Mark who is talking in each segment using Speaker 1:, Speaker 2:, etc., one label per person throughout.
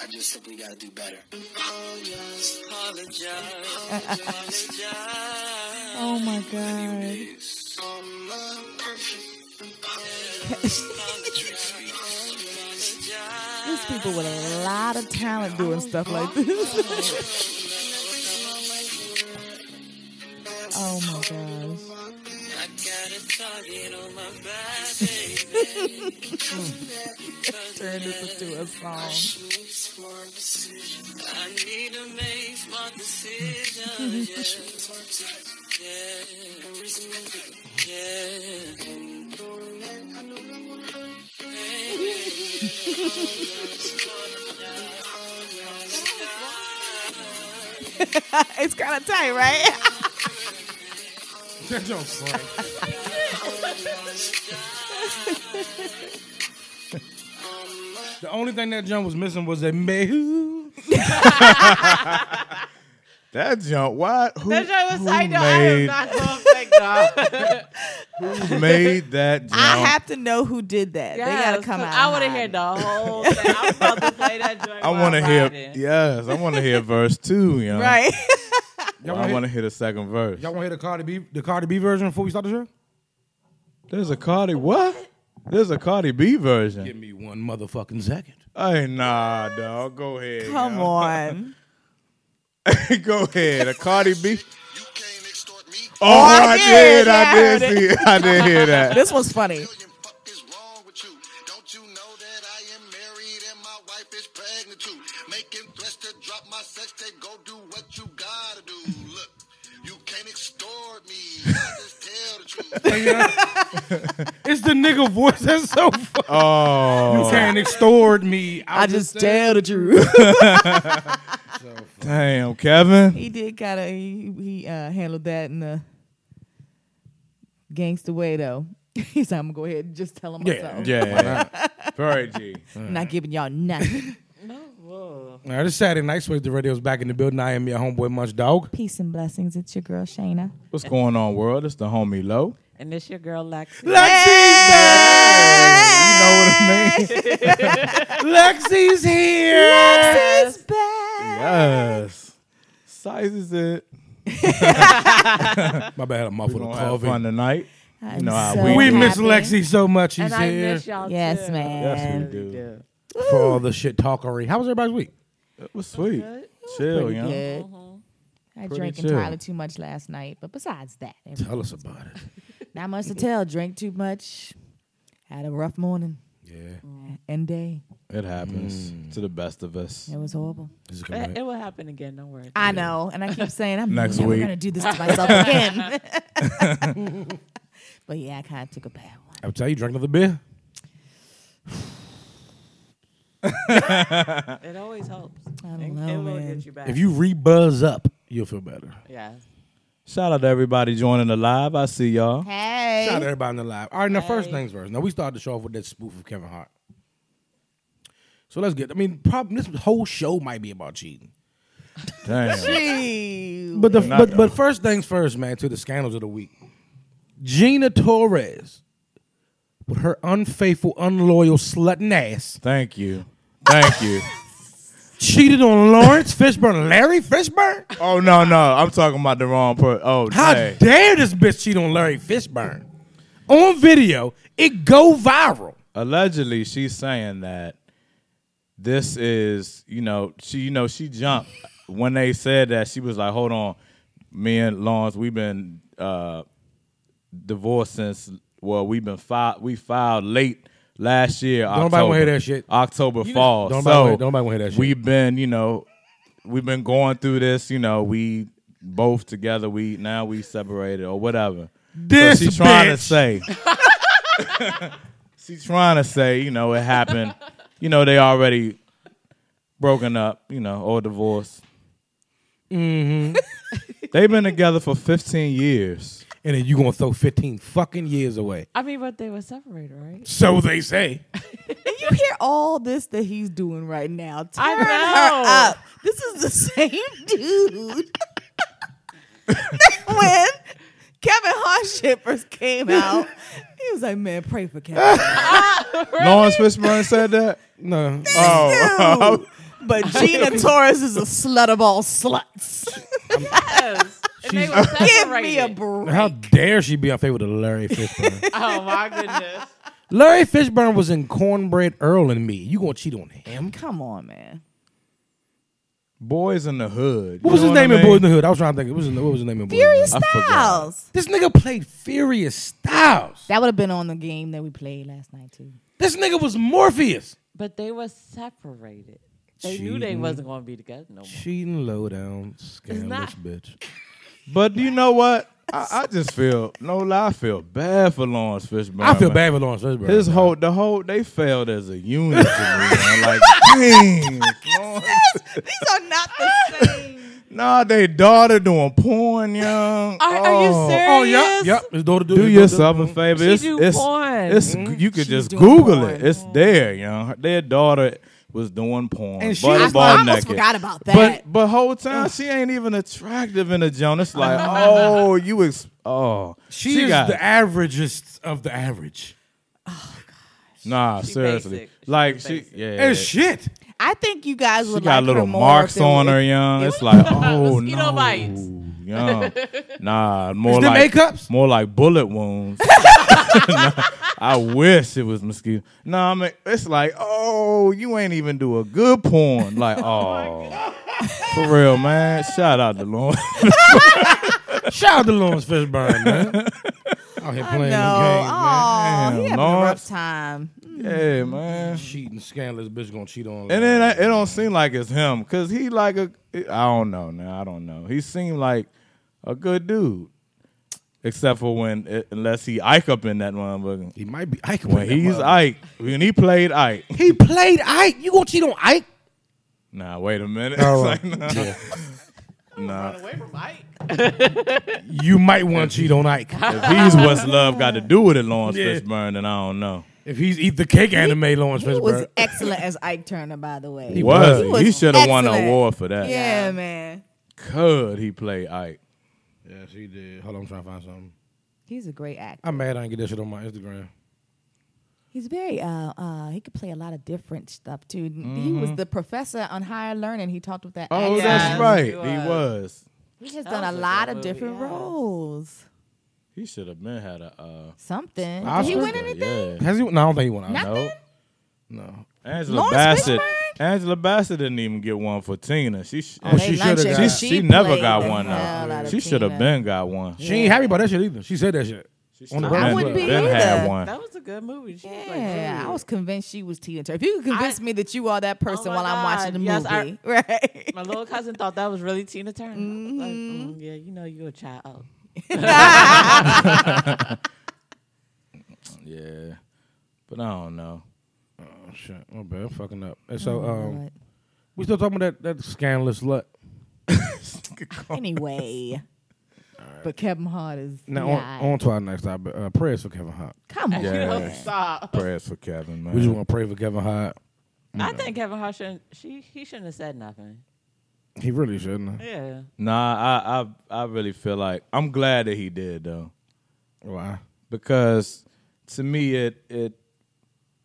Speaker 1: I just simply got to do better. Apologize, apologize, apologize.
Speaker 2: Oh my god.
Speaker 1: I'm not
Speaker 2: There's people with a lot of talent doing stuff like this. oh my gosh.
Speaker 1: I got a target on my back,
Speaker 2: Turn this into a song.
Speaker 1: baby. Smart decision. I need to make smart decisions. Yeah. Yeah.
Speaker 2: it's kind of tight, right?
Speaker 3: That don't slap. the only thing that jump was missing was that mehu.
Speaker 4: That jump. What? Who,
Speaker 5: That shit
Speaker 4: who
Speaker 5: was tight though. I
Speaker 4: made,
Speaker 5: have not loved that guy.
Speaker 4: who made that jump?
Speaker 2: I have to know who did that. they gotta
Speaker 5: Yes,
Speaker 2: come
Speaker 5: 'cause
Speaker 2: out.
Speaker 5: I want to hear the whole thing. I'm about to play that joint.
Speaker 4: I
Speaker 5: want to
Speaker 4: hear. Yes, I want to hear verse two. You know?
Speaker 2: right.
Speaker 4: Well,
Speaker 3: Y'all
Speaker 4: I want
Speaker 3: want
Speaker 4: to hear the second verse.
Speaker 3: to hear the Cardi B, the Cardi B version before we start the show?
Speaker 4: There's a Cardi what? There's a Cardi B
Speaker 3: Give
Speaker 4: version.
Speaker 3: me one motherfucking second.
Speaker 4: Hey, nah, dog. Go ahead.
Speaker 2: come
Speaker 4: yo.
Speaker 2: on.
Speaker 4: Go ahead. A Cardi B.
Speaker 1: You can't extort me.
Speaker 4: Oh, I, did.
Speaker 2: did. I
Speaker 4: I
Speaker 2: heard
Speaker 4: did see. It. I did hear that.
Speaker 2: This one's funny.
Speaker 1: Billion fuck is wrong with you? Don't you know that I am married and my wife is pregnant too? Making threats to drop my sex tape. Go do what you gotta do. Look, you can't extort me. I just tell the truth.
Speaker 3: It's the nigga voice that's so fucking
Speaker 4: Oh,
Speaker 3: extored me.
Speaker 2: I just tell the truth.
Speaker 4: damn, Kevin.
Speaker 2: he did kind of he, he uh, handled that in a gangster way though. He said, "I'm gonna go ahead and just tell him myself.
Speaker 4: Yeah. Very G.
Speaker 2: I'm not giving y'all nothing.
Speaker 3: All right, it's Saturday night. Switch the radios back in the building. I am your homeboy Munch Dog.
Speaker 2: Peace and blessings. It's your girl Shayna.
Speaker 4: What's going on, world? It's the homie Low.
Speaker 5: And this your girl Lexi.
Speaker 4: You know what I mean?
Speaker 3: Lexi's here.
Speaker 2: She's back.
Speaker 4: Yes. Size is it.
Speaker 3: My bad, I'm
Speaker 4: We're
Speaker 3: muffled.
Speaker 4: gonna
Speaker 3: I'm
Speaker 4: have
Speaker 3: coughing.
Speaker 4: fun tonight.
Speaker 2: I'm
Speaker 4: You know how
Speaker 2: so
Speaker 4: we do.
Speaker 3: We miss
Speaker 2: happy.
Speaker 3: Lexi so much. She's
Speaker 5: and I
Speaker 3: here
Speaker 5: miss y'all
Speaker 2: Yes,
Speaker 5: too.
Speaker 4: Yes, we
Speaker 2: man.
Speaker 4: do.
Speaker 3: for all the shit talkery. How was everybody's week?
Speaker 4: It was sweet.
Speaker 5: good.
Speaker 4: Chill,
Speaker 2: Pretty
Speaker 4: you know.
Speaker 2: good. I drank
Speaker 4: chill.
Speaker 2: entirely too much last night, but besides that, everything-
Speaker 3: Tell us about it.
Speaker 2: not much to tell. Drank too much. Had a rough morning
Speaker 3: Yeah,
Speaker 2: and day.
Speaker 4: It happens to the best of us.
Speaker 2: It was horrible.
Speaker 3: this is
Speaker 5: Uh, It,
Speaker 3: gonna
Speaker 5: it will happen again. Don't worry.
Speaker 2: I know, and I keep saying I'm
Speaker 4: Next
Speaker 2: never
Speaker 4: week.
Speaker 2: gonna do this to myself again. but yeah, I kind of took a bad one.
Speaker 3: I'll tell you, drink another beer.
Speaker 5: It always helps.
Speaker 2: I don't
Speaker 5: It-
Speaker 2: know,
Speaker 5: it will
Speaker 2: man.
Speaker 5: get you back.
Speaker 3: If you rebuzz up, you'll feel better.
Speaker 5: yeah.
Speaker 4: Shout out to everybody joining the live. I see y'all.
Speaker 2: Hey,
Speaker 3: Shout out to everybody in the live. All right, now first things first. Now we started the show off with that spoof of Kevin Hart. So let's get. I mean, prob- this whole show might be about cheating.
Speaker 4: Damn.
Speaker 2: Ew.
Speaker 3: But the
Speaker 4: Not
Speaker 3: but,
Speaker 4: though.
Speaker 3: but first things first, man. To the scandals of the week, Gina Torres with her unfaithful, unloyal, slutting ass
Speaker 4: Thank you. Thank you.
Speaker 3: cheated on Lawrence Fishburne, Larry Fishburne.
Speaker 4: Oh no, no. I'm talking about the wrong person. Oh,
Speaker 3: How
Speaker 4: dang.
Speaker 3: dare this bitch cheat on Larry Fishburne on video? It go viral.
Speaker 4: allegedly she's saying that this is you know she you know she jumped when they said that she was like hold on me and Lawrence we've been uh divorced since well we've been filed we filed late last year
Speaker 3: Don't nobody wanna
Speaker 4: October,
Speaker 3: hear that shit.
Speaker 4: October fall
Speaker 3: Don't
Speaker 4: so
Speaker 3: nobody wanna- don't nobody wanna hear that shit.
Speaker 4: we've been you know we've been going through this you know we both together we now we separated or whatever
Speaker 3: This
Speaker 4: so she's trying to
Speaker 3: bitch.
Speaker 4: say she's trying to say, you know, it happened. You know, they already broken up, you know, or divorced. Mm-hmm. They've been together for 15 years.
Speaker 3: And then you gonna throw fifteen fucking years away.
Speaker 5: I mean, but they were separated, right?
Speaker 3: So they say.
Speaker 2: And you hear all this that he's doing right now. Turn
Speaker 5: I
Speaker 2: her
Speaker 5: know.
Speaker 2: up. This is the same dude. when Kevin Hart shit first came out, he was like, "Man, pray for Kevin."
Speaker 4: Lawrence Fishburne said that.
Speaker 3: No.
Speaker 4: Oh,
Speaker 2: But Gina Torres is a slut of all sluts.
Speaker 5: Yes. And they were
Speaker 2: Give me a
Speaker 5: separated.
Speaker 2: break.
Speaker 3: How dare she be on favor to Larry Fishburne?
Speaker 5: Oh my goodness.
Speaker 3: Larry Fishburne was in Cornbread Earl and Me. You gonna cheat on him?
Speaker 2: Come on, man.
Speaker 4: Boys in the Hood.
Speaker 3: What
Speaker 4: You
Speaker 3: was
Speaker 4: know
Speaker 3: his name in
Speaker 4: I
Speaker 3: Boys in
Speaker 4: mean?
Speaker 3: the Hood? I was trying to think. What was his, what was his name in Boys in the
Speaker 2: Furious
Speaker 3: Hood?
Speaker 4: I forgot.
Speaker 2: Styles.
Speaker 3: This nigga played Furious Styles.
Speaker 2: That would have been on the game that we played last night too.
Speaker 3: This nigga was Morpheus.
Speaker 5: But they were separated. They knew they
Speaker 3: Cheating.
Speaker 5: wasn't going to be together no more.
Speaker 3: Cheating, low down, scandalous
Speaker 5: not-
Speaker 3: bitch.
Speaker 4: But you know what? I, I just feel no lie. I feel bad for Lawrence Fishburne.
Speaker 3: I feel
Speaker 4: man.
Speaker 3: bad for Lawrence Fishburne.
Speaker 4: His
Speaker 3: man.
Speaker 4: whole the whole they failed as a unit to me. man. Like, dang, Lawrence.
Speaker 2: These are not the same.
Speaker 4: Nah, they daughter doing porn, young.
Speaker 5: Are, are you serious?
Speaker 3: Oh yep, yep. His daughter do, Mm-hmm.
Speaker 4: Do
Speaker 3: his daughter
Speaker 4: yourself
Speaker 3: do-
Speaker 4: a favor.
Speaker 5: She
Speaker 4: it's,
Speaker 5: do
Speaker 4: it's,
Speaker 5: porn.
Speaker 4: it's- you could
Speaker 2: She
Speaker 4: just
Speaker 2: doing
Speaker 4: Google
Speaker 2: porn.
Speaker 4: it. It's there, young. Their daughter was doing porn,
Speaker 3: And she
Speaker 4: butterball
Speaker 3: was-
Speaker 2: I almost
Speaker 4: naked.
Speaker 2: forgot about that.
Speaker 4: But but whole time she ain't even attractive in a Joan. It's like, oh, you ex- oh
Speaker 3: She, is
Speaker 4: got
Speaker 3: the averagest of the average.
Speaker 4: nah
Speaker 5: She
Speaker 4: seriously
Speaker 5: basic. She
Speaker 4: like she
Speaker 5: basic.
Speaker 4: yeah
Speaker 3: And shit.
Speaker 2: I think you guys
Speaker 4: she
Speaker 2: would
Speaker 4: got
Speaker 2: like
Speaker 4: little
Speaker 2: her more
Speaker 4: marks
Speaker 2: if it
Speaker 4: on
Speaker 2: was-
Speaker 4: her young. It's like oh
Speaker 5: Mosquito
Speaker 4: no,
Speaker 5: bites.
Speaker 4: young nah more
Speaker 3: Is them
Speaker 4: like
Speaker 3: A-cups?
Speaker 4: more like bullet wounds. I wish it was mosquito. No, I mean it's like, oh, you ain't even do a good porn. Like, oh, for real, man. Shout out to Lauren.
Speaker 3: Shout out to Lawrence Fishburne, man. Out here
Speaker 2: No,
Speaker 3: playing them
Speaker 2: oh,
Speaker 3: games, man.
Speaker 4: Damn,
Speaker 2: he having a
Speaker 4: Lawrence.
Speaker 2: rough time.
Speaker 4: yeah, man.
Speaker 3: Cheating, scandalous bitch gonna cheat on.
Speaker 4: And then it don't seem like it's him because he like a I don't know now I don't know he seemed like a good dude except for when eh, unless he Ike up in that motherfucker
Speaker 3: he might be Ike.
Speaker 4: when he's Ike when he played Ike
Speaker 3: he played Ike. You gonna cheat on Ike?
Speaker 4: Nah, wait a minute.
Speaker 3: Oh,
Speaker 4: It's like, nah. Nah.
Speaker 3: You might want to cheat on Ike
Speaker 4: If he's what's love got to do with it, Lawrence
Speaker 3: Yeah.
Speaker 4: Fishburne, then I don't know.
Speaker 3: if he's eat the cake anime. Lawrence
Speaker 2: He was
Speaker 3: Fishburne.
Speaker 2: excellent as Ike Turner, by the way.
Speaker 3: He
Speaker 4: Was
Speaker 3: was.
Speaker 4: he,
Speaker 2: was
Speaker 4: should have won an
Speaker 2: excellent.
Speaker 4: award for that?
Speaker 2: Yeah, man.
Speaker 4: Could he play Ike?
Speaker 3: Yes, he did. Hold on, I'm trying to find something.
Speaker 2: He's a great actor.
Speaker 3: I'm mad I didn't get that shit on my Instagram.
Speaker 2: He's very uh uh he could play a lot of different stuff too. He was the professor on higher learning. He talked with that
Speaker 4: Mm-hmm. Oh,
Speaker 2: actor.
Speaker 4: that's
Speaker 5: Yes,
Speaker 4: right. He
Speaker 5: he
Speaker 4: was.
Speaker 2: He has
Speaker 5: That
Speaker 2: done
Speaker 5: was
Speaker 2: a
Speaker 5: a
Speaker 2: lot
Speaker 5: good
Speaker 2: of
Speaker 5: movie,
Speaker 2: different
Speaker 5: yes.
Speaker 2: roles.
Speaker 4: He should have been had a. Uh,
Speaker 2: Something. Did he
Speaker 3: Oscar?
Speaker 2: win anything?
Speaker 4: Yeah.
Speaker 3: Has he? No, I don't think he won.
Speaker 2: Nothing?
Speaker 4: No.
Speaker 3: No.
Speaker 4: Angela
Speaker 2: Lawrence
Speaker 4: Bassett.
Speaker 2: Fishburne?
Speaker 4: Angela Bassett didn't even get one for Tina. She sh-
Speaker 2: Oh,
Speaker 3: she
Speaker 2: they
Speaker 3: shoulda
Speaker 2: lunching.
Speaker 3: got-
Speaker 4: she,
Speaker 3: yeah.
Speaker 4: she never
Speaker 2: played
Speaker 4: got
Speaker 2: the
Speaker 4: one
Speaker 2: hell
Speaker 4: though.
Speaker 2: out of
Speaker 4: She should have
Speaker 2: Tina.
Speaker 4: been got one.
Speaker 3: She ain't happy about that shit either. She said that shit. On the
Speaker 5: I
Speaker 3: Breakfast
Speaker 2: wouldn't
Speaker 3: Club.
Speaker 2: be
Speaker 4: been had
Speaker 2: either.
Speaker 4: one.
Speaker 5: That was a good movie. She was like,
Speaker 2: Yeah, I
Speaker 5: dude.
Speaker 2: was convinced she was Tina Turner. If you could convince
Speaker 5: I-
Speaker 2: me that you are that person
Speaker 5: my
Speaker 2: while I'm watching the
Speaker 5: God. Yes, I-
Speaker 2: movie, right?
Speaker 5: My little cousin thought that was really Tina Turner. I was like, mm, yeah, you know you a child.
Speaker 4: Yeah, but I don't know.
Speaker 3: Oh, shit. Oh, bad. I'm fucking up. And so, um, we still talking about that, that scandalous slut.
Speaker 2: anyway, but Kevin Hart is
Speaker 3: Now,
Speaker 2: not.
Speaker 3: on, on to our next topic. Uh, prayers for Kevin Hart.
Speaker 2: Come on,
Speaker 4: Yeah.
Speaker 5: Stop.
Speaker 4: Prayers for Kevin, man.
Speaker 3: We just want to pray for Kevin Hart.
Speaker 5: I think Kevin Hart shouldn't. She he shouldn't have said nothing.
Speaker 3: He really shouldn't. have.
Speaker 5: Yeah.
Speaker 4: Nah, I, I I really feel like I'm glad that he did though,
Speaker 3: Why?
Speaker 4: because to me it it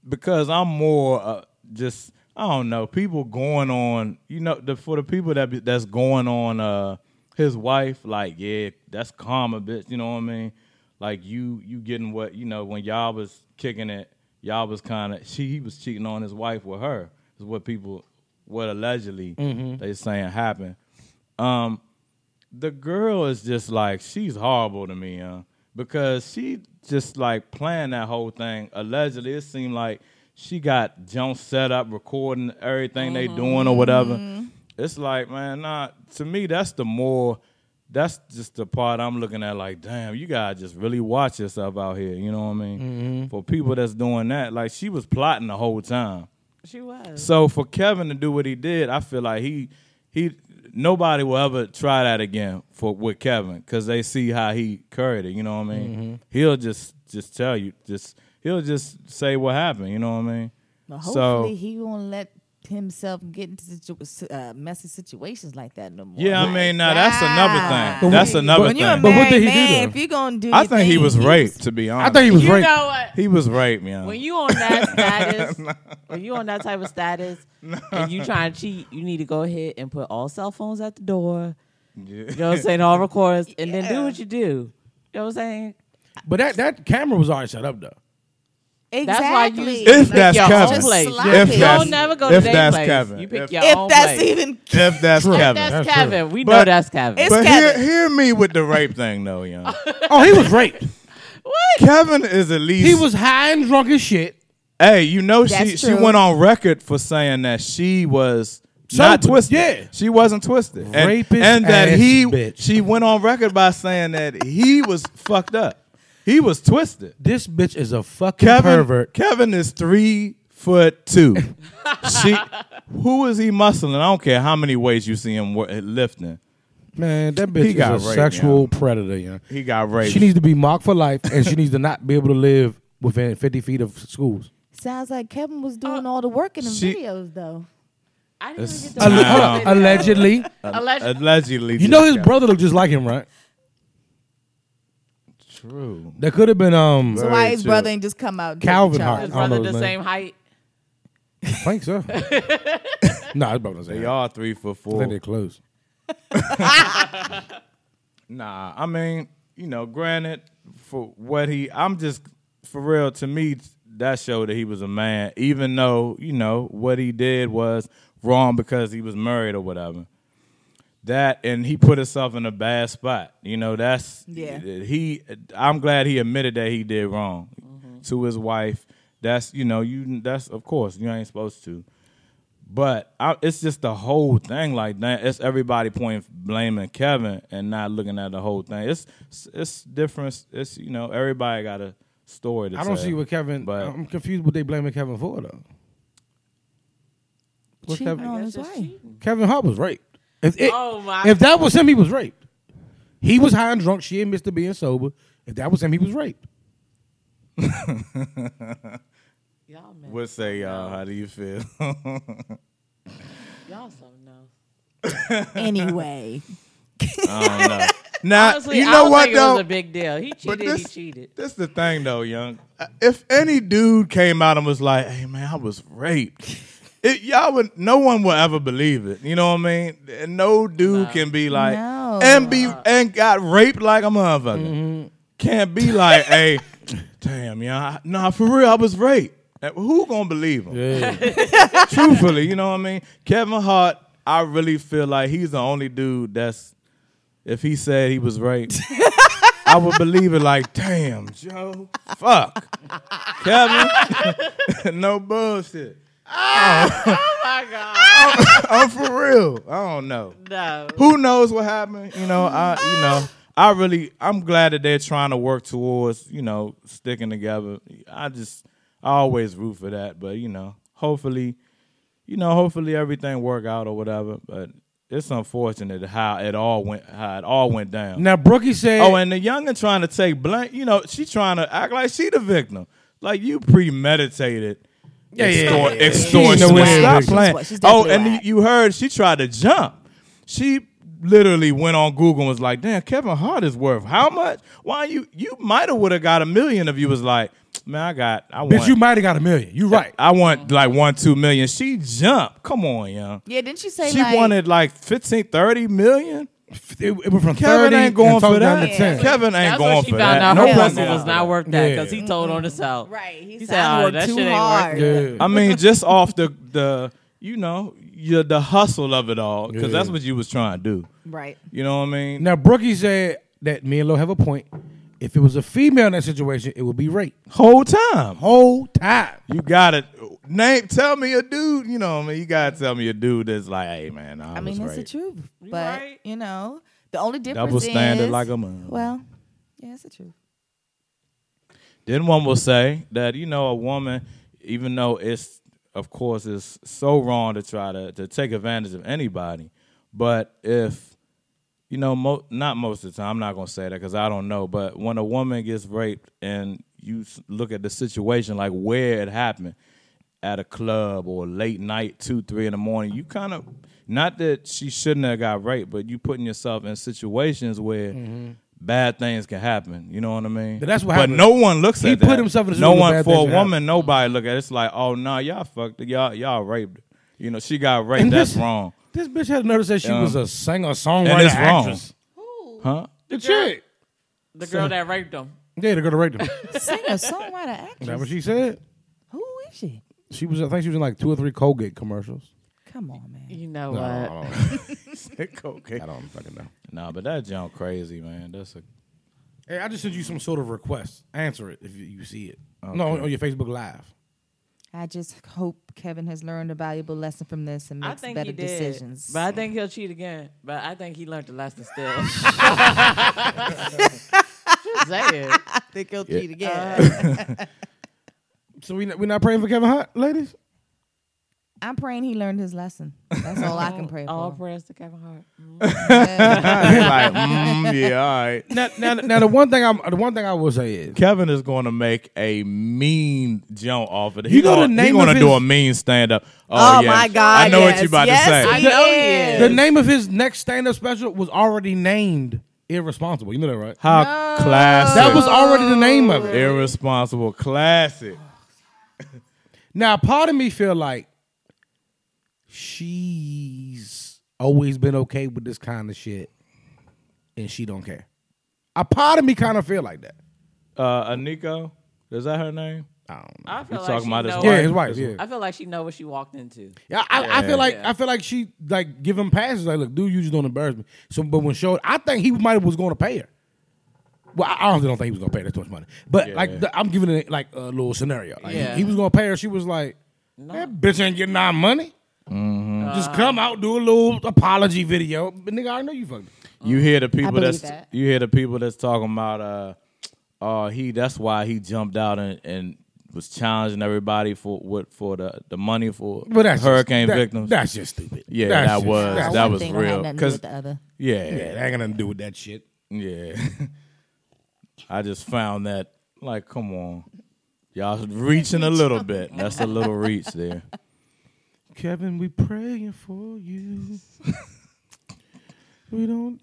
Speaker 4: because I'm more uh, just I don't know people going on you know the, for the people that be, that's going on uh his wife like yeah that's karma bitch you know what I mean like you you getting what you know when y'all was kicking it y'all was kind of she he was cheating on his wife with her is what people what allegedly they saying happened um the girl is just like she's horrible to me, huh? Because she just like planned that whole thing. Allegedly, it seemed like she got Jones set up, recording everything they doing or whatever. It's like, man, nah. To me, that's the more. That's just the part I'm looking at. Like, damn, you gotta just really watch yourself out here. You know what I mean? For people that's doing that, like she was plotting the whole time.
Speaker 5: She was.
Speaker 4: So for Kevin to do what he did, I feel like he he nobody will ever try that again for with Kevin because they see how he carried it. You know what I mean?
Speaker 3: Mm-hmm.
Speaker 4: He'll just just tell you just he'll just say what happened. You know what I mean?
Speaker 2: But hopefully he won't let himself get into situ- uh, messy situations like that no more.
Speaker 4: Yeah, I
Speaker 2: Like,
Speaker 4: mean, now that's another
Speaker 3: But
Speaker 4: thing. That's
Speaker 3: what-
Speaker 4: another
Speaker 2: when you're a
Speaker 4: thing.
Speaker 3: But what
Speaker 2: married
Speaker 3: did he do,
Speaker 2: man,
Speaker 3: though?
Speaker 2: if you're gonna do,
Speaker 4: I
Speaker 2: your
Speaker 4: think he
Speaker 2: thing,
Speaker 4: was
Speaker 2: you-
Speaker 4: raped. To be honest,
Speaker 3: I thought he was
Speaker 5: You
Speaker 3: raped.
Speaker 5: know what?
Speaker 4: He was raped, man.
Speaker 5: When you on that status, when you on that type of status, and you trying to cheat, you need to go ahead and put all cell phones at the door. You know what I'm saying? All records, and then do what you do. You know what I'm saying?
Speaker 3: But that, that camera was already set up though.
Speaker 2: Exactly.
Speaker 5: That's why you
Speaker 4: If
Speaker 5: pick
Speaker 4: that's
Speaker 5: your
Speaker 4: Kevin.
Speaker 5: own place.
Speaker 2: If
Speaker 5: you
Speaker 2: that's-
Speaker 5: don't never go to
Speaker 4: if
Speaker 5: their
Speaker 4: that's
Speaker 5: place.
Speaker 4: Kevin.
Speaker 5: You pick
Speaker 4: If-
Speaker 5: your own
Speaker 2: if that's
Speaker 5: place.
Speaker 2: even
Speaker 4: if that's
Speaker 5: If
Speaker 4: Kevin.
Speaker 5: that's,
Speaker 3: That's
Speaker 5: Kevin. We
Speaker 4: But-
Speaker 5: know that's Kevin.
Speaker 2: It's-
Speaker 4: but
Speaker 2: Kevin.
Speaker 4: hear, hear me with the rape thing though, young.
Speaker 3: Oh, he was raped.
Speaker 5: what?
Speaker 4: Kevin is at least
Speaker 3: He was high and drunk as shit.
Speaker 4: Hey, you know she
Speaker 2: That's
Speaker 4: she
Speaker 2: true.
Speaker 4: went on record for saying that she was not
Speaker 3: Sober,
Speaker 4: twisted.
Speaker 3: yeah.
Speaker 4: she wasn't twisted. And,
Speaker 3: Rapist
Speaker 4: and that
Speaker 3: ass
Speaker 4: he
Speaker 3: bitch.
Speaker 4: she went on record by saying that he was fucked up. He was twisted.
Speaker 3: This bitch is a fucking
Speaker 4: Kevin
Speaker 3: pervert.
Speaker 4: Kevin is three foot two. she who is he muscling? I don't care how many ways you see him wo- lifting.
Speaker 3: Man, that bitch
Speaker 4: He
Speaker 3: is
Speaker 4: got
Speaker 3: a
Speaker 4: raped,
Speaker 3: sexual predator. Yeah.
Speaker 4: He got raped.
Speaker 3: She needs to be mocked for life, and she needs to not be able to live within 50 feet of schools.
Speaker 2: Sounds like Kevin was doing all the work in the
Speaker 4: she-
Speaker 2: videos though.
Speaker 5: I didn't even get
Speaker 4: Alle-
Speaker 5: the-
Speaker 4: hold on.
Speaker 5: video.
Speaker 3: Allegedly,
Speaker 5: Alleged-
Speaker 4: allegedly.
Speaker 3: you know his
Speaker 4: Jessica.
Speaker 3: brother looked just like him, right?
Speaker 4: True.
Speaker 3: That could have been um.
Speaker 2: So
Speaker 4: Very
Speaker 2: why his
Speaker 4: true.
Speaker 2: brother ain't just come out? and take the
Speaker 3: Calvin
Speaker 2: charge?
Speaker 3: Hart.
Speaker 5: His
Speaker 3: I don't
Speaker 5: brother
Speaker 3: know his
Speaker 5: the
Speaker 3: name.
Speaker 5: same height.
Speaker 3: I think so. no, his brother was
Speaker 4: They
Speaker 3: I
Speaker 4: are three foot four.
Speaker 3: think they're close.
Speaker 4: Nah, I mean, you know, granted for what he, I'm just for real. To me, that showed that he was a man, even though you know what he did was wrong because he was married or whatever. That and he put himself in a bad spot. You know, that's
Speaker 2: Yeah.
Speaker 4: He, I'm glad he admitted that he did wrong to his wife. That's you know, you that's of course you ain't supposed to. But I, it's just the whole thing like that. It's everybody pointing blaming Kevin and not looking at the whole thing. It's it's different. It's you know everybody got a story. To
Speaker 3: I don't
Speaker 4: tell.
Speaker 3: see what Kevin.
Speaker 4: But
Speaker 3: I'm confused. What they blaming Kevin for though? What's
Speaker 2: Cheating
Speaker 3: Kevin,
Speaker 2: on his
Speaker 5: That's just
Speaker 2: wife.
Speaker 5: cheating.
Speaker 3: Kevin Hart was raped. If it,
Speaker 5: Oh, my
Speaker 3: if that was him, he was raped. He was high and drunk. She admits to being sober. If that was him, he was raped.
Speaker 5: Y'all, man.
Speaker 4: what say y'all? How do you feel?
Speaker 5: Y'all something else.
Speaker 2: Anyway,
Speaker 4: now
Speaker 5: Honestly,
Speaker 4: you know
Speaker 5: I don't
Speaker 4: what
Speaker 5: think it
Speaker 4: though.
Speaker 5: was a big deal. He cheated. he cheated.
Speaker 4: This the thing though, young. Uh, If any dude came out and was like, "Hey man, I was raped," it, y'all would. No one would ever believe it. You know what I mean? And no dude can be like
Speaker 2: No.
Speaker 4: and be and got raped like a motherfucker. Can't be like, "Hey, damn, y'all, nah, for real, I was raped." Uh, Who gonna believe him? Truthfully, you know what I mean. Kevin Hart, I really feel like he's the only dude that's. If he said he was raped, I would believe it like, damn, Joe. Fuck. Kevin. no bullshit.
Speaker 5: Oh my god.
Speaker 4: I'm for real. I don't know.
Speaker 5: No.
Speaker 4: Who knows what happened? You know, I you know, I really I'm glad that they're trying to work towards, you know, sticking together. I just I always root for that, but you know, hopefully you know, hopefully everything work out or whatever, but it's unfortunate how it all went how it all went down.
Speaker 3: Now Brookie said,
Speaker 4: Oh, and the youngin trying to take blame. You know, she trying to act like she the victim. Like you premeditated.
Speaker 3: Yeah, yeah,
Speaker 4: extor-
Speaker 3: yeah, yeah.
Speaker 4: extortionist.
Speaker 3: She's the winner.
Speaker 4: Stop
Speaker 3: She's
Speaker 4: playing.
Speaker 2: what- she's
Speaker 4: oh,
Speaker 2: definitely
Speaker 4: and
Speaker 2: right.
Speaker 4: you you heard she tried to jump. She literally went on Google and was like, "Damn, Kevin Hart is worth how much? Why you you might have would have got a million if you was like, man, I got I want
Speaker 3: "Bitch, you might have got a million. You right?
Speaker 4: I want like one two million. She jumped. Come on, young.
Speaker 2: yeah, didn't you say
Speaker 4: She
Speaker 2: like,
Speaker 4: wanted like 15, 30 million.
Speaker 3: It, it went from
Speaker 4: Kevin
Speaker 3: thirty
Speaker 4: ain't going
Speaker 3: and
Speaker 4: for
Speaker 3: talked down
Speaker 4: that.
Speaker 3: to ten.
Speaker 4: Kevin ain't
Speaker 5: That's
Speaker 4: going
Speaker 5: when she
Speaker 4: for that.
Speaker 5: found out
Speaker 4: No
Speaker 5: her
Speaker 2: Yeah.
Speaker 5: hustle
Speaker 4: pussy.
Speaker 5: was not worth that
Speaker 3: Yeah.
Speaker 5: because he told on himself.
Speaker 2: Right, he
Speaker 5: He
Speaker 2: said,
Speaker 5: said,
Speaker 2: "I
Speaker 5: "Oh,
Speaker 2: worked
Speaker 5: that
Speaker 2: too
Speaker 5: shit ain't
Speaker 2: hard."
Speaker 5: worth it."
Speaker 3: Yeah.
Speaker 4: I mean, just off the the you know your, the hustle of it all because that's
Speaker 3: Yeah.
Speaker 4: what you was trying to do.
Speaker 2: right?
Speaker 4: You know what I mean?
Speaker 3: Now Brookie said that me and Lo have a point. If it was a female in that situation, it would be rape.
Speaker 4: Whole time,
Speaker 3: Whole time.
Speaker 4: you got it. Name, tell me a dude. You know what I mean? You gotta tell me a dude that's like, hey man,
Speaker 2: I
Speaker 4: I,
Speaker 2: mean,
Speaker 4: was
Speaker 2: that's
Speaker 4: raped.
Speaker 2: the truth.
Speaker 5: You
Speaker 2: But
Speaker 5: right.
Speaker 2: you know, the only difference
Speaker 4: Double standard
Speaker 2: is
Speaker 4: like a man.
Speaker 2: well, yeah, that's the truth.
Speaker 4: Then one will say that you know a woman, even though it's of course it's so wrong to try to to take advantage of anybody, but if you know mo- not most of the time, I'm not gonna say that because I don't know. But when a woman gets raped and you s- look at the situation like where it happened, at a club or late night, two, three in the morning, you kind of not that she shouldn't have got raped, but you putting yourself in situations where bad things can happen. You know what I mean?
Speaker 3: Mm-hmm. But that's what
Speaker 4: But
Speaker 3: happened.
Speaker 4: no one looks
Speaker 3: He
Speaker 4: at
Speaker 3: put
Speaker 4: that.
Speaker 3: himself in a
Speaker 4: no
Speaker 3: situation where
Speaker 4: one
Speaker 3: bad
Speaker 4: for a
Speaker 3: things can
Speaker 4: woman. Nobody look at it. It's like, oh no, y'all fucked it. Y'all y'all raped. Her. You know, she got raped.
Speaker 3: And
Speaker 4: That's
Speaker 3: this-
Speaker 4: wrong.
Speaker 3: This bitch had noticed that she
Speaker 4: Um,
Speaker 3: was a singer, songwriter,
Speaker 4: and it's wrong.
Speaker 3: actress.
Speaker 4: Huh?
Speaker 3: The chick.
Speaker 5: The girl that raped him.
Speaker 3: Yeah, they're gonna rate them.
Speaker 2: Singer, songwriter, actress.
Speaker 3: Is that what she said?
Speaker 2: Who is she?
Speaker 3: She was. I think she was in like two or three Colgate commercials.
Speaker 2: Come on, man.
Speaker 5: You know what?
Speaker 3: Oh, I don't fucking know.
Speaker 4: Nah, but that jump crazy, man. That's a
Speaker 3: Hey, I just sent you some sort of request. Answer it if you, you see it. No, on, on your Facebook Live.
Speaker 2: I just hope Kevin has learned a valuable lesson from this and
Speaker 5: I
Speaker 2: makes
Speaker 5: think
Speaker 2: better
Speaker 5: he did,
Speaker 2: decisions.
Speaker 5: but I think he'll cheat again. But I think he learned the lesson still. Just saying.
Speaker 2: I think he'll cheat again.
Speaker 3: So we we not praying for Kevin Hart, ladies.
Speaker 2: I'm praying he learned his lesson. That's all I can pray for.
Speaker 5: All prayers to Kevin Hart.
Speaker 4: like, mm, yeah, all right.
Speaker 3: Now, now, now the one thing I'm the one thing I will say is
Speaker 4: Kevin is going to make a mean jump off of it.
Speaker 3: You
Speaker 4: He
Speaker 3: know the
Speaker 4: gonna,
Speaker 3: name
Speaker 4: He's going
Speaker 3: of
Speaker 4: to do
Speaker 3: his-
Speaker 4: a mean stand up.
Speaker 2: Oh, my God,
Speaker 4: I know what
Speaker 2: yes,
Speaker 4: you're about
Speaker 2: yes,
Speaker 4: to say.
Speaker 2: I
Speaker 5: know
Speaker 2: know
Speaker 5: he
Speaker 3: the name of his next stand up special was already named Irresponsible. You know that, right?
Speaker 4: How classic!
Speaker 3: That was already the name of it.
Speaker 4: irresponsible. Classic.
Speaker 3: Now, part of me feel like she's always been okay with this kind of shit, and she don't care. A part of me kind of feel like that.
Speaker 4: Uh, Aniko, is that her name?
Speaker 3: I don't know.
Speaker 5: I feel
Speaker 4: You
Speaker 5: like
Speaker 4: talking
Speaker 5: she
Speaker 4: about his
Speaker 5: know
Speaker 4: wife?
Speaker 3: Yeah, his wife. Yeah.
Speaker 5: I feel like she know what she walked into.
Speaker 3: Yeah, I, I feel like
Speaker 5: Yeah.
Speaker 3: I feel like she like give him passes. Like, look, dude, you just don't embarrass me. So, but when showed, I think he might have was going to pay her. Well, I I honestly don't think he was going to pay her that much money. But like, the- I'm giving it like a little scenario. Like, he-
Speaker 5: Yeah.
Speaker 3: he, was going to pay her. She was like, that bitch ain't getting our money.
Speaker 4: Mm-hmm.
Speaker 3: Just come out, do a little apology video. But nigga, I know you fucked. me.
Speaker 4: You hear the people
Speaker 2: Um, believe
Speaker 4: that's
Speaker 2: that.
Speaker 4: you hear the people that's talking about uh uh he that's why he jumped out and, and was challenging everybody for what for the, the money for
Speaker 3: But that's just-
Speaker 4: hurricane
Speaker 3: that-
Speaker 4: victims.
Speaker 3: That's just stupid.
Speaker 4: yeah,
Speaker 3: That's
Speaker 4: that
Speaker 3: just-
Speaker 4: was
Speaker 3: that's-
Speaker 4: that
Speaker 2: One
Speaker 4: was
Speaker 2: thing don't have
Speaker 4: real.
Speaker 2: nothing to do
Speaker 4: Cause
Speaker 2: with the other.
Speaker 3: yeah,
Speaker 4: yeah,
Speaker 3: that ain't got nothing to do with that shit.
Speaker 4: yeah. I just found that like, come on, y'all reaching a little bit. That's a little reach there.
Speaker 3: Kevin, we praying for you. we don't,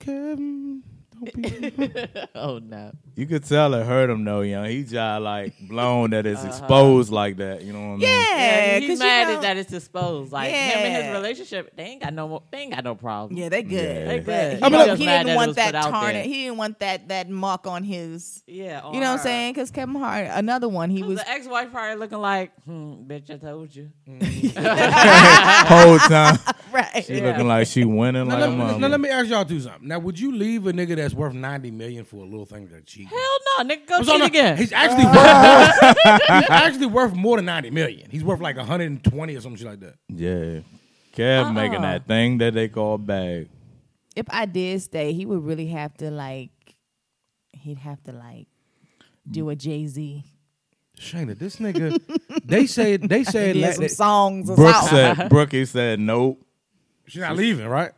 Speaker 3: Kevin. Don't be.
Speaker 5: Oh no.
Speaker 4: You could tell it hurt him though, young. He just like blown that it's exposed like that. You know what I mean?
Speaker 5: Yeah,
Speaker 2: Uh-huh. Yeah,
Speaker 5: he's mad at that it's exposed. Like him and
Speaker 2: Yeah.
Speaker 5: his relationship, they ain't got no, mo- they ain't got no problem.
Speaker 2: Yeah, they good.
Speaker 5: They good.
Speaker 2: I
Speaker 5: He
Speaker 2: mean,
Speaker 5: just
Speaker 2: he
Speaker 5: mad
Speaker 2: didn't
Speaker 5: it
Speaker 2: want
Speaker 5: was
Speaker 2: that
Speaker 5: put out there.
Speaker 2: tarnish. He didn't want that that mark on his.
Speaker 5: Yeah, on
Speaker 2: You know what I'm
Speaker 5: her.
Speaker 2: saying? Because Kevin Hart, another one, he was.
Speaker 5: The ex-wife probably looking like, hmm, bitch, I told you.
Speaker 4: Whole time
Speaker 2: right.
Speaker 4: she looking like she winning
Speaker 3: Now,
Speaker 4: like a
Speaker 3: let,
Speaker 4: mother.
Speaker 3: now, let me ask y'all two something. Now, would you leave a nigga that's worth ninety million for a little thing that cheat?
Speaker 5: Hell no, nigga, go
Speaker 3: So,
Speaker 5: cheat
Speaker 3: no,
Speaker 5: again.
Speaker 3: He's actually worth more, he's actually worth more than ninety million. He's worth like hundred and twenty or something shit like that.
Speaker 4: Yeah. Kev
Speaker 3: Uh-uh.
Speaker 4: making that thing that they call bag.
Speaker 2: If I did stay, he would really have to like. He'd have to like do a Jay Z.
Speaker 3: Shayna, this nigga, they said they said
Speaker 2: Did
Speaker 3: like,
Speaker 2: some
Speaker 3: that,
Speaker 2: songs or
Speaker 4: Brooke
Speaker 2: something.
Speaker 4: said Brookie said nope.
Speaker 3: she's not leaving, right?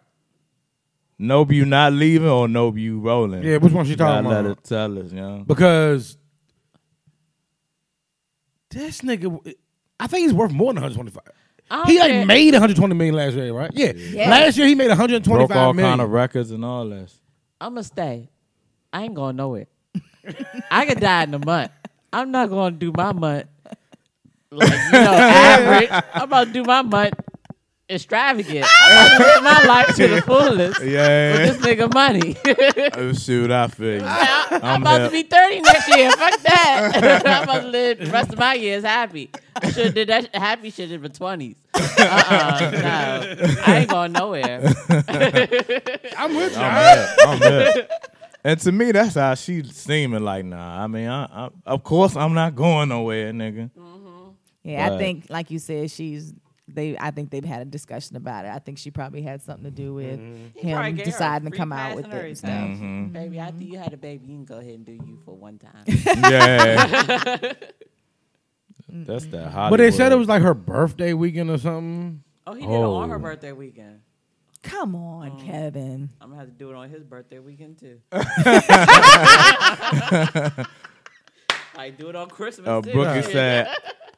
Speaker 4: Nope, you not leaving or nope, you rolling.
Speaker 3: Yeah, which one she talking
Speaker 4: Gotta
Speaker 3: about?
Speaker 4: Let her tell us, you know.
Speaker 3: because this nigga, I think he's worth more than 125.
Speaker 5: don't
Speaker 3: He
Speaker 5: care.
Speaker 3: like made 120 million last year, right? Yeah, last year he made 125
Speaker 4: Broke all
Speaker 3: million.
Speaker 4: kind of records and all that.
Speaker 5: I'm gonna stay. I ain't gonna know it. I could die in a month. I'm not gonna do my month like you know average. I'm about to do my month extravagant. I'm gonna live my life to the fullest.
Speaker 4: Yeah.
Speaker 5: This nigga money.
Speaker 4: oh, shoot, I feel you. I'm,
Speaker 5: I'm about
Speaker 4: here.
Speaker 5: to be 30 next year. Fuck that. I'm about to live the rest of my years happy. I should have did that happy shit in my 20s. Uh-uh, no. I ain't going nowhere.
Speaker 3: I'm with you.
Speaker 4: I'm here. I'm here. And to me, that's how she seeming like, nah, I mean, I, I, of course I'm not going nowhere, nigga.
Speaker 2: Yeah,
Speaker 4: But-
Speaker 2: I think, like you said, she's they. I think they've had a discussion about it. I think she probably had something to do with him deciding to come out with it. and stuff.
Speaker 5: Mm-hmm.
Speaker 4: Mm-hmm.
Speaker 5: Baby, after you had a baby, you can go ahead and do you for one time.
Speaker 4: Yeah. that's that
Speaker 3: But
Speaker 4: Hollywood.
Speaker 3: they said it was like her birthday weekend or something.
Speaker 5: Oh, he did it on her birthday weekend.
Speaker 2: Come on,
Speaker 5: Mm.
Speaker 2: Kevin.
Speaker 5: I'm gonna have to do it on his birthday weekend too. like do it on Christmas.
Speaker 4: Uh,
Speaker 5: too.
Speaker 4: Brookie
Speaker 5: Shit.
Speaker 4: said,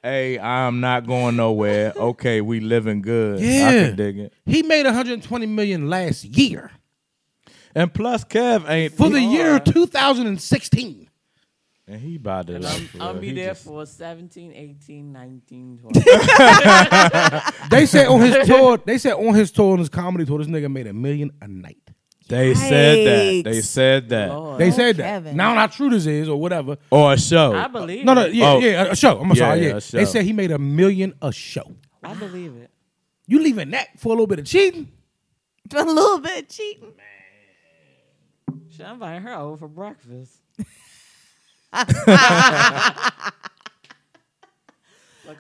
Speaker 4: Hey, I'm not going nowhere. Okay, we living good. I
Speaker 3: Yeah.
Speaker 4: can dig it.
Speaker 3: He made 120 million last year
Speaker 4: And plus, Kev ain't
Speaker 3: for
Speaker 4: he
Speaker 3: the year
Speaker 4: hard.
Speaker 3: 2016.
Speaker 4: And he about to.
Speaker 5: I'm,
Speaker 4: like,
Speaker 5: I'm
Speaker 4: uh,
Speaker 5: be
Speaker 4: he
Speaker 5: there
Speaker 4: just-
Speaker 5: for 17, 18, 19, 20.
Speaker 3: They said on his tour, they said on his tour on his comedy tour, this nigga made a million a night.
Speaker 4: They said that.
Speaker 2: Yikes.
Speaker 4: They said that.
Speaker 5: Lord.
Speaker 3: They
Speaker 2: Oh,
Speaker 3: said that.
Speaker 2: Kevin.
Speaker 3: Now not true this is or whatever.
Speaker 4: Or a show.
Speaker 5: I
Speaker 2: uh,
Speaker 5: believe
Speaker 3: No, no,
Speaker 5: it.
Speaker 3: yeah,
Speaker 4: Oh.
Speaker 3: yeah, a show. I'm
Speaker 4: Yeah,
Speaker 3: sorry,
Speaker 4: yeah,
Speaker 3: yeah.
Speaker 4: a show.
Speaker 3: They said he made a million a show.
Speaker 5: I believe it.
Speaker 3: You leaving that for a little bit of cheating?
Speaker 2: a little bit cheating.
Speaker 5: Shit, I'm inviting her over for breakfast. Look,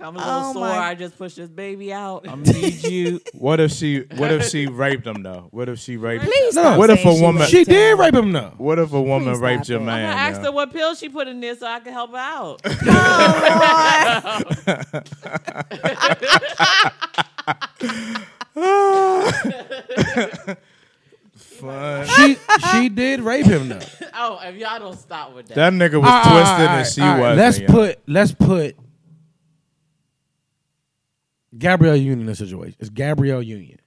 Speaker 5: I'm a little
Speaker 2: Oh,
Speaker 5: sore.
Speaker 2: my-
Speaker 5: I just pushed this baby out. I'm gonna need you.
Speaker 4: What if she? What if she raped him though? What if she raped?
Speaker 2: Please.
Speaker 3: No,
Speaker 2: stop
Speaker 4: what if
Speaker 2: saying
Speaker 4: a woman-
Speaker 2: raped
Speaker 3: She did
Speaker 2: him.
Speaker 3: rape him though.
Speaker 4: What if a woman
Speaker 2: Please
Speaker 4: raped
Speaker 2: stop it. I'm
Speaker 4: your
Speaker 5: I
Speaker 4: man?
Speaker 5: asked
Speaker 4: yo?
Speaker 5: her what pill she put in there so I could help her out.
Speaker 4: Fun.
Speaker 3: She she did rape him though.
Speaker 5: oh, if y'all don't stop with that.
Speaker 4: That nigga was
Speaker 3: All right, all
Speaker 4: twisted
Speaker 3: right,
Speaker 4: and she
Speaker 3: all right.
Speaker 4: wasn't.
Speaker 3: Let's
Speaker 4: yo.
Speaker 3: put let's put Gabrielle Union in this situation. It's Gabrielle Union.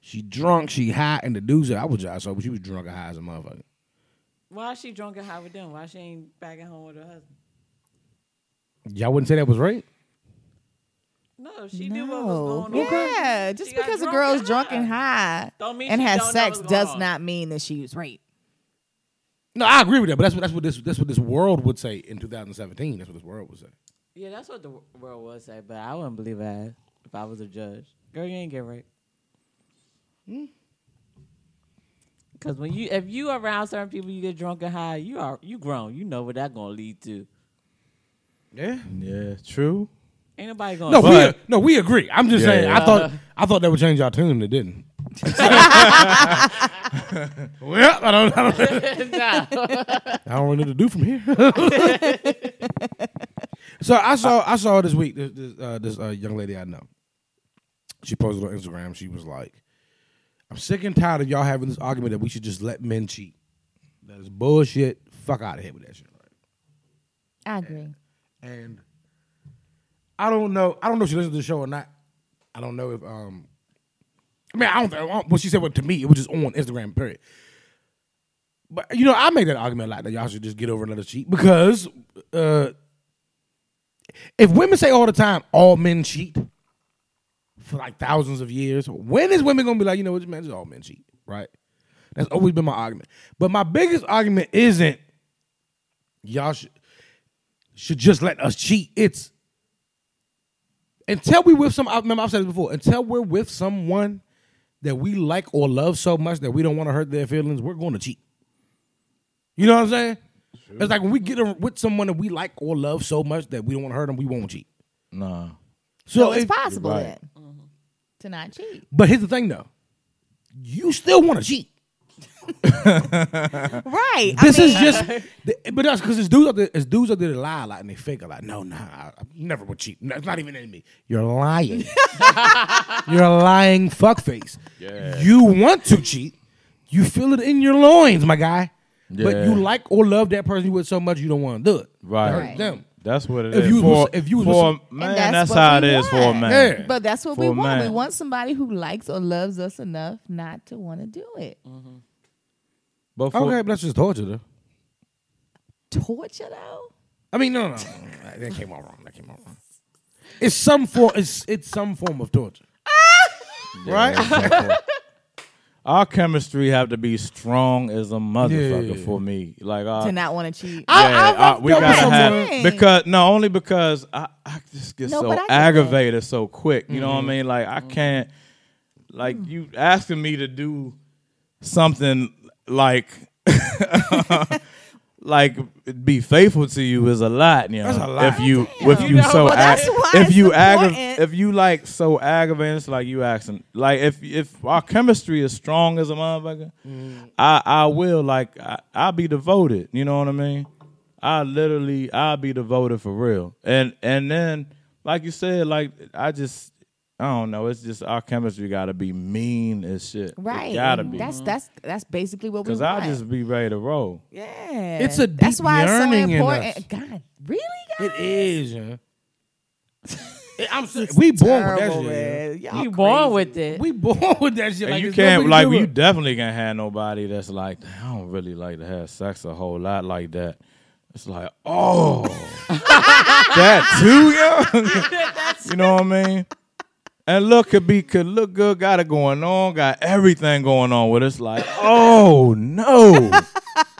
Speaker 3: She drunk, she high, and the dudes I was just sober. She was drunk and high as a motherfucker.
Speaker 5: Why is she drunk and high with them? Why she ain't back at home with her husband?
Speaker 3: Y'all wouldn't say that was rape.
Speaker 5: No, she knew what
Speaker 2: No.
Speaker 5: was going on.
Speaker 2: Yeah, just
Speaker 5: She got
Speaker 2: because a
Speaker 5: drunk
Speaker 2: girl's
Speaker 5: and
Speaker 2: drunk
Speaker 5: high.
Speaker 2: and high
Speaker 5: Don't mean
Speaker 2: and
Speaker 5: she
Speaker 2: has
Speaker 5: don't know
Speaker 2: sex
Speaker 5: what's
Speaker 2: does
Speaker 5: going on.
Speaker 2: not mean that she was raped.
Speaker 3: No, I agree with that, but that's what that's what this that's what this world would say in 2017. That's what this world would say.
Speaker 5: Yeah, that's what the wor- world would say, but I wouldn't believe that if I was a judge. Girl, you ain't get raped. Hmm? Because when you, if you around certain people, you get drunk and high. You are you grown. You know what that's gonna lead to.
Speaker 3: Yeah.
Speaker 4: Yeah, true.
Speaker 5: Ain't nobody gonna.
Speaker 3: No,
Speaker 4: But-
Speaker 3: we no, we agree. I'm just
Speaker 4: Yeah,
Speaker 3: saying.
Speaker 4: yeah.
Speaker 3: I thought I thought that would change our tune. It didn't. well, I don't, I don't, I don't really know what to do from here. so I saw I saw this week this this, uh, this uh, young lady I know. She posted on Instagram. She was like, "I'm sick and tired of y'all having this argument that we should just let men cheat. That is bullshit. Fuck out of here with that shit." Right?
Speaker 2: I agree.
Speaker 3: And I don't know. I don't know if she listens to the show or not. I don't know if um. I mean, I don't. I don't what she said was to me, it was just on Instagram. Period. But you know, I make that argument a lot that y'all should just get over another cheat because uh, if women say all the time all men cheat for like thousands of years, when is women gonna be like, you know what, man, just all men cheat, right? That's always been my argument. But my biggest argument isn't y'all should should just let us cheat. It's until we with some. I remember I've said this before. Until we're with someone that we like or love so much that we don't want to hurt their feelings, we're going to cheat. You know what I'm saying? It's like when we get with someone that we like or love so much that we don't want to hurt them, we won't cheat.
Speaker 4: Nah.
Speaker 3: So,
Speaker 2: So it's
Speaker 3: if-
Speaker 2: possible
Speaker 4: right.
Speaker 2: then
Speaker 5: Mm-hmm.
Speaker 2: to not cheat.
Speaker 3: But here's the thing, though. You still want to cheat.
Speaker 2: Right. I
Speaker 3: This is
Speaker 2: mean-
Speaker 3: just, th- but that's because it's dudes out there. It's dudes out there that lie a lot and they fake a lot. No, nah, I, I never would cheat. No, it's not even in me. You're lying. You're a lying fuckface.
Speaker 4: Yeah.
Speaker 3: You want to cheat. You feel it in your loins, my guy. But
Speaker 4: Yeah.
Speaker 3: you like or love that person you with so much you don't want to do it.
Speaker 4: Right.
Speaker 3: That hurt
Speaker 2: Right.
Speaker 3: them.
Speaker 4: That's what it is.
Speaker 3: If you was
Speaker 4: for,
Speaker 3: with- if you was
Speaker 4: for
Speaker 3: with-
Speaker 4: a man,
Speaker 2: And
Speaker 4: that's,
Speaker 2: what
Speaker 4: how it
Speaker 2: we
Speaker 4: is for a
Speaker 2: want.
Speaker 4: man.
Speaker 3: Yeah.
Speaker 2: But that's what
Speaker 4: For
Speaker 2: we
Speaker 4: a
Speaker 2: want. We
Speaker 4: man.
Speaker 2: want somebody who likes or loves us enough not to want to do it.
Speaker 4: But for,
Speaker 3: Okay, but that's just torture, though.
Speaker 2: Torture though.
Speaker 3: I mean, no, no, no, no. that came out wrong. That came out wrong. It's some form. It's it's some form of torture, right?
Speaker 4: our chemistry have to be strong as a motherfucker
Speaker 3: Yeah.
Speaker 4: for me. Like Uh, I,
Speaker 2: to not want to cheat.
Speaker 4: yeah, uh,
Speaker 3: I-
Speaker 4: we
Speaker 3: I've
Speaker 4: gotta
Speaker 3: done that.
Speaker 4: have because no, only because I, I just get
Speaker 2: No,
Speaker 4: so
Speaker 2: but I get
Speaker 4: aggravated so quick. You know what I
Speaker 3: Mm-hmm.
Speaker 4: mean? Like I can't. Like you asking me to do something like like be faithful to you is a lot. You know,
Speaker 3: That's a lot.
Speaker 4: if you
Speaker 2: Damn.
Speaker 4: if
Speaker 2: You
Speaker 4: you
Speaker 2: know,
Speaker 4: so
Speaker 2: well, that's
Speaker 4: ag-
Speaker 2: why
Speaker 4: if
Speaker 2: it's
Speaker 4: you aggra-
Speaker 2: important.
Speaker 4: if you like so aggravated, it's like you asking like if if our chemistry is strong as a motherfucker,
Speaker 2: Mm.
Speaker 4: I I will like I, I'll be devoted. You know what I mean? I literally I'll be devoted for real. And and then like you said, like I just. I don't know. It's just our chemistry got to be mean as shit. It
Speaker 2: right.
Speaker 4: gotta be.
Speaker 2: Mm-hmm. That's that's that's basically what we
Speaker 4: Cause
Speaker 2: want.
Speaker 4: I'll just be ready to roll.
Speaker 2: yeah.
Speaker 3: It's a
Speaker 2: that's
Speaker 3: deep
Speaker 2: why eh, it's
Speaker 3: yearning in
Speaker 2: so important. God, really, God?
Speaker 3: it is. Yeah. I'm serious. We born with that
Speaker 2: Terrible,
Speaker 3: shit. yo.
Speaker 2: man. Y'all
Speaker 5: You born
Speaker 2: crazy.
Speaker 5: with it.
Speaker 3: We born with that shit.
Speaker 4: And
Speaker 3: like,
Speaker 4: you
Speaker 3: it's nothing
Speaker 4: can't
Speaker 3: we
Speaker 4: like
Speaker 3: do
Speaker 4: you
Speaker 3: with-
Speaker 4: definitely can't have nobody that's like I don't really like to have sex a whole lot like that. It's like oh that too young. you know what I mean? And look could be could look good, got it going on, got everything going on with it's like oh no,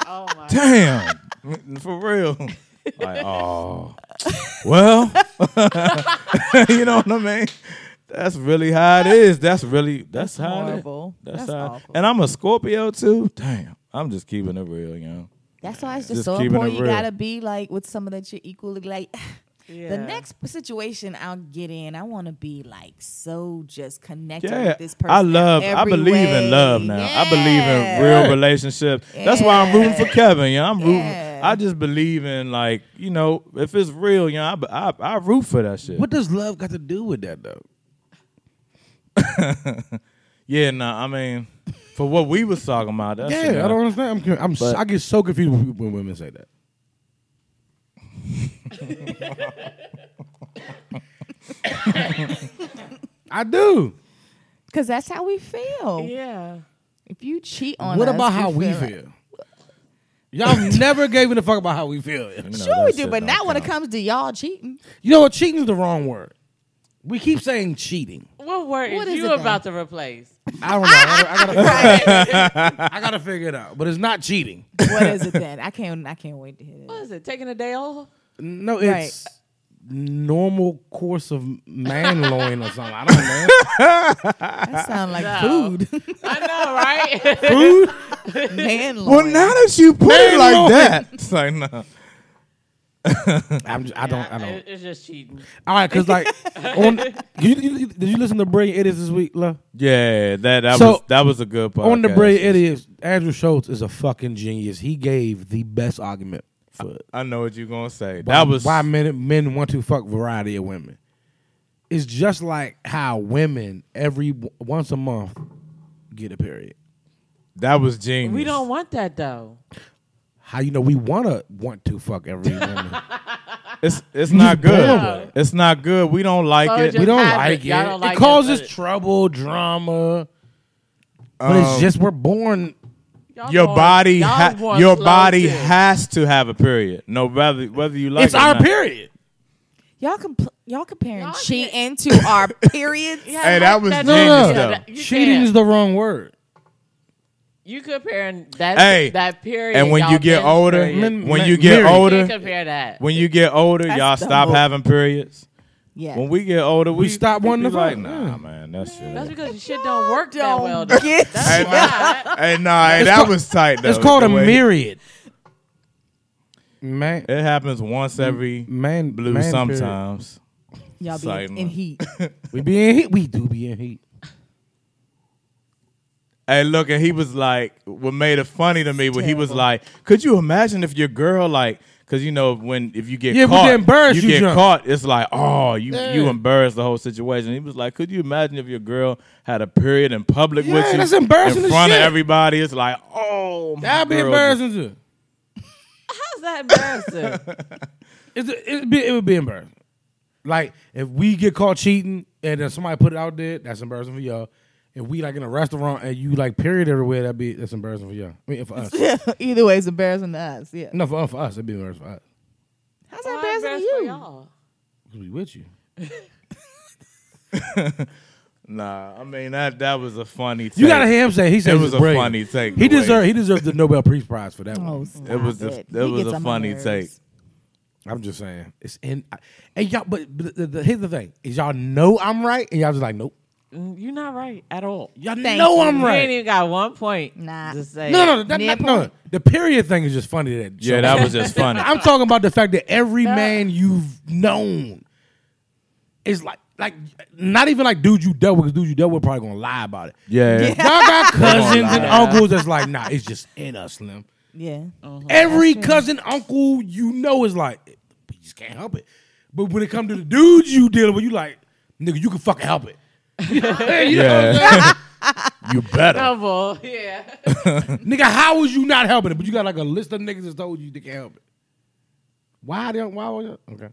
Speaker 5: oh my.
Speaker 4: damn, for real. Like oh well, you know what I mean? That's really how it is. That's really
Speaker 2: That's
Speaker 4: that's, how
Speaker 2: horrible.
Speaker 4: It is. That's,
Speaker 2: That's
Speaker 4: how.
Speaker 2: awful.
Speaker 4: And I'm a Scorpio too. Damn, I'm just keeping it real, you know.
Speaker 2: That's why it's just,
Speaker 4: Just
Speaker 2: so
Speaker 4: keeping it
Speaker 2: important. You
Speaker 4: real.
Speaker 2: gotta be like with someone that you're equally like.
Speaker 5: Yeah.
Speaker 2: The next situation I'll get in, I want to be like so just connected
Speaker 4: Yeah,
Speaker 2: with this person.
Speaker 4: I love. I
Speaker 2: every
Speaker 4: believe
Speaker 2: way.
Speaker 4: in love now. I believe in
Speaker 2: Yeah.
Speaker 4: real relationships. That's why I'm rooting for Kevin. You know, I'm rooting.
Speaker 2: Yeah.
Speaker 4: I just believe in like you know, if it's real, you know, I I, I root for that shit.
Speaker 3: What does love got to do with that though?
Speaker 4: Yeah, nah. I mean, for what we was talking about, that's
Speaker 3: Yeah, I don't understand. I'm, cur- I'm s-
Speaker 4: But-
Speaker 3: I get so confused when, when women say that. I do.
Speaker 2: Cause that's how we feel.
Speaker 5: Yeah.
Speaker 2: If you cheat on
Speaker 3: what
Speaker 2: us,
Speaker 3: about how we
Speaker 2: like-
Speaker 3: feel? Y'all never gave a fuck about how we feel.
Speaker 4: No,
Speaker 2: Sure,
Speaker 4: that
Speaker 2: we do,
Speaker 4: shit
Speaker 2: but
Speaker 4: don't
Speaker 2: not when it
Speaker 4: count.
Speaker 2: comes to y'all cheating.
Speaker 3: You know what? Cheating's the wrong word. We keep saying cheating.
Speaker 5: What word
Speaker 2: What
Speaker 5: is
Speaker 2: is
Speaker 5: you
Speaker 2: it then?
Speaker 5: about to replace?
Speaker 3: I don't know. I gotta, I gotta, I gotta figure it out. But it's not cheating.
Speaker 2: what is it then? I can't. I can't wait to hear
Speaker 5: What
Speaker 2: that.
Speaker 5: is it? Taking a day off?
Speaker 3: No,
Speaker 2: Right.
Speaker 3: it's normal course of manloin or something. I don't know.
Speaker 2: That sounds like
Speaker 5: No.
Speaker 2: food,
Speaker 5: I know, right?
Speaker 4: Food?
Speaker 2: man.
Speaker 4: Well, now that you put it
Speaker 3: Man,
Speaker 4: like
Speaker 3: Lord.
Speaker 4: that, it's like no.
Speaker 3: I'm just, I don't. I don't.
Speaker 5: It's just cheating.
Speaker 3: All right, because like, on, you, you, you- did you listen to Brilliant Idiots this week, love?
Speaker 4: Yeah, that that
Speaker 3: So,
Speaker 4: was that was a good podcast.
Speaker 3: On the Brilliant Idiots, Andrew Schultz is a fucking genius. He gave the best argument for
Speaker 4: I know what you're gonna say.
Speaker 3: why-
Speaker 4: That was
Speaker 3: why men men want to fuck variety of women. It's just like how women every w- once a month get a period.
Speaker 4: that was genius.
Speaker 5: We don't want that though.
Speaker 3: How you know we wanna want to fuck every woman?
Speaker 4: It's it's not good.
Speaker 3: born with
Speaker 4: It's not good. We don't like
Speaker 5: So it
Speaker 4: it.
Speaker 5: just-
Speaker 3: we don't
Speaker 5: have
Speaker 3: like it.
Speaker 5: it. Y'all don't like
Speaker 3: it
Speaker 5: it,
Speaker 3: causes
Speaker 5: but-
Speaker 3: trouble, drama. But it's just we're born.
Speaker 5: Y'all
Speaker 4: your
Speaker 5: born-
Speaker 4: body,
Speaker 5: y'all
Speaker 4: ha-
Speaker 5: was born
Speaker 4: your
Speaker 5: slow
Speaker 4: body
Speaker 5: too.
Speaker 4: has to have a period. No, whether whether you like
Speaker 3: it's
Speaker 4: it or
Speaker 3: our
Speaker 4: not.
Speaker 3: period.
Speaker 2: Y'all compl- y'all comparing
Speaker 5: Y'all
Speaker 2: cheating to our periods.
Speaker 5: Yeah,
Speaker 4: Hey, that was
Speaker 3: No,
Speaker 4: genius,
Speaker 3: no,
Speaker 4: though.
Speaker 3: no.
Speaker 5: You
Speaker 3: Cheating is
Speaker 5: can't.
Speaker 3: the wrong word.
Speaker 5: You comparing that
Speaker 4: Hey,
Speaker 5: that period.
Speaker 4: And when you
Speaker 5: y'all
Speaker 4: get
Speaker 5: men's
Speaker 4: older,
Speaker 5: period.
Speaker 3: Men-
Speaker 4: when
Speaker 3: men-
Speaker 4: you get
Speaker 3: period.
Speaker 5: you can't
Speaker 4: older,
Speaker 5: compare that.
Speaker 4: when you get older,
Speaker 2: That's
Speaker 4: y'all stop
Speaker 2: dumb.
Speaker 4: having periods.
Speaker 2: Yeah.
Speaker 4: When we get older, we,
Speaker 3: stop
Speaker 4: we
Speaker 3: wanting
Speaker 4: be
Speaker 3: to
Speaker 4: like,
Speaker 3: fuck.
Speaker 4: nah,
Speaker 3: Yeah.
Speaker 4: man, that's shit.
Speaker 5: That's because the shit don't work that
Speaker 2: Don't
Speaker 5: well. though.
Speaker 2: get
Speaker 4: Hey, nah, hey, nah, hey, that
Speaker 3: called-
Speaker 4: was tight. Though,
Speaker 3: It's called a
Speaker 4: the way-
Speaker 3: myriad. Man,
Speaker 4: It happens once every
Speaker 3: man,
Speaker 4: blue
Speaker 3: man period.
Speaker 4: sometimes.
Speaker 2: y'all be
Speaker 4: Excitement.
Speaker 2: in heat.
Speaker 3: we be in heat. We do be in heat.
Speaker 4: Hey, look, and he was like, what made it funny to me when he was like, could you imagine if your girl like, cause you know when if you get
Speaker 3: Yeah, we
Speaker 4: caught,
Speaker 3: get embarrassed, you
Speaker 4: get
Speaker 3: jump.
Speaker 4: caught, it's like, oh, you you
Speaker 3: Yeah.
Speaker 4: embarrassed the whole situation. He was like, could you imagine if your girl had a period in public
Speaker 3: Yeah,
Speaker 4: with you,
Speaker 3: that's embarrassing
Speaker 4: in
Speaker 3: as
Speaker 4: front of
Speaker 3: shit.
Speaker 4: everybody? It's like, oh, my
Speaker 3: That'd be
Speaker 4: girl
Speaker 3: embarrassing too.
Speaker 5: How's that embarrassing?
Speaker 3: It's, it'd be, it would be embarrassing. Like if we get caught cheating and then somebody put it out there, that's embarrassing for y'all. If we like in a restaurant and you like period everywhere, that'd be that's embarrassing for y'all. I mean, for us,
Speaker 2: Either way, it's embarrassing to us. Yeah.
Speaker 3: no, for, for us, it'd be embarrassing for us.
Speaker 2: How's that
Speaker 5: Why
Speaker 2: embarrassing to
Speaker 5: for
Speaker 2: you?
Speaker 5: y'all?
Speaker 3: Cause we with you.
Speaker 4: just- Nah, I mean that that was a funny. Take.
Speaker 3: You gotta hear him say. He said
Speaker 4: It
Speaker 3: it's
Speaker 4: was a
Speaker 3: brilliant.
Speaker 4: funny take.
Speaker 3: He
Speaker 4: the way-
Speaker 3: deserved. He deserved the Nobel Peace Prize for that
Speaker 2: Oh,
Speaker 3: one.
Speaker 2: stop
Speaker 4: It was a
Speaker 2: it.
Speaker 4: that
Speaker 2: He
Speaker 4: was
Speaker 2: gets
Speaker 4: a
Speaker 2: on my
Speaker 4: funny
Speaker 2: nerves.
Speaker 4: take.
Speaker 3: I'm just saying. It's in. I- And y'all, but, but the, the, here's the thing: is y'all know I'm right, and y'all just like, nope.
Speaker 5: Mm, You're not right at all.
Speaker 3: Y'all
Speaker 2: Thank
Speaker 3: know
Speaker 2: you.
Speaker 3: I'm
Speaker 5: You ain't
Speaker 3: right.
Speaker 5: even got one point.
Speaker 2: Nah.
Speaker 5: To say.
Speaker 3: No, no, that, that,
Speaker 2: Nipple.
Speaker 3: no. The period thing is just funny. That
Speaker 4: Yeah,
Speaker 3: so-
Speaker 4: that was just funny.
Speaker 3: I'm talking about the fact that every man you've known is like, like, not even like dude you dealt with, because dude you dealt with probably gonna lie about it.
Speaker 4: Yeah.
Speaker 3: Y'all got cousins and
Speaker 4: lie.
Speaker 3: uncles that's like, nah, it's just in us, Slim.
Speaker 2: Yeah.
Speaker 3: Every cousin, uncle you know is like, we just can't help it. But when it comes to the dudes you dealing with, you like, nigga, you can fucking help it. You know what I'm
Speaker 4: Yeah. you better.
Speaker 5: Double. Yeah.
Speaker 3: Nigga, how was you not helping it? But you got like a list of niggas that told you they can't help it. Why they don't? Why was it? Okay.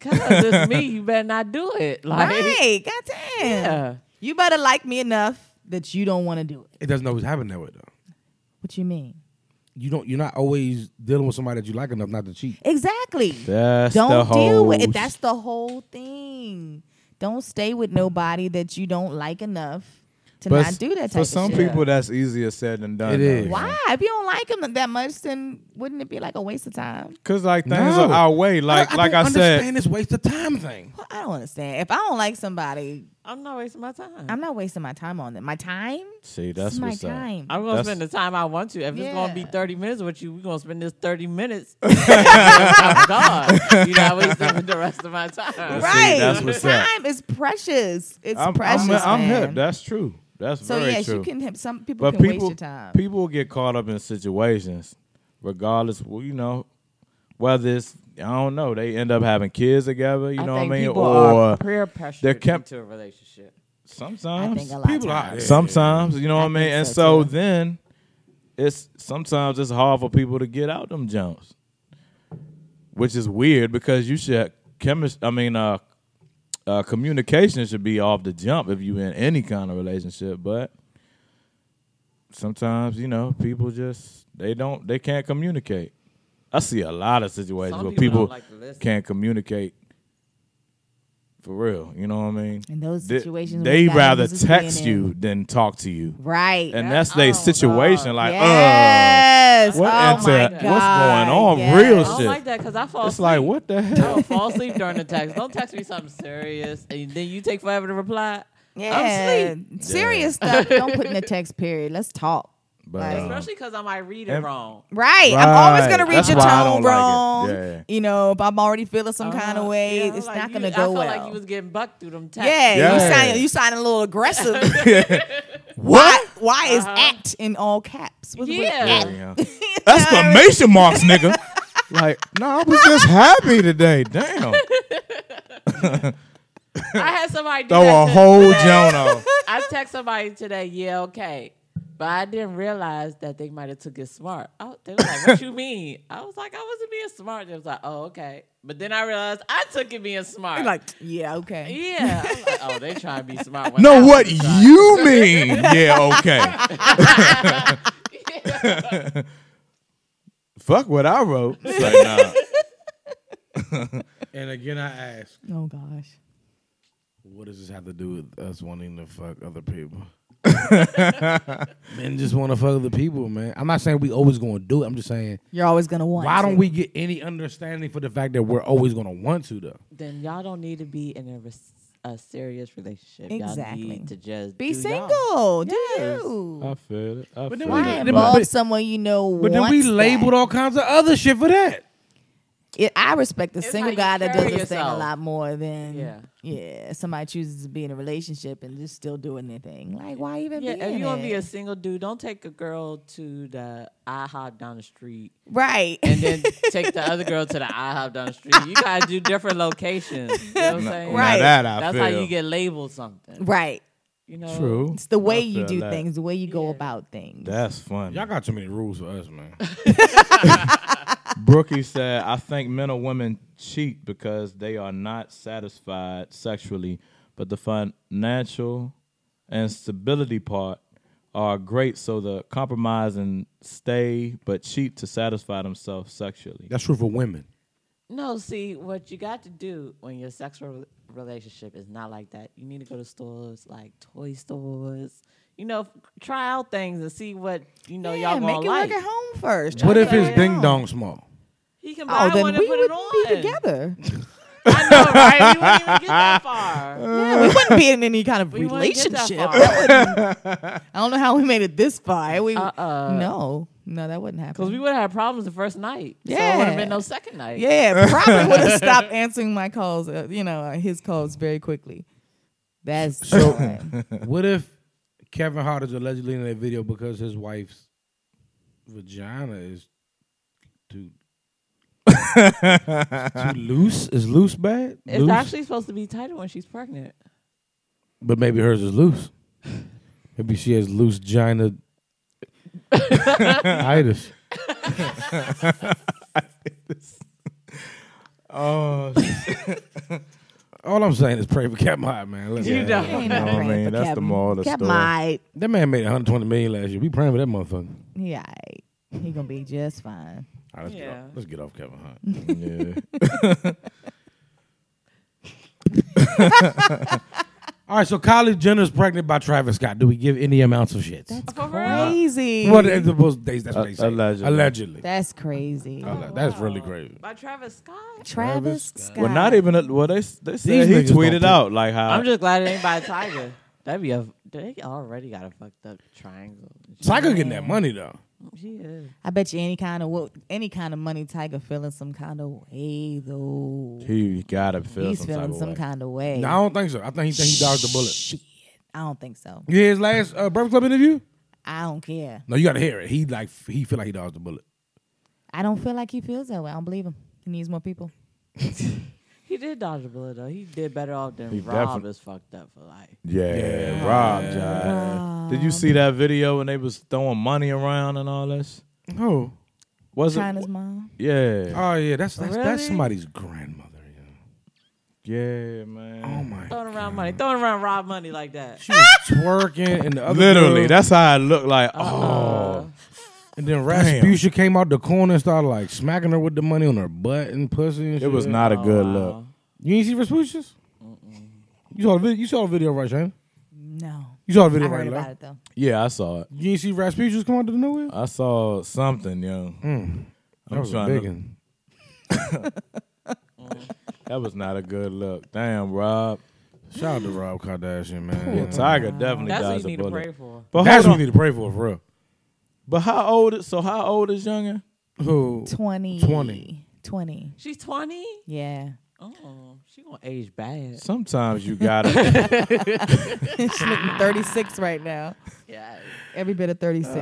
Speaker 5: Cause it's me. You better not do it. Like,
Speaker 2: right. God damn.
Speaker 5: Yeah.
Speaker 2: You better like me enough that you don't want to do it.
Speaker 3: It doesn't always happen that way though.
Speaker 2: What you mean?
Speaker 3: You don't. You're not always dealing with somebody that you like enough not to cheat.
Speaker 2: Exactly.
Speaker 4: That's
Speaker 2: don't
Speaker 4: the
Speaker 2: deal with
Speaker 4: hoes.
Speaker 2: it. That's the whole thing. Don't stay with nobody that you don't like enough to not do that type
Speaker 4: for
Speaker 2: of
Speaker 4: some
Speaker 2: shit.
Speaker 4: people, that's easier said than done.
Speaker 3: It is.
Speaker 2: Why? If you don't like them that much, then wouldn't it be like a waste of time?
Speaker 4: Because like things
Speaker 3: No.
Speaker 4: are our way. Like
Speaker 3: I,
Speaker 4: like
Speaker 3: don't
Speaker 4: I said,
Speaker 3: understand this waste of time thing.
Speaker 2: Well, I don't understand. If I don't like somebody,
Speaker 5: I'm not wasting my time.
Speaker 2: I'm not wasting my time on them. My time?
Speaker 4: see
Speaker 2: This
Speaker 4: that's
Speaker 2: is my
Speaker 4: what's up.
Speaker 2: time.
Speaker 5: I'm gonna
Speaker 4: That's-
Speaker 5: spend the time I want to. If it's gonna be
Speaker 2: Yeah.
Speaker 5: 30 minutes with you, we're gonna spend this 30 minutes. I'm gone. You're not wasting the rest of my time.
Speaker 2: right.
Speaker 4: that's what's up.
Speaker 2: time is precious. It's
Speaker 4: I'm,
Speaker 2: precious.
Speaker 4: I'm, I'm
Speaker 2: man.
Speaker 4: hip. That's true. That's
Speaker 2: So
Speaker 4: very
Speaker 2: yes,
Speaker 4: true.
Speaker 2: you can have some people
Speaker 4: but
Speaker 2: can
Speaker 4: people
Speaker 2: waste your time.
Speaker 4: people get caught up in situations, regardless. Well, you know, whether it's I don't know, they end up having kids together. You know what I
Speaker 5: think
Speaker 4: mean?
Speaker 5: people
Speaker 4: Or
Speaker 5: are peer pressured
Speaker 4: they're kept-
Speaker 5: into a relationship.
Speaker 4: sometimes
Speaker 2: I think a lot
Speaker 3: People
Speaker 2: of
Speaker 3: out
Speaker 2: times.
Speaker 3: here.
Speaker 4: Sometimes, you know what I
Speaker 2: I
Speaker 4: mean?
Speaker 2: think
Speaker 4: And so
Speaker 2: so, too.
Speaker 4: then it's sometimes it's hard for people to get out them jumps. Which is weird because you should chemist I mean uh uh communication should be off the jump if you in any kind of relationship, but sometimes, you know, people just they don't they can't communicate. I see a lot of situations
Speaker 5: Some
Speaker 4: where
Speaker 5: people
Speaker 4: people
Speaker 5: don't like to listen.
Speaker 4: can't communicate for real, you know what I mean?
Speaker 2: In those
Speaker 4: They-
Speaker 2: situations,
Speaker 4: they,
Speaker 2: what
Speaker 4: rather
Speaker 2: guidance is being
Speaker 4: text
Speaker 2: in.
Speaker 4: you than talk to you,
Speaker 2: Right.
Speaker 4: and that's their
Speaker 5: oh,
Speaker 4: situation.
Speaker 5: God.
Speaker 4: Like,
Speaker 2: yes.
Speaker 4: uh, what
Speaker 2: oh
Speaker 4: into-
Speaker 2: my
Speaker 4: what's
Speaker 2: God.
Speaker 4: going on?
Speaker 2: Yes.
Speaker 4: Real
Speaker 5: I don't
Speaker 4: shit.
Speaker 5: like that because I fall
Speaker 4: it's
Speaker 5: asleep.
Speaker 4: like what the
Speaker 5: I
Speaker 4: hell?
Speaker 5: will fall asleep during the text. Don't text me something serious and then you take forever to reply.
Speaker 2: Yeah.
Speaker 5: I'm asleep.
Speaker 2: Serious stuff. Don't put in the text period. Let's talk.
Speaker 4: But,
Speaker 2: Like-
Speaker 4: um,
Speaker 5: Especially because I might read it
Speaker 4: And-
Speaker 5: wrong.
Speaker 2: Right. I'm always
Speaker 4: Right.
Speaker 2: gonna read
Speaker 4: That's
Speaker 2: your
Speaker 4: why I
Speaker 2: tone
Speaker 4: don't like it.
Speaker 2: wrong.
Speaker 4: Yeah.
Speaker 2: You know, if I'm already feeling some kind of
Speaker 5: Uh,
Speaker 2: way,
Speaker 5: yeah,
Speaker 2: it's
Speaker 5: like
Speaker 2: not
Speaker 5: you-
Speaker 2: gonna go
Speaker 5: I
Speaker 2: well.
Speaker 5: felt like you was getting bucked through them texts.
Speaker 2: yeah,
Speaker 4: Yeah.
Speaker 2: you sound you sounding a little aggressive. Why? Why is act in all caps? What's with
Speaker 5: Uh-huh. Yeah.
Speaker 2: act?
Speaker 4: yeah. Exclamation marks, nigga. like, no, I was just happy today. Damn,
Speaker 5: I had somebody do
Speaker 4: throw
Speaker 5: that
Speaker 4: a
Speaker 5: to-
Speaker 4: whole joint off.
Speaker 5: I text somebody today, yeah, okay. But I didn't realize that they might have took it smart. I, they was like, what you mean? I was like, I wasn't being smart. They was like, oh, okay. But then I realized I took it being smart.
Speaker 2: You're Like, yeah, okay.
Speaker 5: yeah. I'm like, oh, they trying to be smart. when I
Speaker 4: No,
Speaker 5: was
Speaker 4: what
Speaker 5: trying.
Speaker 4: you mean? Yeah, okay. Fuck what I wrote. It's like, nah.
Speaker 3: And again, I ask,
Speaker 2: Oh gosh.
Speaker 3: what does this have to do with us wanting to fuck other people? Men just want to fuck other people, man. I'm not saying we always going to do it. I'm just saying,
Speaker 2: You're always gonna want.
Speaker 3: why
Speaker 2: to.
Speaker 3: don't we get any understanding for the fact that we're always going to want to though?
Speaker 5: Then y'all don't need to be in a, res- a serious relationship.
Speaker 2: Exactly.
Speaker 5: Y'all need to just
Speaker 2: be
Speaker 5: do y'all.
Speaker 2: single? Do
Speaker 5: Yes.
Speaker 2: you?
Speaker 4: I feel it. I feel
Speaker 3: then
Speaker 2: Why
Speaker 3: But-
Speaker 4: it.
Speaker 2: involve
Speaker 3: but-
Speaker 2: someone you know?
Speaker 3: But then we
Speaker 2: wants
Speaker 3: labeled
Speaker 2: that?
Speaker 3: all kinds of other shit for that.
Speaker 2: It, I respect the
Speaker 5: It's how
Speaker 2: single
Speaker 5: you
Speaker 2: guy that does
Speaker 5: carry
Speaker 2: this thing a
Speaker 5: yourself.
Speaker 2: lot more than
Speaker 5: Yeah.
Speaker 2: yeah. Somebody chooses to be in a relationship and just still doing their thing. Like why even?
Speaker 5: Yeah,
Speaker 2: be
Speaker 5: if
Speaker 2: in
Speaker 5: you want to be a
Speaker 2: it?
Speaker 5: single dude, don't take a girl to the IHOP down the street
Speaker 2: right?
Speaker 5: and then take the other girl to the IHOP down the street. You gotta do different locations. You know what I'm saying?
Speaker 4: Now
Speaker 2: Right.
Speaker 4: that I
Speaker 5: That's
Speaker 4: feel.
Speaker 5: how you get labeled something.
Speaker 2: right.
Speaker 5: You know.
Speaker 4: True.
Speaker 2: It's the way
Speaker 4: I
Speaker 2: you
Speaker 4: feel
Speaker 2: do
Speaker 4: that.
Speaker 2: things, the way you go
Speaker 5: Yeah.
Speaker 2: about things.
Speaker 4: That's funny.
Speaker 3: Y'all got too many rules for us, man.
Speaker 4: Brookie said, I think men or women cheat because they are not satisfied sexually, but the financial and stability part are great, so the compromise and stay but cheat to satisfy themselves sexually.
Speaker 3: That's true for women.
Speaker 5: No, see what you got to do when your sexual relationship is not like that. You need to go to stores like toy stores. You know, try out things and see what you know
Speaker 2: yeah,
Speaker 5: y'all
Speaker 2: make
Speaker 5: gonna
Speaker 2: it
Speaker 5: like.
Speaker 2: work at home first.
Speaker 3: What
Speaker 2: Try
Speaker 3: if
Speaker 2: it
Speaker 3: it's
Speaker 2: out.
Speaker 3: ding dong small?
Speaker 5: He can buy
Speaker 2: Oh, then
Speaker 5: one and
Speaker 2: we
Speaker 5: put it
Speaker 2: wouldn't
Speaker 5: on.
Speaker 2: be together.
Speaker 5: I know, right? We wouldn't even get that far.
Speaker 2: Yeah, we wouldn't be in any kind of
Speaker 5: We wouldn't get
Speaker 2: relationship.
Speaker 5: that
Speaker 2: That
Speaker 5: far.
Speaker 2: wouldn't- I don't know how we made it this far. We
Speaker 5: Uh-uh.
Speaker 2: no, no, that wouldn't happen.
Speaker 5: Because we would have had problems the first night. So it would have
Speaker 2: Yeah.
Speaker 5: been no second night.
Speaker 2: yeah, probably would have stopped answering my calls. Uh, you know, uh, his calls very quickly. That's
Speaker 3: So-
Speaker 2: fine.
Speaker 3: What if Kevin Hart is allegedly in that video because his wife's vagina is too too loose? Is loose bad?
Speaker 5: It's
Speaker 3: Loose?
Speaker 5: actually supposed to be tighter when she's pregnant.
Speaker 3: but maybe hers is loose. Maybe she has loose vagina. itis.
Speaker 4: Oh,
Speaker 3: All I'm saying is pray for Cap Mai, man. Listen,
Speaker 5: You don't.
Speaker 2: Ain't
Speaker 4: know
Speaker 2: no
Speaker 4: what I
Speaker 2: praying
Speaker 4: mean?
Speaker 2: for
Speaker 4: That's the
Speaker 2: Kevin.
Speaker 4: moral of the
Speaker 2: Kevin
Speaker 4: story.
Speaker 2: might.
Speaker 3: That man made 120 million last year. We praying for that motherfucker.
Speaker 2: He alright. He gonna be just fine.
Speaker 3: All right, let's, get
Speaker 5: Yeah.
Speaker 3: off, let's get off Kevin Hunt.
Speaker 4: yeah.
Speaker 3: All right, so Kylie Jenner's pregnant by Travis Scott. Do we give any amounts of shit? That's
Speaker 5: For real?
Speaker 2: Crazy.
Speaker 3: well, they- they- well, they- that's what they say.
Speaker 4: Allegedly.
Speaker 3: Allegedly.
Speaker 2: That's crazy.
Speaker 4: Oh,
Speaker 3: Alle- That's really crazy.
Speaker 5: By Travis Scott?
Speaker 2: Travis Scott.
Speaker 4: Well, not even. A, well, they s- they
Speaker 3: niggas
Speaker 4: said he
Speaker 3: don't
Speaker 4: tweeted
Speaker 3: play.
Speaker 4: out like how.
Speaker 3: Uh,
Speaker 5: I'm just glad it ain't by Tiger. That'd be a. They already got a fucked up triangle.
Speaker 3: Tiger getting that money though.
Speaker 5: She is.
Speaker 2: I bet you any kind of wo- any kind of money, Tiger feeling some kind of way though.
Speaker 4: he gotta feel
Speaker 2: He's
Speaker 4: some
Speaker 2: feeling
Speaker 4: type
Speaker 2: some
Speaker 4: of way.
Speaker 2: kind of way.
Speaker 3: No, I don't think so. I think he think he dodged the bullet.
Speaker 2: Shit, I don't think so.
Speaker 3: You hear his last uh, Breakfast Club interview?
Speaker 2: I don't care.
Speaker 3: No, you gotta hear it. He like f- he feel like he dodged the bullet.
Speaker 2: I don't feel like he feels that way. I don't believe him. He needs more people.
Speaker 5: He did dodge a bullet though. He did better off than
Speaker 4: He
Speaker 5: Rob
Speaker 4: defin-
Speaker 5: is fucked up for life.
Speaker 4: Yeah, Rob, John. Did you see that video when they was throwing money around and all this?
Speaker 3: Oh,
Speaker 4: Was
Speaker 2: China's
Speaker 4: it?
Speaker 2: mom.
Speaker 4: Yeah,
Speaker 3: oh yeah, that's that's, that's
Speaker 5: Really?
Speaker 3: somebody's grandmother. Yeah.
Speaker 4: yeah,
Speaker 3: Oh
Speaker 4: man.
Speaker 3: my,
Speaker 5: Throwing around money, throwing around Rob money like that.
Speaker 3: she was twerking and the other Uh-huh.
Speaker 4: Literally,
Speaker 3: girl-
Speaker 4: that's how I look like. Oh,
Speaker 3: and then Rasputia came out the corner and started like smacking her with the money on her butt and pussy. And
Speaker 4: it was
Speaker 3: shit.
Speaker 4: not a good look.
Speaker 5: wow.
Speaker 3: You ain't see Rasputia's? You saw the video. You saw the video, right, Shane?
Speaker 2: No,
Speaker 3: You saw the
Speaker 2: I
Speaker 3: video,
Speaker 2: heard
Speaker 3: right?
Speaker 2: about
Speaker 3: Lo?
Speaker 2: it though.
Speaker 4: Yeah, I saw it.
Speaker 3: You ain't see Rasputia's come out of the nowhere.
Speaker 4: I saw something, yo.
Speaker 3: Uh, hmm. that was a
Speaker 4: trying
Speaker 3: big
Speaker 4: to-
Speaker 3: one.
Speaker 4: That was not a good look. Damn, Rob.
Speaker 3: Shout out to Rob Kardashian, man.
Speaker 4: Yeah, Tiger definitely
Speaker 5: That's what
Speaker 4: dodged
Speaker 5: you need
Speaker 4: a
Speaker 5: to
Speaker 4: bullet.
Speaker 5: pray for.
Speaker 4: But
Speaker 3: Mm-hmm. That's
Speaker 4: hold
Speaker 3: what
Speaker 4: on.
Speaker 3: we need to pray for, for real.
Speaker 4: But how old is so? How old is Younger?
Speaker 3: Who?
Speaker 2: 20.
Speaker 3: 20.
Speaker 2: 20.
Speaker 5: She's twenty.
Speaker 2: Yeah.
Speaker 5: Oh, she gonna age bad.
Speaker 4: Sometimes you gotta.
Speaker 2: She's looking 36 right now.
Speaker 5: Yeah.
Speaker 2: Every bit of 36.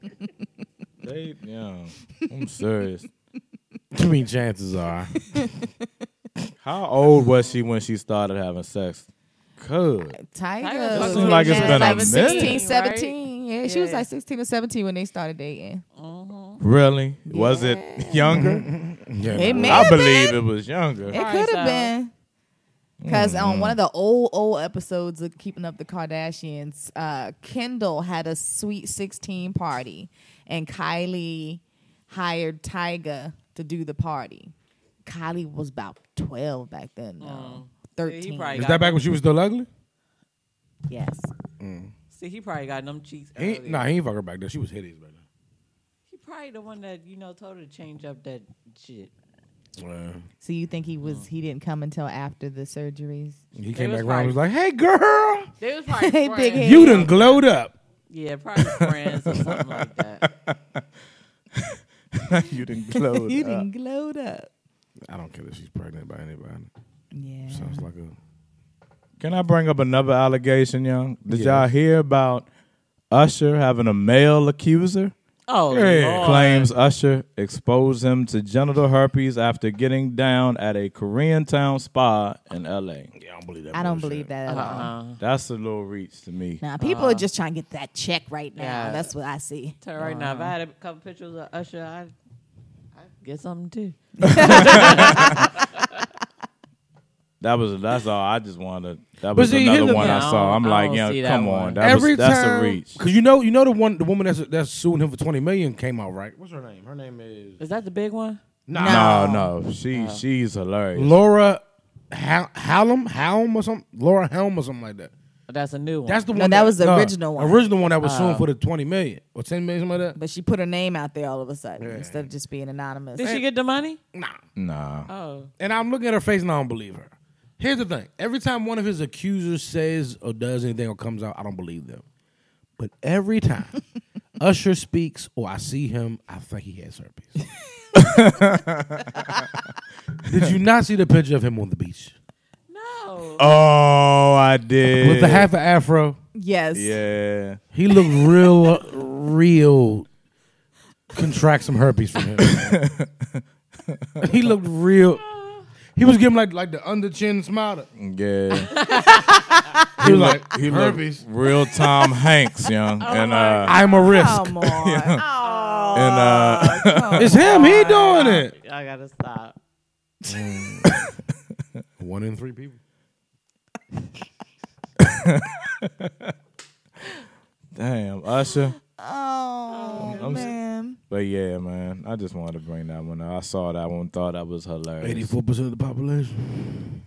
Speaker 4: they, yeah, I'm serious.
Speaker 3: I mean, chances are.
Speaker 4: How old was she when she started having sex? Good.
Speaker 2: Tiger.
Speaker 5: Tiger
Speaker 2: was
Speaker 5: seems
Speaker 4: like it's
Speaker 2: yeah,
Speaker 4: been a
Speaker 2: like
Speaker 4: minute.
Speaker 2: 16,
Speaker 5: Right?
Speaker 2: 17. Yeah, she was
Speaker 5: Yeah.
Speaker 2: like 16 or 17 when they started dating.
Speaker 4: Really? Was it younger?
Speaker 3: Yeah,
Speaker 2: It may
Speaker 4: I
Speaker 2: have
Speaker 4: believe
Speaker 2: been.
Speaker 4: it was younger.
Speaker 2: It
Speaker 5: Right,
Speaker 2: could have
Speaker 5: so- Mm.
Speaker 2: been. Because on one of the old, old episodes of Keeping Up the Kardashians, uh, Kendall had a sweet 16 party, and Kylie hired Tyga to do the party. Kylie was about 12 back then, though.
Speaker 5: Mm. he
Speaker 2: 13.
Speaker 5: probably
Speaker 3: Is that back when she was still ugly?
Speaker 2: yes.
Speaker 5: See, he probably got them cheeks.
Speaker 3: He,
Speaker 5: earlier.
Speaker 3: nah, he ain't fuck her back then. She was hideous back
Speaker 5: He probably the one that you know told her to change up that
Speaker 3: then.
Speaker 5: shit.
Speaker 3: Yeah.
Speaker 2: So you think he
Speaker 5: Mm.
Speaker 2: was he didn't come until after the surgeries?
Speaker 3: He came
Speaker 5: was
Speaker 3: back around and was like,
Speaker 5: probably-
Speaker 3: hey, girl,
Speaker 5: They was probably
Speaker 2: Hey,
Speaker 5: friends.
Speaker 2: big head.
Speaker 3: you done glowed up.
Speaker 5: Yeah, probably friends or something like that.
Speaker 4: you didn't glow.
Speaker 2: You didn't glowed up.
Speaker 3: I don't care that she's pregnant by anybody.
Speaker 2: Yeah.
Speaker 3: Sounds like a.
Speaker 4: Can I bring up another allegation, young? Did
Speaker 3: Yes.
Speaker 4: y'all hear about Usher having a male accuser?
Speaker 5: Oh, Lord.
Speaker 4: Claims Usher exposed him to genital herpes after getting down at a Korean town spa in LA.
Speaker 3: Yeah, I don't believe that.
Speaker 2: I don't
Speaker 3: bullshit.
Speaker 2: believe that at
Speaker 5: Uh-huh.
Speaker 2: all.
Speaker 4: That's a little reach to me.
Speaker 2: Now people are just trying to get that check right now.
Speaker 5: Yeah.
Speaker 2: That's what I see.
Speaker 5: Tell her right now, if I had a couple pictures of Usher, I I get something too.
Speaker 4: That was that's all. I just wanted. That
Speaker 3: But
Speaker 4: was
Speaker 3: see, here's
Speaker 4: another
Speaker 3: the
Speaker 4: one
Speaker 3: thing.
Speaker 4: I saw. I'm
Speaker 5: I
Speaker 4: like,
Speaker 5: don't see
Speaker 4: yeah,
Speaker 5: that
Speaker 4: come
Speaker 5: one.
Speaker 4: on. That
Speaker 3: Every
Speaker 4: was, that's
Speaker 3: time,
Speaker 4: a reach.
Speaker 3: Cause you know, you know the one, the woman that's that's suing him for twenty million came out right. What's her name? Her name is
Speaker 5: Is that the big one?
Speaker 4: No, no, she she's hilarious.
Speaker 3: Laura Hal- Hallam, Halm or something. Laura Helm or something like that.
Speaker 5: That's a new one.
Speaker 3: That's the
Speaker 2: No,
Speaker 3: one.
Speaker 2: that was the original one. Uh.
Speaker 3: Original one that was suing for the twenty million or ten million, something like that.
Speaker 2: But she put her name out there all of a sudden
Speaker 3: Yeah.
Speaker 2: instead of just being anonymous.
Speaker 5: Did she get the money?
Speaker 3: Nah.
Speaker 4: nah,
Speaker 5: Oh,
Speaker 3: And I'm looking at her face and I don't believe her. Here's the thing: every time one of his accusers says or does anything or comes out, I don't believe them. But every time Usher speaks or I see him, I think he has herpes. Did you not see the picture of him on the beach
Speaker 5: no.
Speaker 4: Oh, I did.
Speaker 3: with the half a afro?
Speaker 2: yes.
Speaker 4: Yeah.
Speaker 3: He looked real, real. Contract some herpes from him. man. he looked real. He was giving like like the under chin smile.
Speaker 4: Yeah.
Speaker 3: He was like
Speaker 4: He looked
Speaker 3: herpes.
Speaker 2: Oh
Speaker 4: real Tom Hanks, young. and uh
Speaker 3: I'm a risk.
Speaker 2: Come on.
Speaker 4: and uh,
Speaker 3: It's him. He doing it.
Speaker 5: I gotta stop.
Speaker 3: One in three people.
Speaker 4: damn Usher.
Speaker 2: Oh,
Speaker 4: I'm s-
Speaker 2: man.
Speaker 4: But yeah, man, I just wanted to bring that one. up. I saw that one, thought that was hilarious.
Speaker 3: Eighty-four percent of the population.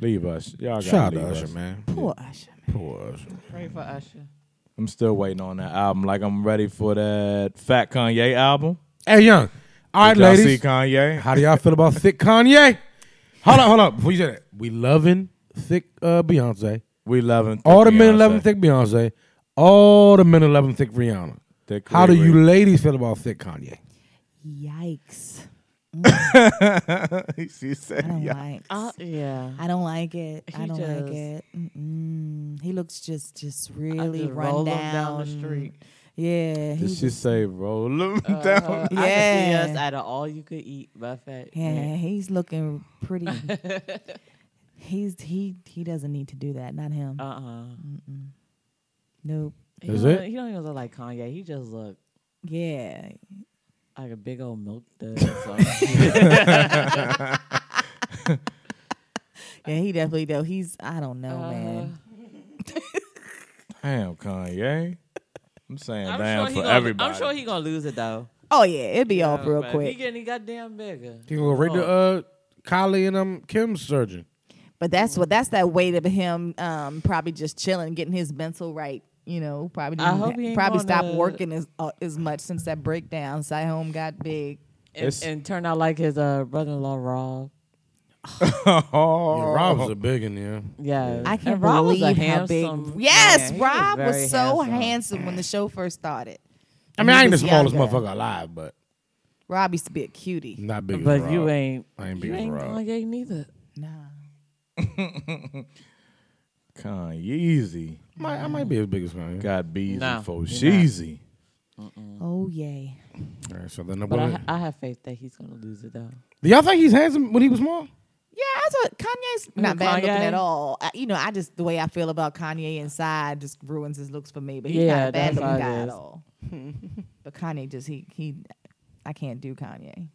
Speaker 4: Leave us, y'all. gotta
Speaker 3: Shout out
Speaker 4: leave
Speaker 3: to Usher,
Speaker 4: us.
Speaker 3: man.
Speaker 2: Poor Usher.
Speaker 3: Poor Usher.
Speaker 5: Pray for Usher.
Speaker 4: I'm still waiting on that album. Like I'm ready for that Fat Kanye album.
Speaker 3: Hey, young. All right,
Speaker 4: Did y'all
Speaker 3: ladies.
Speaker 4: see Kanye?
Speaker 3: How do y'all feel about thick Kanye? Hold up, hold up. Before you say that, we loving thick uh, Beyonce.
Speaker 4: We loving thick
Speaker 3: All the men
Speaker 4: Beyonce.
Speaker 3: loving thick Beyonce. All the men loving thick Rihanna.
Speaker 4: Thick
Speaker 3: How do
Speaker 4: Riri.
Speaker 3: you ladies feel about thick Kanye?
Speaker 2: Yikes.
Speaker 4: she said,
Speaker 2: I don't
Speaker 4: yeah.
Speaker 2: like.
Speaker 5: yeah.
Speaker 2: I don't like it. I
Speaker 5: Uh, He
Speaker 2: don't
Speaker 5: just-
Speaker 2: like it. Mm-mm. He looks just just
Speaker 5: I
Speaker 2: really
Speaker 5: just
Speaker 2: run
Speaker 5: roll
Speaker 2: down.
Speaker 5: 'em down the street.
Speaker 2: Yeah.
Speaker 4: Did
Speaker 2: He,
Speaker 4: she say roll them down?
Speaker 5: Uh-huh. I can see
Speaker 2: Yeah.
Speaker 5: us at an all you could eat buffet.
Speaker 2: yeah, he's looking pretty. he's he he doesn't need to do that. Not him.
Speaker 5: Uh uh
Speaker 2: nope.
Speaker 5: He
Speaker 3: Is
Speaker 5: don't-
Speaker 3: it?
Speaker 5: He don't even look like Kanye. He just look
Speaker 2: Yeah.
Speaker 5: like a big old milk dud. or something.
Speaker 2: Yeah. He definitely though. He's I don't know,
Speaker 5: Uh,
Speaker 2: man.
Speaker 4: Damn, Kanye. I'm saying
Speaker 5: I'm
Speaker 4: damn
Speaker 5: sure he
Speaker 4: for
Speaker 5: gonna-
Speaker 4: everybody.
Speaker 5: I'm sure he gonna lose it though.
Speaker 2: Oh yeah, it'd be off
Speaker 5: Oh,
Speaker 2: real
Speaker 5: man. He
Speaker 2: quick.
Speaker 5: getting he goddamn bigger.
Speaker 3: You gonna go right to uh, Kylie and um Kim's surgeon.
Speaker 2: But
Speaker 5: Mm.
Speaker 2: that's what that's that weight of him um probably just chilling, getting his mental right. You know, probably
Speaker 5: I
Speaker 2: didn't
Speaker 5: hope
Speaker 2: ha-
Speaker 5: he ain't
Speaker 2: probably
Speaker 5: going
Speaker 2: stopped
Speaker 5: to-
Speaker 2: working as uh, as much since that breakdown. Cy Home got big.
Speaker 5: and,
Speaker 4: It's-
Speaker 5: and turn out like his uh, brother-in-law Rob.
Speaker 4: oh,
Speaker 3: Yeah, Rob's a big in there.
Speaker 5: Yeah,
Speaker 2: I can't
Speaker 5: And Rob was
Speaker 2: believe
Speaker 5: a
Speaker 2: how
Speaker 5: handsome
Speaker 2: big. Yes,
Speaker 5: man. He
Speaker 2: Rob was,
Speaker 5: very
Speaker 2: so handsome. when the show first started.
Speaker 3: I mean, I ain't the
Speaker 2: was
Speaker 3: smallest
Speaker 2: younger.
Speaker 3: motherfucker alive, but
Speaker 2: Rob used to be a cutie.
Speaker 3: not big. as
Speaker 5: But
Speaker 3: Rob.
Speaker 5: you ain't,
Speaker 3: I ain't big
Speaker 5: you
Speaker 3: as
Speaker 5: ain't
Speaker 3: Rob.
Speaker 5: Kanye neither.
Speaker 2: Nah.
Speaker 4: Kanye
Speaker 3: I might, I might be as big as Kanye.
Speaker 4: got Beezy
Speaker 5: No,
Speaker 4: for
Speaker 5: he not.
Speaker 4: Sheezy.
Speaker 2: Oh yay.
Speaker 3: All right, so then
Speaker 5: But I,
Speaker 3: I,
Speaker 5: I have faith that he's gonna lose it though.
Speaker 3: do y'all think he's handsome when he was small?
Speaker 2: Yeah, I thought Kanye's not bad
Speaker 5: Kanye?
Speaker 2: looking at all. I, you know, I just the way I feel about Kanye inside just ruins his looks for me. But he's
Speaker 5: Yeah,
Speaker 2: not a bad
Speaker 5: that's
Speaker 2: looking
Speaker 5: how it
Speaker 2: guy at
Speaker 5: is.
Speaker 2: all. but Kanye just he he, I can't do Kanye.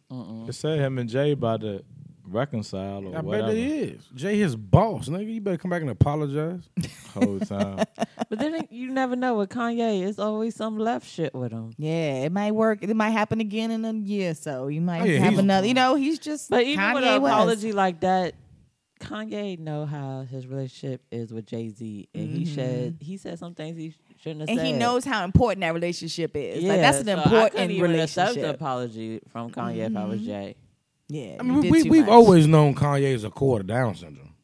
Speaker 4: They said him and Jay about to reconcile or
Speaker 3: Mm-hmm. I
Speaker 4: whatever
Speaker 3: bet he is. Jay his boss, nigga. You better come back and apologize.
Speaker 4: whole time.
Speaker 5: But then it- you never know with Kanye. It's always some left shit with him.
Speaker 2: Yeah, it might work. It might happen again in a year, or so you might
Speaker 3: Oh, yeah,
Speaker 2: have
Speaker 3: he's-
Speaker 2: another. You know, he's just
Speaker 5: But even
Speaker 2: Kanye
Speaker 5: with an
Speaker 2: West.
Speaker 5: apology like that, Kanye know how his relationship is with Jay Z, and he said he said some things he shouldn't have
Speaker 2: Mm-hmm. and
Speaker 5: said.
Speaker 2: he knows how important that relationship is. like that's an
Speaker 5: so I couldn't
Speaker 2: important
Speaker 5: even accept the
Speaker 2: relationship. Mm-hmm.
Speaker 5: apology from Kanye if I was Jay.
Speaker 2: Yeah, you
Speaker 3: I mean,
Speaker 2: did
Speaker 3: we,
Speaker 2: too
Speaker 3: we've
Speaker 2: much.
Speaker 3: always known Kanye is a quarter Down syndrome.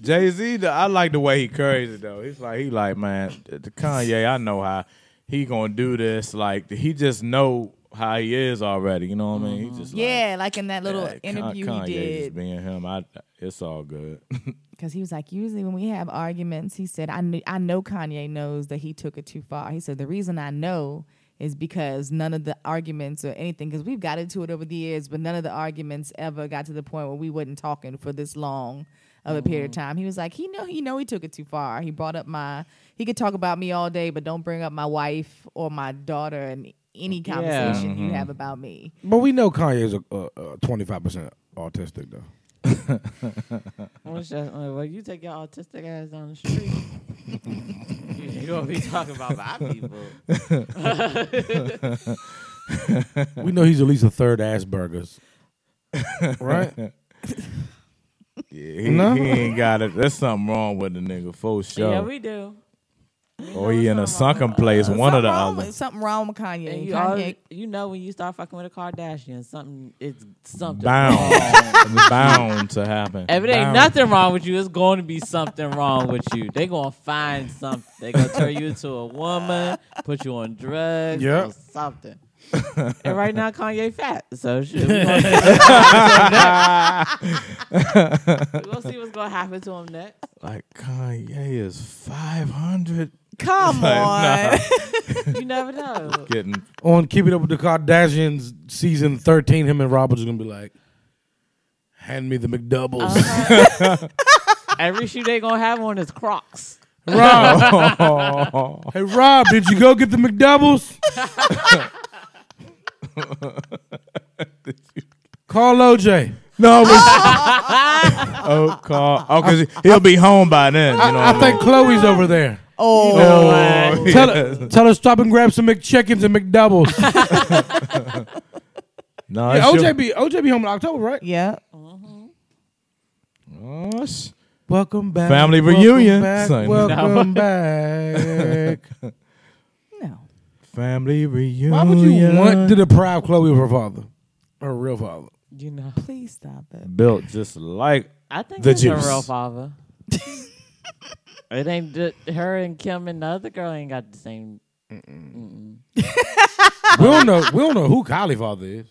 Speaker 4: Jay Z, I like the way he carries it though. He's like he like man, the Kanye. I know how he gonna do this. Like he just know how he is already. You know what I mean?
Speaker 3: Mm-hmm.
Speaker 4: He just like,
Speaker 2: yeah, like in that little
Speaker 4: yeah, Ka-
Speaker 2: interview
Speaker 4: Kanye
Speaker 2: he
Speaker 4: just
Speaker 2: did,
Speaker 4: being him. I it's all good.
Speaker 2: because he was like, usually when we have arguments, he said, I knew, I know Kanye knows that he took it too far. He said the reason I know is because none of the arguments or anything, because we've got into it over the years, but none of the arguments ever got to the point where we wasn't talking for this long of a period of
Speaker 4: Mm-hmm.
Speaker 2: time. He was like, he know, he know, he took it too far. He brought up my, he could talk about me all day, but don't bring up my wife or my daughter and any conversation
Speaker 4: Mm-hmm.
Speaker 2: you have about me.
Speaker 3: But we know Kanye is a twenty five percent autistic though.
Speaker 5: I was just like, well, you take your autistic ass down the street. you gonna be talking about my people.
Speaker 3: we know he's at least a third Asperger's, right?
Speaker 4: Yeah, he,
Speaker 3: No?
Speaker 4: he ain't got it. There's something wrong with the nigga for sure.
Speaker 5: Yeah, we do.
Speaker 4: or he in Oh, a sunken place, one or
Speaker 2: something
Speaker 4: the
Speaker 2: wrong
Speaker 4: other.
Speaker 2: With, something wrong with Kanye.
Speaker 5: And you,
Speaker 2: Kanye
Speaker 5: always, you know when you start fucking with a Kardashian, something it's something
Speaker 4: Bound,
Speaker 5: wrong.
Speaker 4: It's bound to happen.
Speaker 5: If it ain't
Speaker 4: Bound.
Speaker 5: nothing wrong with you, it's going to be something wrong with you. They gonna find something. They gonna turn you into a woman, put you on drugs,
Speaker 3: Yep.
Speaker 5: or something. and right now Kanye fat, so shit. We gonna, we gonna see what's gonna happen to him next.
Speaker 4: like Kanye is five hundred.
Speaker 2: Come on.
Speaker 5: You never know.
Speaker 4: Getting
Speaker 3: On Keeping Up with the Kardashians season thirteen, him and Robert's gonna be like,
Speaker 2: Uh-huh.
Speaker 3: "Hand me the McDoubles."
Speaker 5: Every shoe they gonna have on is Crocs.
Speaker 3: Rob.
Speaker 4: Oh,
Speaker 3: hey, Rob, did you go get the McDoubles? Call OJ.
Speaker 4: No, but, oh, call. Oh, because he'll be home by then. You know, what Oh,
Speaker 3: I think Chloe's over there.
Speaker 4: I mean?
Speaker 3: Tell, her, tell her stop and grab some McChickens and McDoubles.
Speaker 4: no,
Speaker 3: Yeah,
Speaker 4: it's
Speaker 3: OJ
Speaker 4: your-
Speaker 3: be OJ be home in October, right?
Speaker 2: Yeah.
Speaker 4: Oh, sh-
Speaker 3: Welcome back.
Speaker 4: Family
Speaker 3: welcome
Speaker 4: reunion.
Speaker 3: back,
Speaker 4: Son.
Speaker 3: welcome back.
Speaker 2: No.
Speaker 4: family reunion.
Speaker 3: Why would you want to deprive Chloe of her father, her real father?
Speaker 5: You know,
Speaker 2: Please stop it.
Speaker 4: built just like
Speaker 5: I think
Speaker 4: The
Speaker 5: it's her real
Speaker 4: juice.
Speaker 5: father. it ain't the, her and Kim and the other girl ain't got the same.
Speaker 3: we don't know. We don't know who Kylie father is.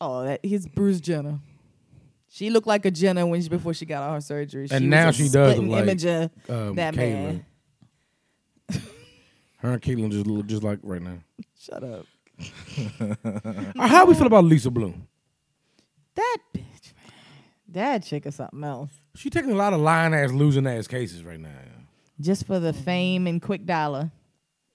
Speaker 2: Oh, that he's Bruce Jenner. She looked like a Jenner when she before she got all her surgery.
Speaker 3: And
Speaker 2: was
Speaker 3: now
Speaker 2: a
Speaker 3: she does
Speaker 2: splitting
Speaker 3: look like,
Speaker 2: image of
Speaker 3: Um,
Speaker 2: that
Speaker 3: Caitlyn.
Speaker 2: man.
Speaker 3: Her and Caitlyn just look just like right now.
Speaker 2: Shut up,
Speaker 3: Uh, How we feel about Lisa Bloom?
Speaker 2: that bitch, man. That chick is something else.
Speaker 3: She taking a lot of lying ass, losing ass cases right now.
Speaker 2: Just for the fame and quick dollar.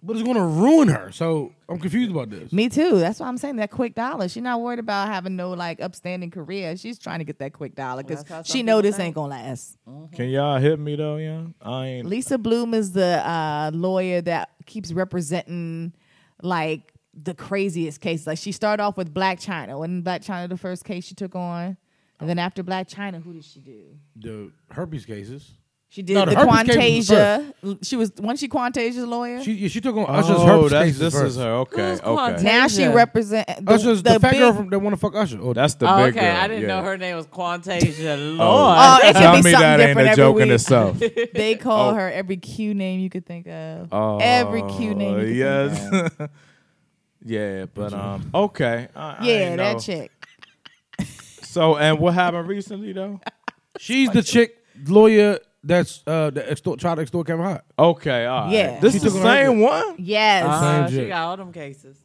Speaker 3: But it's gonna ruin her. So I'm confused about this.
Speaker 2: Me too. That's why I'm saying that quick dollar. She's not worried about having no like upstanding career. She's trying to get that quick dollar because
Speaker 5: That's how
Speaker 2: she
Speaker 5: some
Speaker 2: know
Speaker 5: people
Speaker 2: this
Speaker 5: think.
Speaker 2: ain't gonna last.
Speaker 4: Can y'all hit me though? Yeah, I ain't.
Speaker 2: Lisa Bloom is the uh, lawyer that keeps representing like the craziest cases. Like she started off with Black China. Wasn't Black China the first case she took on? And then after Black China, who did she do?
Speaker 3: The herpes cases.
Speaker 2: She did
Speaker 3: No, the
Speaker 2: the,
Speaker 3: herpes case was
Speaker 2: Quantasia. She was wasn't she Quantasia's lawyer?
Speaker 3: She yeah, she took on Usher's
Speaker 4: Oh,
Speaker 3: herpes
Speaker 4: that's
Speaker 3: cases
Speaker 4: this
Speaker 3: first.
Speaker 4: is her. Okay,
Speaker 5: Who's
Speaker 4: okay.
Speaker 5: Quantasia?
Speaker 2: now she represent the,
Speaker 3: Usher's the,
Speaker 2: the
Speaker 3: fat
Speaker 2: big,
Speaker 3: girl from that want to fuck Usher. Oh,
Speaker 4: That's the
Speaker 5: Oh,
Speaker 4: big
Speaker 5: okay,
Speaker 4: girl.
Speaker 5: I didn't
Speaker 4: yeah.
Speaker 5: know her name was Quantasia. Lord,
Speaker 2: Oh, it
Speaker 4: Tell
Speaker 2: can be
Speaker 4: me
Speaker 2: something
Speaker 4: that ain't
Speaker 2: different
Speaker 4: a
Speaker 2: every
Speaker 4: joke in
Speaker 2: week.
Speaker 4: itself.
Speaker 2: They call
Speaker 4: Oh.
Speaker 2: her every Q name you could think of.
Speaker 4: Oh,
Speaker 2: every Q name. You could Think of.
Speaker 4: Yes. yeah, but um, okay. I, I
Speaker 2: Yeah,
Speaker 4: ain't
Speaker 2: that
Speaker 4: know.
Speaker 2: chick.
Speaker 4: So, and what happened recently though?
Speaker 3: she's the chick lawyer that's uh that extort, tried to extort Kevin Hart.
Speaker 4: Okay, all right.
Speaker 2: Yeah.
Speaker 4: This
Speaker 2: She
Speaker 4: is the
Speaker 3: took her
Speaker 4: same one.
Speaker 2: Yes.
Speaker 5: Uh,
Speaker 3: Same
Speaker 5: she
Speaker 3: chick.
Speaker 5: got all them cases.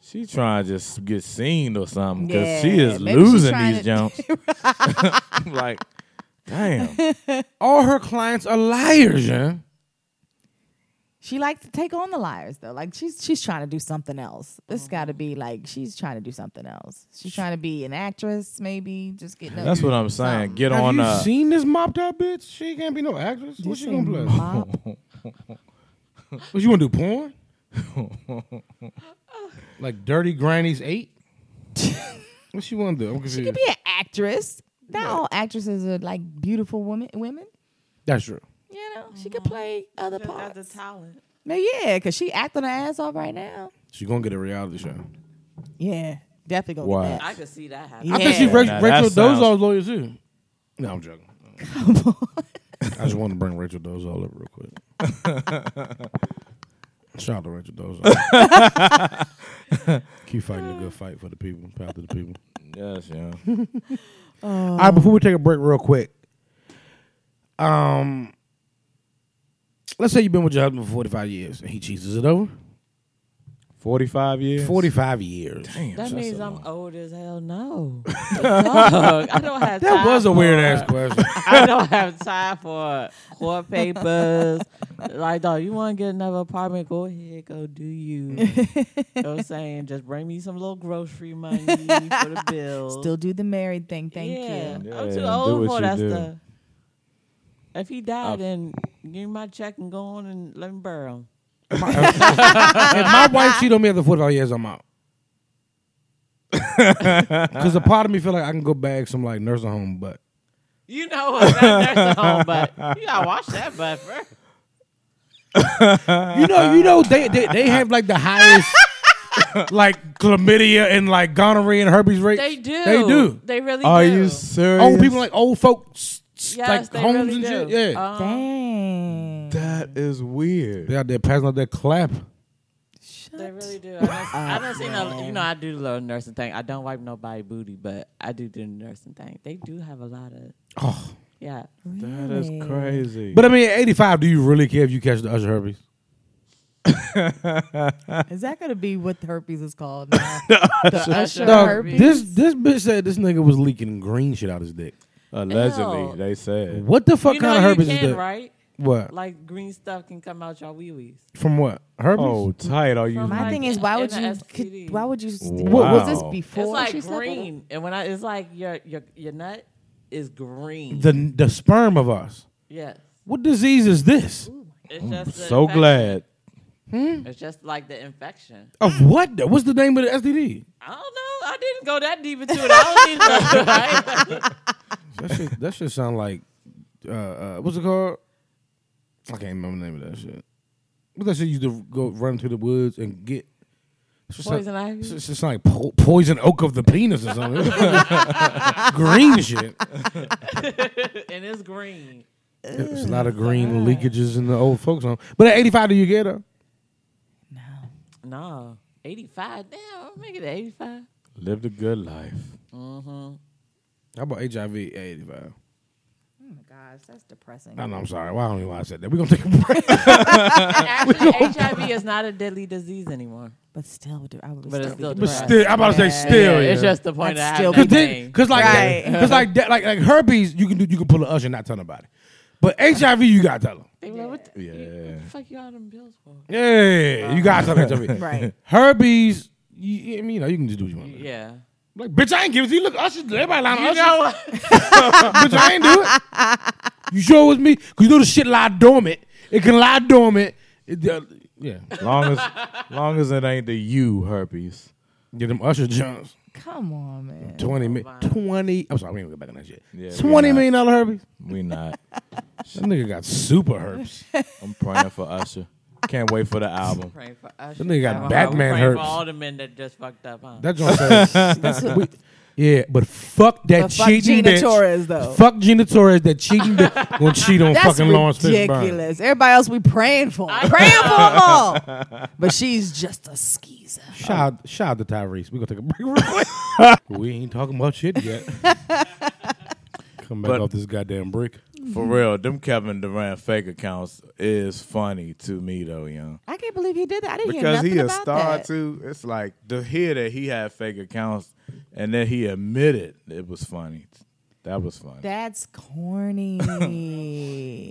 Speaker 4: She trying to just get seen or something because
Speaker 2: Yeah,
Speaker 4: she is
Speaker 2: maybe she
Speaker 4: losing
Speaker 2: trying
Speaker 4: these
Speaker 2: to-
Speaker 4: jumps. like, damn.
Speaker 3: All her clients are liars, yeah.
Speaker 2: She likes to take on the liars though. Like she's she's trying to do something else. This got to be like she's trying to do something else. She's trying to be an actress, maybe just getting.
Speaker 4: That's what I'm saying. Get
Speaker 3: Have
Speaker 4: on
Speaker 3: you
Speaker 4: uh,
Speaker 3: seen this mopped up bitch? She can't be no actress. What she
Speaker 4: Mm-hmm.
Speaker 3: gonna play? What you wanna do? Porn? like Dirty Granny's Eight? what she wanna do? I'm confused.
Speaker 2: She could be an actress. Not all actresses are like beautiful women. Women,
Speaker 3: That's true.
Speaker 2: you know, Mm-hmm. she could play other
Speaker 5: Got the
Speaker 2: parts.
Speaker 5: talent.
Speaker 2: Maybe, yeah, because she acting her ass off right now.
Speaker 3: She gonna get a reality show.
Speaker 2: Yeah, definitely gonna
Speaker 4: Wow.
Speaker 2: get
Speaker 5: I
Speaker 2: that.
Speaker 5: could see that happening.
Speaker 2: Yeah.
Speaker 3: I think she Rachel,
Speaker 4: Now, that
Speaker 3: Rachel
Speaker 4: sounds-
Speaker 3: Dozal's lawyer too. No, I'm joking. I just want to bring Rachel Dozal up real quick. Shout out to Rachel Dozal. Keep fighting a good fight for the people, power to the people.
Speaker 4: Yes, yeah.
Speaker 3: All right, before we take a break, real quick. Um, let's say you've been with your husband for forty five years and he cheeses it over.
Speaker 4: 45 years?
Speaker 3: Forty five years.
Speaker 4: Damn,
Speaker 5: That
Speaker 4: that's
Speaker 5: means
Speaker 4: a
Speaker 5: I'm
Speaker 4: lot.
Speaker 5: old as hell. No, Dog, I don't have.
Speaker 3: That
Speaker 5: time
Speaker 3: was a weird
Speaker 5: for-
Speaker 3: ass question.
Speaker 5: I don't have time for court papers. like, dog, you want to get another apartment? Go ahead, go do you. you know what I'm saying? Just bring me some little grocery money for the bill.
Speaker 2: Still do the married thing. Thank
Speaker 5: yeah.
Speaker 2: you.
Speaker 5: I'm
Speaker 4: Yeah,
Speaker 5: too
Speaker 4: do
Speaker 5: old
Speaker 4: what
Speaker 5: for
Speaker 4: you
Speaker 5: that
Speaker 4: do.
Speaker 5: stuff. If he died, then give me my check and go on and let me bury him.
Speaker 3: if my wife cheat on me after 45 years, I'm out. Because a part of me feel like I can go bag some like nursing home butt.
Speaker 5: You know what? That nursing home butt. You gotta wash that butt first.
Speaker 3: You know, you know, they they, they have like the highest like chlamydia and like gonorrhea and herpes rate.
Speaker 5: They do.
Speaker 3: They do.
Speaker 5: They really
Speaker 4: Are
Speaker 5: do.
Speaker 4: you serious?
Speaker 2: Oh,
Speaker 3: Old people like old folks, s-
Speaker 5: Yes,
Speaker 3: like
Speaker 5: they
Speaker 3: homes
Speaker 5: really
Speaker 3: and
Speaker 5: do.
Speaker 3: shit. Yeah,
Speaker 2: Um,
Speaker 5: Uh-huh.
Speaker 2: Dang.
Speaker 4: That is weird.
Speaker 3: they out there passing out that clap.
Speaker 5: They really do. I don't, I don't see no. You know, I do the little nursing thing. I don't wipe nobody booty, but I do do the nursing thing. They do have a lot of.
Speaker 3: Oh.
Speaker 5: Yeah.
Speaker 4: That is crazy.
Speaker 3: But I mean, at 85, do you really care if you catch the usher herpes?
Speaker 2: Is that gonna be what the herpes is called? Now? the usher
Speaker 3: Dog,
Speaker 2: herpes.
Speaker 3: this this bitch said this nigga was leaking green shit out his dick.
Speaker 4: Allegedly,
Speaker 5: Ew.
Speaker 4: they said.
Speaker 3: What the fuck
Speaker 5: you
Speaker 3: kind
Speaker 5: know
Speaker 3: of
Speaker 5: you
Speaker 3: herpes is
Speaker 5: can,
Speaker 3: that?
Speaker 5: right?
Speaker 3: What?
Speaker 5: Like green stuff can come out your wee wees.
Speaker 3: From what? Herpes?
Speaker 4: Oh, tight. Are you?
Speaker 5: From
Speaker 2: My
Speaker 5: Like
Speaker 2: thing is, why would
Speaker 5: in
Speaker 2: you?
Speaker 5: a
Speaker 2: Could,
Speaker 5: STD.
Speaker 2: why would you? s-
Speaker 4: Wow.
Speaker 2: Was this
Speaker 4: It's
Speaker 5: It's
Speaker 2: before? she
Speaker 5: like
Speaker 2: said that?
Speaker 5: green, and when I it's like your your your nut is green.
Speaker 3: The the sperm of us.
Speaker 5: yes,
Speaker 3: What disease is this?
Speaker 5: it's just the
Speaker 4: so
Speaker 5: infection.
Speaker 4: glad.
Speaker 5: It's just like the infection.
Speaker 3: Of what? though? What's the name of the STD?
Speaker 5: I don't know. I didn't go that deep into it. I don't need to.
Speaker 3: That shit, that shit sound like, uh, uh, what's it called? I can't remember the name of that shit. What's that shit you used to go run through the woods and get? It's just
Speaker 5: Poison
Speaker 3: like,
Speaker 5: ivy?
Speaker 3: It's just like po- poison oak of the penis or something. green shit.
Speaker 5: Right? and it's green.
Speaker 3: There's a lot of green leakages in the old folks home. But at 85, do you get her?
Speaker 5: No, eighty five. Damn, make it eighty five.
Speaker 4: Lived a good life.
Speaker 3: How about HIV at 85?
Speaker 2: Oh my gosh, that's depressing.
Speaker 3: No, no, I'm sorry. Why I don't know why I said that. We're going to take a break.
Speaker 5: Actually, HIV is not a deadly disease anymore.
Speaker 2: But still, dude, I would
Speaker 5: But it's
Speaker 2: still be
Speaker 3: But
Speaker 5: still
Speaker 2: depressed.
Speaker 5: Right.
Speaker 3: still, I'm about to say still.
Speaker 5: Yeah,
Speaker 3: yeah.
Speaker 5: It's just the point
Speaker 2: That's still
Speaker 5: of having
Speaker 3: Cause
Speaker 5: that
Speaker 3: then,
Speaker 5: thing.
Speaker 3: cause like,
Speaker 2: Right.
Speaker 3: cause like that, like like herpes, you can do, you can pull a usher and not tell nobody. But HIV, you gotta tell them.
Speaker 5: They were like, what the,
Speaker 4: Yeah.
Speaker 5: you- what the fuck you all them bills for?
Speaker 3: Yeah, you gotta tell HIV.
Speaker 2: Right.
Speaker 3: Herpes, you, I mean, you know, you can just do what you want.
Speaker 5: Yeah.
Speaker 3: Like, bitch, I ain't giving it. to you. Look, usher, everybody lying
Speaker 5: You
Speaker 3: usher.
Speaker 5: know what?
Speaker 3: bitch, I ain't do it. You sure it was me? Cause you know the shit lie dormant. It can lie dormant. It, uh, yeah,
Speaker 4: Long as, long as it ain't the you herpes.
Speaker 3: get them usher jumps.
Speaker 5: Oh,
Speaker 2: Come on, man.
Speaker 3: 20, mi- 20 I'm sorry, we ain't gonna go back on that shit.
Speaker 4: Yeah, we
Speaker 3: Twenty
Speaker 4: not.
Speaker 3: million dollar herpes.
Speaker 4: We not.
Speaker 3: That nigga got super herpes.
Speaker 4: I'm praying for Usher. Can't wait for the album.
Speaker 5: Praying for us.
Speaker 3: That nigga got Batman
Speaker 5: praying for
Speaker 3: herpes.
Speaker 5: all the men that just fucked up, huh?
Speaker 3: That joint says, we- yeah, but fuck that
Speaker 2: But fuck
Speaker 3: cheating
Speaker 2: Gina
Speaker 3: bitch.
Speaker 2: Torres, though.
Speaker 3: Fuck Gina Torres, that cheating bitch. Gonna cheat on
Speaker 2: That's
Speaker 3: fucking Lawrence Fishburne.
Speaker 2: ridiculous. Everybody else, we praying for, 'em. praying for them all. But she's just a skeezer.
Speaker 3: Shout, shout out to Tyrese. We're gonna take a break real quick. we ain't talking about shit yet. Come back
Speaker 4: But-
Speaker 3: off this goddamn break.
Speaker 4: For
Speaker 2: Mm-hmm.
Speaker 4: real, them Kevin Durant fake accounts is funny to me though, young.
Speaker 2: I can't believe he did that. I didn't hear
Speaker 4: Because
Speaker 2: nothing
Speaker 4: he a
Speaker 2: about
Speaker 4: star
Speaker 2: that.
Speaker 4: too. It's like to hear that he had fake accounts and then he admitted it was funny. That was funny.
Speaker 2: That's corny.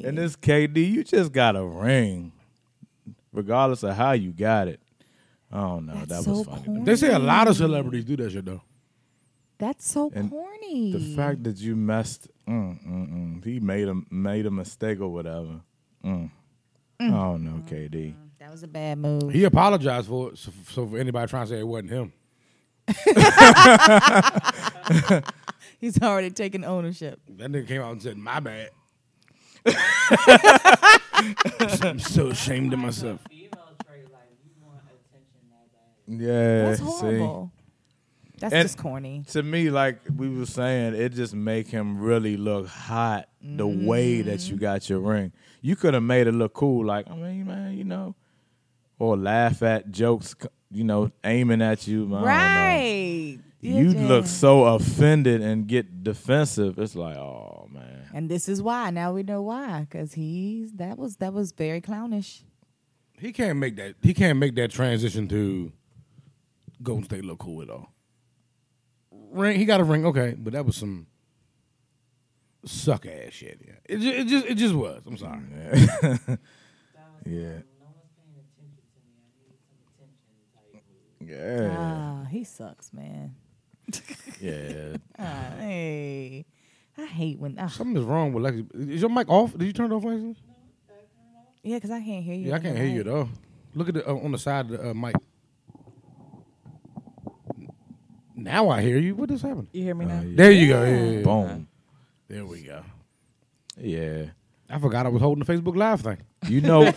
Speaker 4: and this KD, you just got a ring, regardless of how you got it. Oh no,
Speaker 2: That's
Speaker 4: that
Speaker 2: so
Speaker 4: was funny. to me.
Speaker 2: corny.
Speaker 3: They say a lot of celebrities do that shit though.
Speaker 2: That's so
Speaker 4: And
Speaker 2: corny.
Speaker 4: The fact that you messed, mm, mm, mm, he made a made a mistake or whatever. Mm. Oh no, KD.
Speaker 2: that was a bad move.
Speaker 3: He apologized for it. So, so for anybody trying to say it wasn't him,
Speaker 2: He's already taken ownership.
Speaker 3: that nigga came out and said, "My bad." I'm so ashamed of myself.
Speaker 4: Yeah,
Speaker 2: That's
Speaker 4: see?
Speaker 2: horrible. That's
Speaker 4: And-
Speaker 2: just corny.
Speaker 4: to me, like we were saying, it just make him really look hot the way that
Speaker 2: Mm-hmm.
Speaker 4: you got your ring. You could have made it look cool, like I mean, man, you know, or laugh at jokes, you know, aiming at you. man, I don't know.
Speaker 2: Right. Yeah,
Speaker 4: You
Speaker 2: yeah.
Speaker 4: look so offended and get defensive. It's like, oh man,
Speaker 2: And this is why. Now we know why. Because he's that was that was very clownish.
Speaker 3: He can't make that. He can't make that transition to Golden State look cool at all. Ring. He got a ring. Okay, but that was some suck ass shit. Yeah. It, ju- it just. It just was. I'm sorry.
Speaker 4: yeah, yeah,
Speaker 2: Ah, he sucks, man.
Speaker 4: yeah.
Speaker 2: Ah, hey. I hate when ah,
Speaker 3: Something is wrong with Lexi. Is your mic off? Did you turn it off, Lexi?
Speaker 2: yeah, because I can't hear you.
Speaker 3: Yeah, I can't hear you at all. Look at the uh, on the side of the uh, mic. Now I hear you. What just happened?
Speaker 5: You hear me now?
Speaker 3: There you go. Yeah, yeah, yeah.
Speaker 4: Boom.
Speaker 3: There we go.
Speaker 4: Yeah.
Speaker 3: I forgot I was holding the Facebook Live thing.
Speaker 4: You know,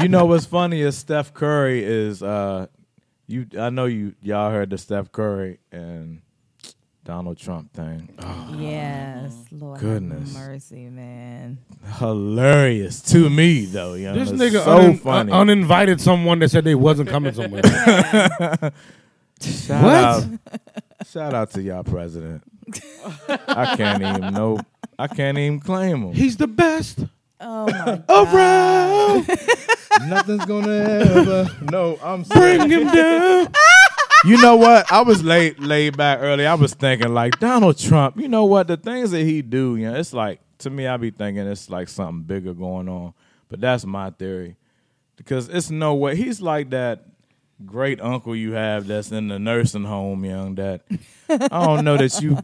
Speaker 4: you know what's funny is Steph Curry is. uh You, I know you. Y'all heard the Steph Curry and Donald Trump thing.
Speaker 2: Yes, Lord have
Speaker 4: Goodness.
Speaker 2: mercy, man.
Speaker 4: Hilarious to me though. You
Speaker 3: This
Speaker 4: know,
Speaker 3: nigga
Speaker 4: so
Speaker 3: unin-
Speaker 4: funny.
Speaker 3: un- uninvited someone that said they wasn't coming somewhere.
Speaker 4: shout
Speaker 3: What?
Speaker 4: Out, shout out to y'all president. I can't even know. I can't even claim him.
Speaker 3: He's the best
Speaker 2: Oh my
Speaker 3: around.
Speaker 4: Nothing's gonna ever. No, I'm sorry.
Speaker 3: Bring him down.
Speaker 4: You know what? I was laid laid back early. I was thinking like Donald Trump. You know what? The things that he do, you know, it's like to me, I be thinking it's like something bigger going on. But that's my theory, because it's no way he's like that great uncle you have that's in the nursing home, young. That I don't know that you.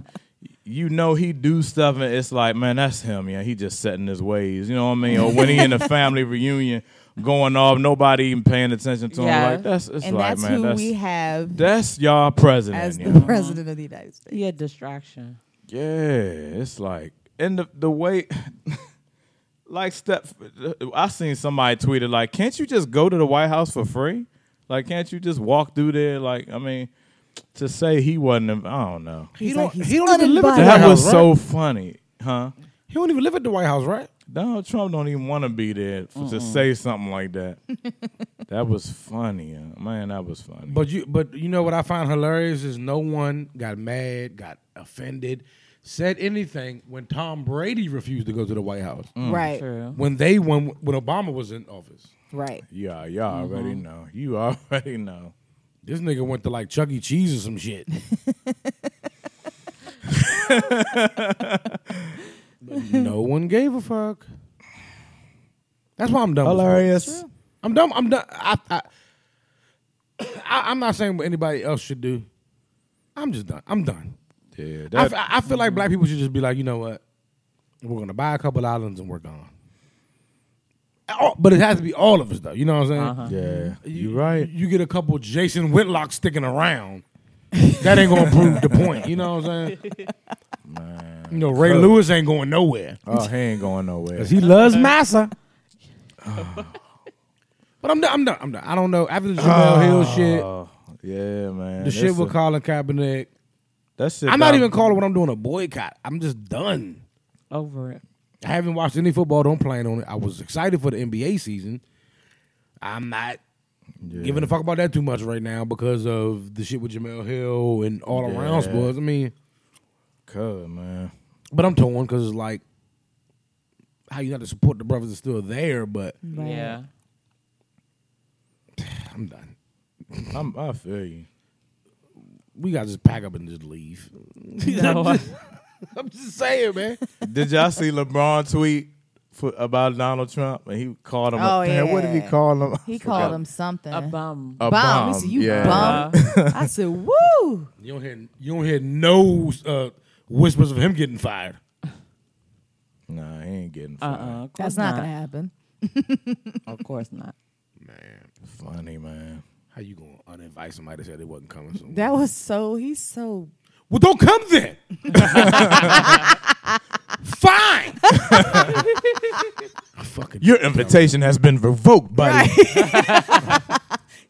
Speaker 4: You know he do stuff and it's like, man, that's him, yeah. He just setting his ways, you know what I mean? Or when he in a family reunion going off, nobody even paying attention to
Speaker 5: Yeah.
Speaker 4: him. Like that's it's
Speaker 2: and
Speaker 4: like,
Speaker 2: that's
Speaker 4: man,
Speaker 2: who
Speaker 4: that's
Speaker 2: we have
Speaker 4: that's y'all president.
Speaker 2: as
Speaker 4: you
Speaker 2: the
Speaker 4: know?
Speaker 2: president of the United States.
Speaker 5: He a distraction.
Speaker 4: Yeah, it's like and the the way like step I seen somebody tweeted like, "Can't you just go to the White House for free? Like can't you just walk through there like I mean to say he wasn't in- I don't know.
Speaker 3: He
Speaker 2: He's
Speaker 3: don't,
Speaker 2: like, he's
Speaker 3: he don't even live at the
Speaker 4: That
Speaker 3: White
Speaker 4: was
Speaker 3: House,
Speaker 4: so
Speaker 3: right?
Speaker 4: funny, huh?
Speaker 3: He don't even live at the White House, right?
Speaker 4: Donald Trump don't even want to be there f- to say something like that. that was funny. uh, Man, that was funny.
Speaker 3: But you, but you know what I find hilarious is no one got mad, got offended, said anything when Tom Brady refused to go to the White House
Speaker 4: Mm.
Speaker 2: Right.
Speaker 5: True.
Speaker 3: when they when when Obama was in office.
Speaker 2: Right.
Speaker 4: yeah, y'all already know. You already know.
Speaker 3: This nigga went to like Chuck E. Cheese or some shit. but no one gave a fuck. That's why I'm done. with it.
Speaker 4: Hilarious.
Speaker 3: I'm done. I'm done. I, I, I, I'm not saying what anybody else should do. I'm just done. I'm done.
Speaker 4: Yeah,
Speaker 3: I,
Speaker 4: that,
Speaker 3: f- I feel like black people should just be like, you know what? We're gonna buy a couple islands and we're gone. Oh, but it has to be all of us though. You know what I'm saying?
Speaker 4: Uh-huh.
Speaker 2: Uh-huh.
Speaker 4: yeah, you right.
Speaker 3: You get a couple Jason Whitlock sticking around. that ain't gonna prove the point. You know what I'm saying? You know Ray
Speaker 4: Look.
Speaker 3: Lewis ain't going nowhere
Speaker 4: Oh, he ain't going nowhere.
Speaker 3: because he loves massa. but I'm done. I'm done. I'm done. I don't know after the Jamel Hill shit,
Speaker 4: Oh, yeah, man.
Speaker 3: the shit
Speaker 4: It's
Speaker 3: with
Speaker 4: a-
Speaker 3: Colin Kaepernick.
Speaker 4: that shit.
Speaker 3: I'm not
Speaker 4: got-
Speaker 3: even calling what I'm doing a boycott. I'm just done.
Speaker 5: Over it.
Speaker 3: I haven't watched any football. Don't plan on it. I was excited for the NBA season. I'm not
Speaker 4: Yeah.
Speaker 3: giving a fuck about that too much right now because of the shit with Jamel Hill and all around
Speaker 4: Yeah.
Speaker 3: sports. I mean,
Speaker 4: Cuz, man.
Speaker 3: but I'm torn because it's like how you got to support the brothers is still there, but
Speaker 5: Yeah.
Speaker 3: I'm done.
Speaker 4: I'm, I feel you.
Speaker 3: We got to just pack up and just leave.
Speaker 5: No.
Speaker 3: I'm just saying, man.
Speaker 4: Did y'all see LeBron tweet for, about Donald Trump? And he called him.
Speaker 2: Oh,
Speaker 4: a, Damn, What did he
Speaker 2: yeah.
Speaker 4: call him?
Speaker 2: He
Speaker 4: I
Speaker 2: called
Speaker 4: forgot.
Speaker 2: him something.
Speaker 5: a bum.
Speaker 4: A
Speaker 2: bum. He
Speaker 4: bum,
Speaker 2: said, you
Speaker 4: yeah.
Speaker 2: bum. I said, woo.
Speaker 3: You don't hear you don't hear no uh, whispers of him getting fired.
Speaker 4: Nah, he ain't getting
Speaker 5: Uh uh
Speaker 4: fired.
Speaker 2: That's not, going to happen.
Speaker 5: Of course not.
Speaker 4: Funny, man.
Speaker 3: How you gonna uninvite somebody that said they wasn't coming? Soon?
Speaker 2: That was so, he's so,
Speaker 3: well, don't come then. Fine. Fucking
Speaker 4: Your invitation has been revoked, buddy.
Speaker 2: his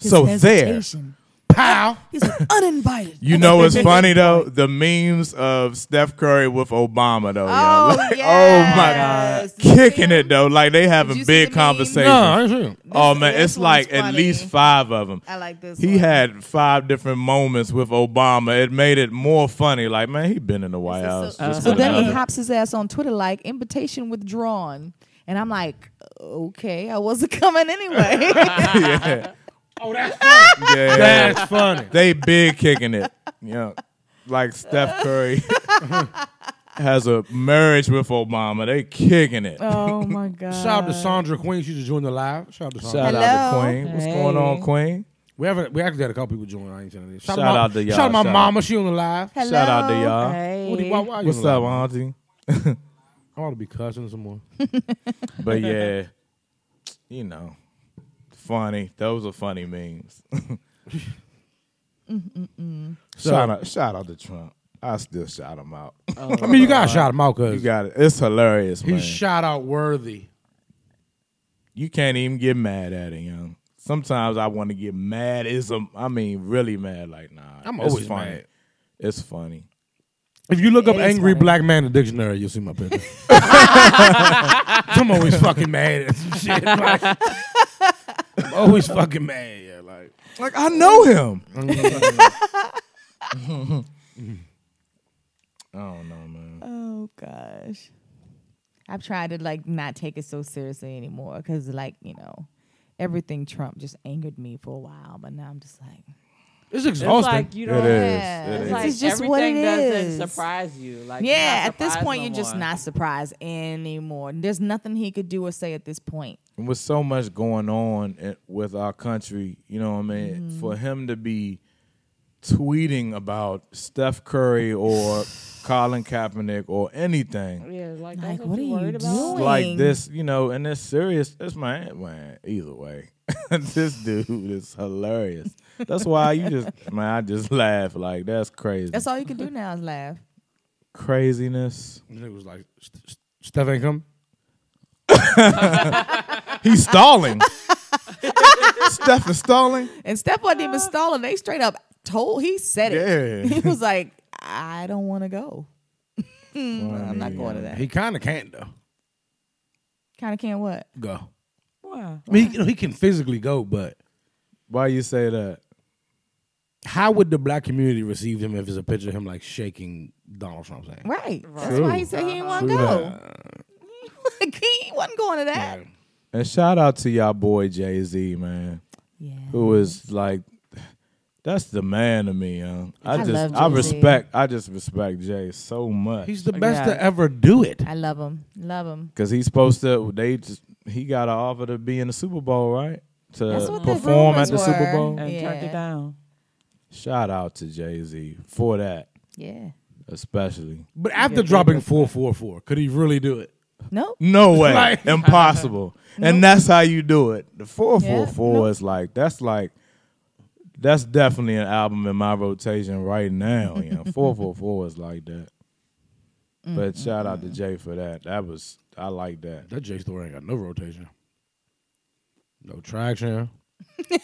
Speaker 4: so there.
Speaker 2: hesitation.
Speaker 3: pal.
Speaker 2: He's like, uninvited.
Speaker 4: You know what's funny though? The memes of Steph Curry with Obama though. yeah.
Speaker 2: Oh,
Speaker 4: Like,
Speaker 2: yes.
Speaker 4: oh my god.
Speaker 2: Did you see
Speaker 4: Kicking
Speaker 2: them?
Speaker 4: it though. Like they
Speaker 2: Did you
Speaker 4: having
Speaker 2: see
Speaker 4: big
Speaker 2: the meme?
Speaker 4: conversations.
Speaker 3: ain't sure.
Speaker 4: Oh
Speaker 2: This-
Speaker 4: man,
Speaker 2: this
Speaker 4: it's like
Speaker 2: one's
Speaker 4: at least
Speaker 2: funny.
Speaker 4: five of them.
Speaker 2: I like this
Speaker 4: He
Speaker 2: one.
Speaker 4: had five different moments with Obama. It made it more funny. Like man, he been in the White
Speaker 2: So,
Speaker 4: House.
Speaker 2: so,
Speaker 4: just
Speaker 2: so
Speaker 4: for
Speaker 2: then he
Speaker 4: nothing.
Speaker 2: hops his ass on Twitter like invitation withdrawn, and I'm like, okay, I wasn't coming anyway.
Speaker 4: yeah,
Speaker 3: Oh, that's funny.
Speaker 4: yeah.
Speaker 3: that's funny.
Speaker 4: They big kicking it. Yeah, like Steph Curry has a marriage with Obama. They kicking it.
Speaker 2: oh my god!
Speaker 3: Shout out to Sandra Queen. She just joined the live. Shout out to Sandra.
Speaker 4: Shout out to
Speaker 2: Hello.
Speaker 4: Queen. What's going on,
Speaker 5: Hey.
Speaker 4: Queen?
Speaker 3: We have we actually had a couple people join. I ain't telling you.
Speaker 4: Shout
Speaker 3: my-
Speaker 4: out to y'all.
Speaker 3: Shout out my
Speaker 4: Shout out.
Speaker 3: mama. She on the live.
Speaker 2: Hello?
Speaker 4: Shout out to y'all.
Speaker 5: Hey.
Speaker 3: Woody, why- why you on
Speaker 4: What's
Speaker 3: the
Speaker 4: up,
Speaker 3: live?
Speaker 4: Auntie?
Speaker 3: I ought to be cussing some more.
Speaker 4: But yeah, you know, funny. Those are funny memes. Shout out, shout out to Trump. I still shout him out.
Speaker 3: I mean, you got to shout him out
Speaker 4: You
Speaker 3: because
Speaker 4: got it. It's hilarious, man.
Speaker 3: he's shout out worthy.
Speaker 4: you can't even get mad at it, young. Sometimes I want to get mad. It's a, I mean, really mad. Like, nah,
Speaker 3: I'm
Speaker 4: it's
Speaker 3: always
Speaker 4: funny.
Speaker 3: mad.
Speaker 4: It's funny.
Speaker 3: If you look up
Speaker 2: It is
Speaker 3: angry
Speaker 2: funny.
Speaker 3: black man in the dictionary, you'll see my picture. I'm always fucking mad at some shit. like, I'm always fucking mad. Yeah, like
Speaker 4: Like I know him. I don't know, man.
Speaker 2: Oh gosh, I've tried to like not take it so seriously anymore because like you know, everything Trump just angered me for a while, but now I'm just like,
Speaker 3: It's
Speaker 5: It's
Speaker 3: exhausting.
Speaker 5: like you
Speaker 4: It
Speaker 5: don't.
Speaker 4: is.
Speaker 2: Yeah.
Speaker 4: It
Speaker 5: It's
Speaker 4: is.
Speaker 5: like
Speaker 2: This is just
Speaker 5: everything
Speaker 2: what it is.
Speaker 5: doesn't surprise you. Like you're
Speaker 2: yeah,
Speaker 5: not
Speaker 2: at this
Speaker 5: surprised
Speaker 2: point,
Speaker 5: no
Speaker 2: you're just
Speaker 5: more.
Speaker 2: not surprised anymore. There's nothing he could do or say at this point.
Speaker 4: with so much going on in- with our country, you know what I mean? For him to be tweeting about Steph Curry or Colin Kaepernick or anything
Speaker 5: Yeah, like,
Speaker 2: Like,
Speaker 5: that's
Speaker 2: what
Speaker 5: what
Speaker 2: are
Speaker 5: you
Speaker 2: you
Speaker 5: worried about?
Speaker 2: doing? Boing.
Speaker 4: like this, you know, and it's serious. It's my man. Either way, this dude is hilarious. That's why you just man, I just laugh like that's crazy.
Speaker 2: That's all you can do now is laugh.
Speaker 4: craziness.
Speaker 3: And it was like "St- st- Steph ain't coming.
Speaker 4: He's stalling. Steph is stalling.
Speaker 2: And Steph wasn't even stalling. They straight up told he said it.
Speaker 4: Yeah.
Speaker 2: He was like, I don't want to go. I'm not going to that.
Speaker 3: He kind of can't though.
Speaker 2: Kind of can't what?
Speaker 3: Go.
Speaker 5: Wow.
Speaker 3: I mean, he, you know, he can physically go, but
Speaker 4: Why you say that?
Speaker 3: how would the black community receive him if it's a picture of him like shaking Donald Trump's hand?
Speaker 2: Right. That's why he said he didn't want to go. he wasn't going to that.
Speaker 3: Like,
Speaker 4: And shout out to y'all boy Jay Z, man,
Speaker 2: Yeah.
Speaker 4: who is like, that's the man to me, yo. I,
Speaker 2: I
Speaker 4: just,
Speaker 2: love
Speaker 4: I
Speaker 2: Jay-Z.
Speaker 4: respect, I just respect Jay so much
Speaker 3: He's the best
Speaker 5: Yeah.
Speaker 3: to ever do it.
Speaker 2: I love him. Love him.
Speaker 4: because he's supposed to. They just, he got an offer to be in the Super Bowl, right?
Speaker 2: That's
Speaker 4: To
Speaker 2: what the
Speaker 4: perform at
Speaker 2: rumors
Speaker 4: the Super
Speaker 2: were.
Speaker 4: Bowl.
Speaker 5: And turned
Speaker 2: Yeah.
Speaker 5: it down.
Speaker 4: Shout out to Jay Z for that,
Speaker 2: Yeah.
Speaker 4: especially.
Speaker 3: But after dropping four four four, could he really do it?
Speaker 2: Nope.
Speaker 4: No way,
Speaker 3: Like-
Speaker 4: impossible. And that's how you do it. The four
Speaker 2: no.
Speaker 4: four four is like that's like that's definitely an album in my rotation right now. You know, four four four is like that. But shout out to Jay for that. That was I like that.
Speaker 3: That J Story ain't got no rotation, no traction.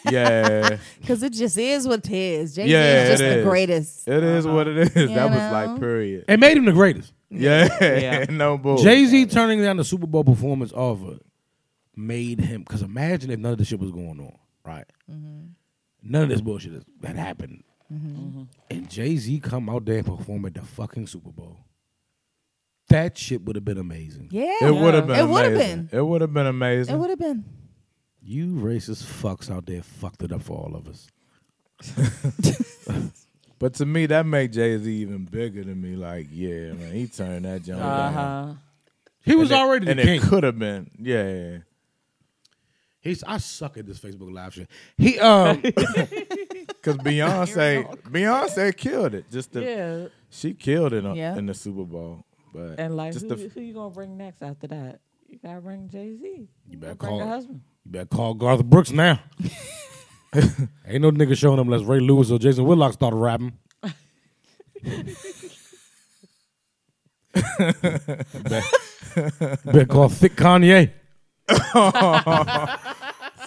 Speaker 4: Yeah,
Speaker 2: Because it just is what it is. Jay Z
Speaker 4: Yeah,
Speaker 2: is just
Speaker 4: it
Speaker 2: the
Speaker 4: is.
Speaker 2: greatest.
Speaker 4: it is what it is.
Speaker 2: You
Speaker 4: that was
Speaker 2: know?
Speaker 4: like period.
Speaker 3: It made him the greatest.
Speaker 4: Yeah,
Speaker 5: Yeah.
Speaker 4: no bull.
Speaker 3: Jay Z turning down the Super Bowl performance offer made him. Because imagine if none of this shit was going on, right? None of this bullshit is- had happened, Mm-hmm. and Jay Z come out there and perform at the fucking Super Bowl. That shit would have been amazing.
Speaker 2: Yeah.
Speaker 4: It would have been.
Speaker 2: It would've
Speaker 4: amazing. It would have been amazing.
Speaker 2: It would have been.
Speaker 3: You racist fucks out there fucked it up for all of us.
Speaker 4: But to me, that made Jay Z even bigger than me. Like, yeah, man, he turned that jump
Speaker 5: Uh
Speaker 4: down.
Speaker 5: huh.
Speaker 3: He was
Speaker 4: And it-
Speaker 3: already
Speaker 4: and
Speaker 3: the king.
Speaker 4: it could have been. Yeah,
Speaker 3: He's I suck at this Facebook live shit. He um
Speaker 4: because Beyonce, Beyonce killed it. Just the
Speaker 5: Yeah.
Speaker 4: she killed it on-
Speaker 2: Yeah.
Speaker 4: in the Super Bowl. But
Speaker 5: And like,
Speaker 4: just
Speaker 5: who,
Speaker 4: the,
Speaker 5: who you gonna bring next after that? You gotta bring Jay Z.
Speaker 3: You better
Speaker 5: Bring
Speaker 3: call
Speaker 5: her husband.
Speaker 3: You better call Garth Brooks now. Ain't no nigga showing up unless Ray Lewis or Jason Whitlock started rapping. You better, you better call Thick Kanye.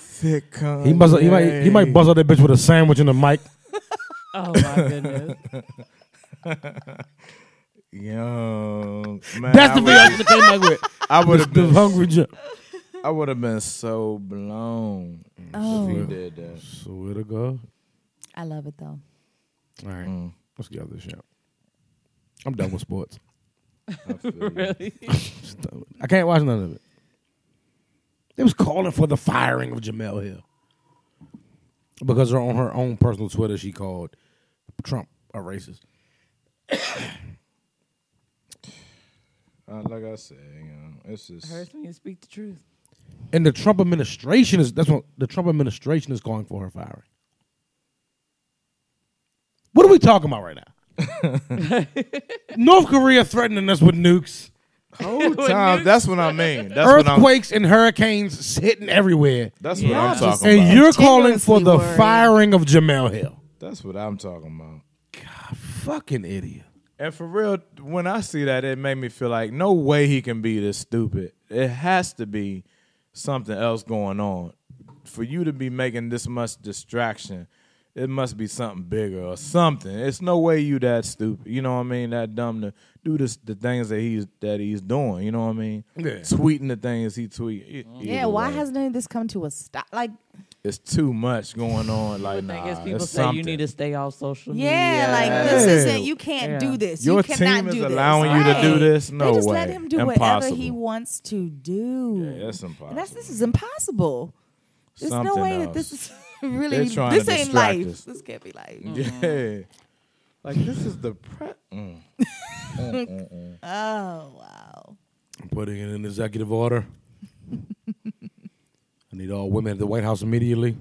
Speaker 4: thick Kanye.
Speaker 3: He must he might he might buzz out that bitch with a sandwich and a mic.
Speaker 5: Oh my goodness.
Speaker 4: Yo, man,
Speaker 3: That's the
Speaker 4: I
Speaker 3: video
Speaker 4: would-
Speaker 3: that came back with.
Speaker 4: I would have
Speaker 3: The
Speaker 4: been.
Speaker 3: hungry jump.
Speaker 4: I would have been so blown if he
Speaker 2: Oh,
Speaker 4: did that.
Speaker 3: Swear to God.
Speaker 2: I love it though.
Speaker 3: All right. Let's get out of this shit. I'm done with sports.
Speaker 4: I feel you.
Speaker 5: really?
Speaker 3: Just done with it. I can't watch none of it. They was calling for the firing of Jamel Hill because her on her own personal Twitter she called Trump a racist.
Speaker 4: Uh, like I said, you know, it's just
Speaker 5: Hurts when you speak the truth.
Speaker 3: And the Trump administration is that's what the Trump administration is calling for her firing. What are we talking about right now? North Korea threatening us with nukes,
Speaker 4: whole time. That's what I mean. That's what I'm.
Speaker 3: earthquakes and hurricanes hitting everywhere.
Speaker 4: That's
Speaker 5: Yeah.
Speaker 4: what I'm talking
Speaker 3: And
Speaker 4: about.
Speaker 3: you're calling for
Speaker 2: Continuously
Speaker 3: the
Speaker 2: worried.
Speaker 3: firing of Jamel Hill.
Speaker 4: That's what I'm talking about.
Speaker 3: Fucking idiot.
Speaker 4: And for real, when I see that, it made me feel like no way he can be this stupid. It has to be something else going on. For you to be making this much distraction, it must be something bigger or something. It's no way you that stupid. You know what I mean? That dumb to do this, the things that he's that he's doing. You know what I mean?
Speaker 3: Yeah.
Speaker 4: Tweeting the things he tweet. E-
Speaker 2: Yeah,
Speaker 4: either
Speaker 2: why
Speaker 4: way.
Speaker 2: hasn't any of this come to a stop? Like,
Speaker 4: it's too much going on? Like,
Speaker 5: The thing
Speaker 4: nah,
Speaker 5: is, people
Speaker 4: it's
Speaker 5: say you
Speaker 4: something.
Speaker 5: need to stay off social
Speaker 2: yeah,
Speaker 5: media.
Speaker 2: like this
Speaker 4: Yeah.
Speaker 2: isn't. You can't
Speaker 5: Yeah.
Speaker 2: do this.
Speaker 4: Your
Speaker 2: you cannot
Speaker 4: team is
Speaker 2: do this.
Speaker 4: allowing you to do this? No
Speaker 2: they just let
Speaker 4: way.
Speaker 2: him do whatever
Speaker 4: Impossible.
Speaker 2: he wants to do.
Speaker 4: Yeah, that's
Speaker 2: And that's
Speaker 4: impossible.
Speaker 2: this is impossible. There's
Speaker 4: something
Speaker 2: no way
Speaker 4: else.
Speaker 2: that this is really.
Speaker 4: They're trying
Speaker 2: This
Speaker 4: to
Speaker 2: ain't
Speaker 4: distract
Speaker 2: life.
Speaker 4: us.
Speaker 2: This can't be life.
Speaker 4: Yeah. Like this is the pre- mm.
Speaker 2: Oh wow.
Speaker 3: I'm putting it in executive order. I need all women at the White House immediately.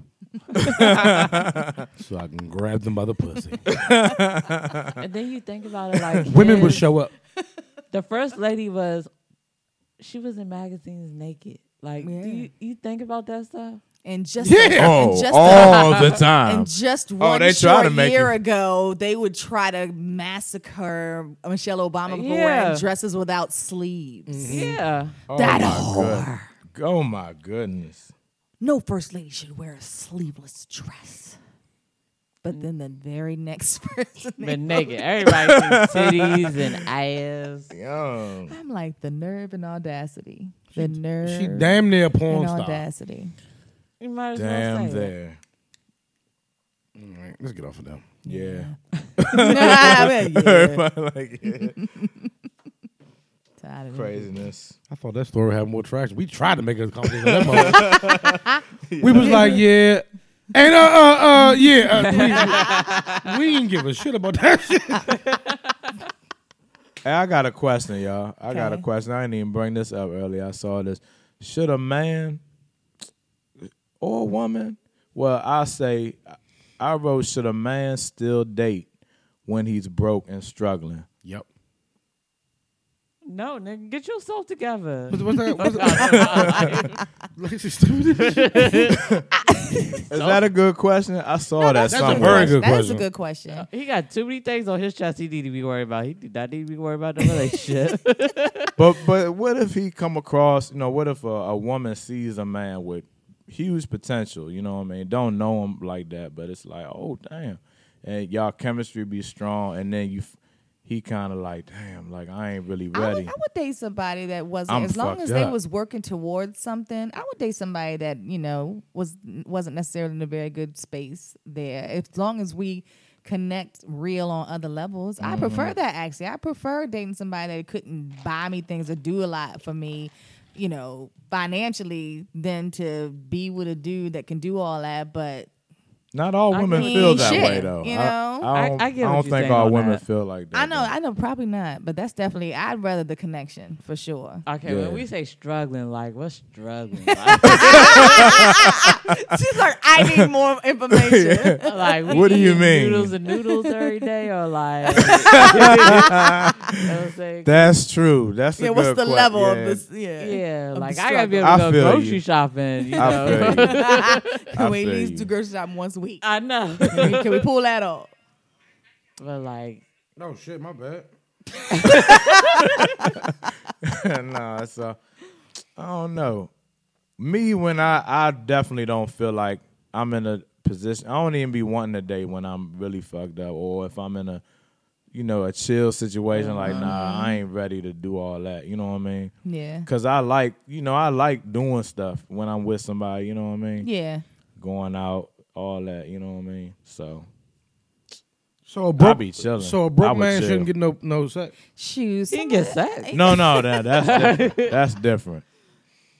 Speaker 3: so I can grab them by the pussy.
Speaker 5: And then you think about it like
Speaker 3: Women would
Speaker 5: his-
Speaker 3: show up.
Speaker 5: The first lady was, she was in magazines naked. Like,
Speaker 2: Yeah.
Speaker 5: do you, you think about that stuff?
Speaker 2: And just
Speaker 3: Yeah.
Speaker 2: and
Speaker 4: Oh,
Speaker 2: just
Speaker 4: all the time.
Speaker 2: And just one
Speaker 4: Um, oh, they try
Speaker 2: short
Speaker 4: to make
Speaker 2: year
Speaker 4: it-
Speaker 2: ago, they would try to massacre Michelle Obama for
Speaker 5: Yeah.
Speaker 2: wearing dresses without sleeves.
Speaker 4: Mm-hmm.
Speaker 5: Yeah.
Speaker 2: That
Speaker 4: whore. oh my goodness.
Speaker 2: No first lady should wear a sleeveless dress. But then the very next person,
Speaker 5: But naked. Everybody sees titties and ass.
Speaker 4: Yo.
Speaker 2: I'm like the nerve and audacity, the nerve
Speaker 3: She damn near a porn
Speaker 2: and
Speaker 3: star.
Speaker 2: audacity.
Speaker 5: You might as well
Speaker 4: Damn
Speaker 5: say it.
Speaker 4: there.
Speaker 3: All right, let's get off of them.
Speaker 4: Yeah.
Speaker 2: I mean, yeah.
Speaker 4: like yeah.
Speaker 2: Tired of it.
Speaker 4: craziness.
Speaker 3: I thought that story had more traction. We tried to make a conversation. on that mother. we was like, yeah. And uh, uh, uh yeah, uh, we, we didn't give a shit about that shit.
Speaker 4: Hey, I got a question, y'all. I got a
Speaker 2: Okay.
Speaker 4: question. I didn't even bring this up earlier. I saw this. Should a man or a woman? Well, I say, I wrote, should a man still date when he's broke and struggling?
Speaker 3: Yep.
Speaker 5: No, nigga, get yourself together.
Speaker 3: What's that? What's that? Let's just do this.
Speaker 4: Is that a good question? I saw that
Speaker 3: a
Speaker 4: somewhere.
Speaker 3: very good
Speaker 2: That is a
Speaker 3: question.
Speaker 2: good question.
Speaker 5: Uh, He got too many things on his chest he need to be worried about. He did not need to be worried about the relationship.
Speaker 4: but but what if he come across you know what if a, a woman sees a man with huge potential you know what i mean don't know him like that but it's like oh damn and y'all chemistry be strong and then you f- he kind of like damn like i ain't really
Speaker 2: I
Speaker 4: ready
Speaker 2: would, I would date somebody that wasn't
Speaker 4: I'm
Speaker 2: as long
Speaker 4: fucked
Speaker 2: as they
Speaker 4: up.
Speaker 2: was working towards something. I would date somebody that you know was wasn't necessarily in a very good space there. As long as we connect real on other levels, I
Speaker 4: Mm-hmm.
Speaker 2: prefer that. Actually, I prefer dating somebody that couldn't buy me things or do a lot for me. You know, financially, than to be with a dude that can do all that, but
Speaker 4: not all
Speaker 5: I
Speaker 4: women
Speaker 5: mean,
Speaker 4: feel that
Speaker 2: shit,
Speaker 4: way though
Speaker 2: you know?
Speaker 4: I, I
Speaker 5: I-
Speaker 4: don't,
Speaker 5: I get
Speaker 4: I
Speaker 5: what
Speaker 4: don't
Speaker 5: you're
Speaker 4: think
Speaker 5: saying
Speaker 4: all
Speaker 5: on
Speaker 4: women
Speaker 5: that.
Speaker 4: feel like that
Speaker 2: I know,
Speaker 4: though.
Speaker 2: I know, probably not. But that's definitely, I'd rather the connection for sure.
Speaker 5: Okay,
Speaker 4: Yeah.
Speaker 5: when we say struggling, like what's struggling? Like,
Speaker 2: She's like, I need more information.
Speaker 5: like, we
Speaker 4: What do you
Speaker 5: eating
Speaker 4: mean?
Speaker 5: Noodles and noodles every day, or like? you know what I'm saying?
Speaker 4: that's true that's a
Speaker 2: yeah, what's
Speaker 4: good
Speaker 2: the
Speaker 4: que-
Speaker 2: level
Speaker 4: yeah.
Speaker 2: of this? Yeah,
Speaker 5: yeah,
Speaker 2: of
Speaker 5: like
Speaker 2: the
Speaker 5: I gotta be
Speaker 2: struggle.
Speaker 4: I
Speaker 5: able to go
Speaker 4: feel
Speaker 5: grocery
Speaker 4: you.
Speaker 5: shopping. You
Speaker 4: I
Speaker 5: know,
Speaker 4: feel you. I
Speaker 2: Can we at
Speaker 4: feel
Speaker 2: least
Speaker 4: you.
Speaker 2: do grocery shopping once a week?
Speaker 5: I know,
Speaker 2: Can we, can we pull that off?
Speaker 5: but like,
Speaker 3: No shit, my bad.
Speaker 4: nah, so I don't know. Me when I I definitely don't feel like I'm in a position. I don't even be wanting a date when I'm really fucked up or if I'm in a you know a chill situation. Like nah, I ain't ready to do all that. You know what I mean?
Speaker 2: Yeah,
Speaker 4: Cause I like you know I like doing stuff when I'm with somebody. You know what I mean?
Speaker 2: yeah.
Speaker 4: Going out, all that. You know what I mean? So
Speaker 3: So a broke,
Speaker 4: be chilling.
Speaker 3: so a broke
Speaker 4: I would
Speaker 3: man
Speaker 4: chill.
Speaker 3: shouldn't get no no sex.
Speaker 2: Shoes.
Speaker 5: he can get sex.
Speaker 4: no, no, that that's different. that's different.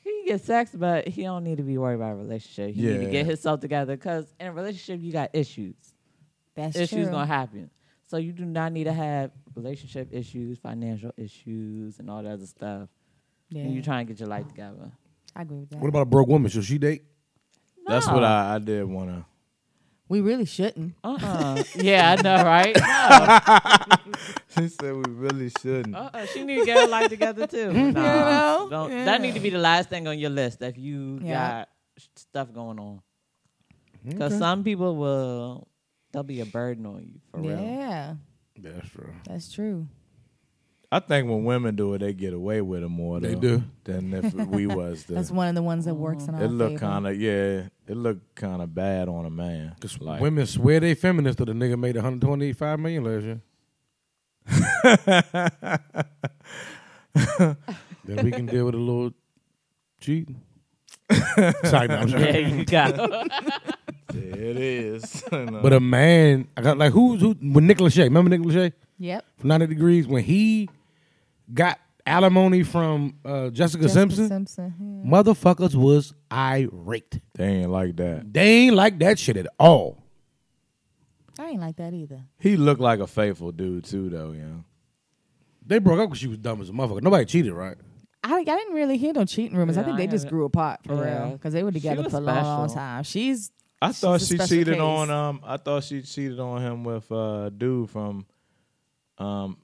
Speaker 5: He can get sex, but he don't need to be worried about a relationship. He need
Speaker 4: Yeah.
Speaker 5: to get himself together because in a relationship you got issues.
Speaker 2: That's
Speaker 5: issues
Speaker 2: true.
Speaker 5: gonna happen. So you do not need to have relationship issues, financial issues, and all that other stuff.
Speaker 2: Yeah,
Speaker 5: When you trying to get your life together.
Speaker 2: I agree with that.
Speaker 3: What about a broke woman? Should she date?
Speaker 4: That's what I I did wanna.
Speaker 2: we really shouldn't.
Speaker 4: Oh,
Speaker 5: Uh uh yeah, I know, right? No.
Speaker 4: She said we really shouldn't.
Speaker 5: Uh-uh. She need to get her life together too. Nah,
Speaker 2: know?
Speaker 5: don't- That need to be the last thing on your list if you
Speaker 2: Yeah.
Speaker 5: got sh- stuff going on. Because some people will, they'll be a burden on you for real.
Speaker 2: Yeah,
Speaker 3: Yeah, that's true.
Speaker 2: that's true.
Speaker 4: I think when women do it, they get away with it more.
Speaker 3: They
Speaker 4: though,
Speaker 3: do.
Speaker 4: than if we was. To.
Speaker 2: That's one of the ones that works in our
Speaker 4: it look
Speaker 2: favor.
Speaker 4: kind of yeah. It look kind of bad on a man.
Speaker 3: Cause
Speaker 4: Like,
Speaker 3: women swear they feminists, till the nigga made 125 million last year. then we can deal with a little cheating. Sorry, no, I'm sorry.
Speaker 5: Yeah, you Oh, got
Speaker 4: yeah, it is.
Speaker 3: But a man, I got like who's who? When Nick Lachey, remember Nick Lachey
Speaker 2: Yep.
Speaker 3: from 90 Degrees when he got alimony from uh, Jessica,
Speaker 2: Jessica
Speaker 3: Simpson,
Speaker 2: Simpson.
Speaker 3: motherfuckers was irate.
Speaker 4: They ain't like that.
Speaker 2: Mm-hmm.
Speaker 3: They ain't like that shit at all.
Speaker 2: yeah. I ain't like that either.
Speaker 4: He looked like a faithful dude too, though. You know,
Speaker 3: They broke up because she was dumb as a motherfucker. Nobody cheated, right?
Speaker 2: I, I didn't really hear no cheating rumors. I
Speaker 5: Yeah,
Speaker 2: think
Speaker 5: I
Speaker 2: they just
Speaker 5: haven't-
Speaker 2: grew apart for
Speaker 5: Yeah.
Speaker 2: real because they were
Speaker 5: She
Speaker 2: together
Speaker 5: was
Speaker 2: for a long, long
Speaker 5: special.
Speaker 2: time. She's
Speaker 4: I thought
Speaker 2: a
Speaker 4: she
Speaker 2: special
Speaker 4: cheated
Speaker 2: case.
Speaker 4: on um. I thought she cheated on him with uh dude from um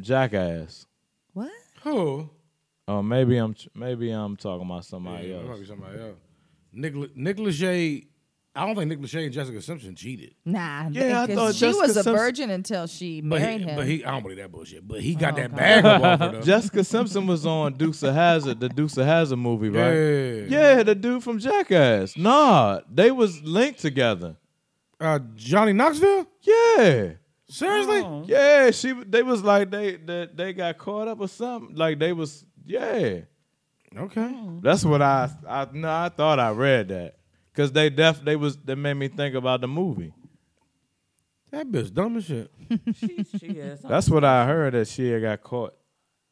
Speaker 4: Jackass.
Speaker 2: what?
Speaker 3: Who?
Speaker 4: Oh, maybe I'm maybe I'm talking about somebody
Speaker 3: Yeah, it might
Speaker 4: else.
Speaker 3: be somebody else. Nick, Nick Lachey. I don't think Nick Lachey and Jessica Simpson cheated.
Speaker 2: Nah,
Speaker 4: Yeah, I
Speaker 2: because
Speaker 4: thought
Speaker 2: she
Speaker 4: Jessica
Speaker 2: was a
Speaker 4: Simpson-
Speaker 2: virgin until she
Speaker 3: But
Speaker 2: married
Speaker 3: he,
Speaker 2: him.
Speaker 3: but he, I don't believe that bullshit. But he got
Speaker 2: Oh,
Speaker 3: that
Speaker 2: God.
Speaker 3: bag up off her, though.
Speaker 4: Jessica Simpson was on Dukes of Hazard, the Dukes of Hazard movie, right?
Speaker 3: yeah.
Speaker 4: Yeah, the dude from Jackass. Nah, they was linked together.
Speaker 3: Uh, Johnny Knoxville?
Speaker 4: Yeah.
Speaker 3: Seriously?
Speaker 4: Yeah, she they was like they they, they got caught up or something. Like they was yeah.
Speaker 3: Okay.
Speaker 2: Hmm.
Speaker 4: That's what I I no, I thought I read that. Cause they def they was they made me think about the movie.
Speaker 3: That bitch dumb as shit.
Speaker 5: she, she is.
Speaker 4: That's what I heard that she had got caught.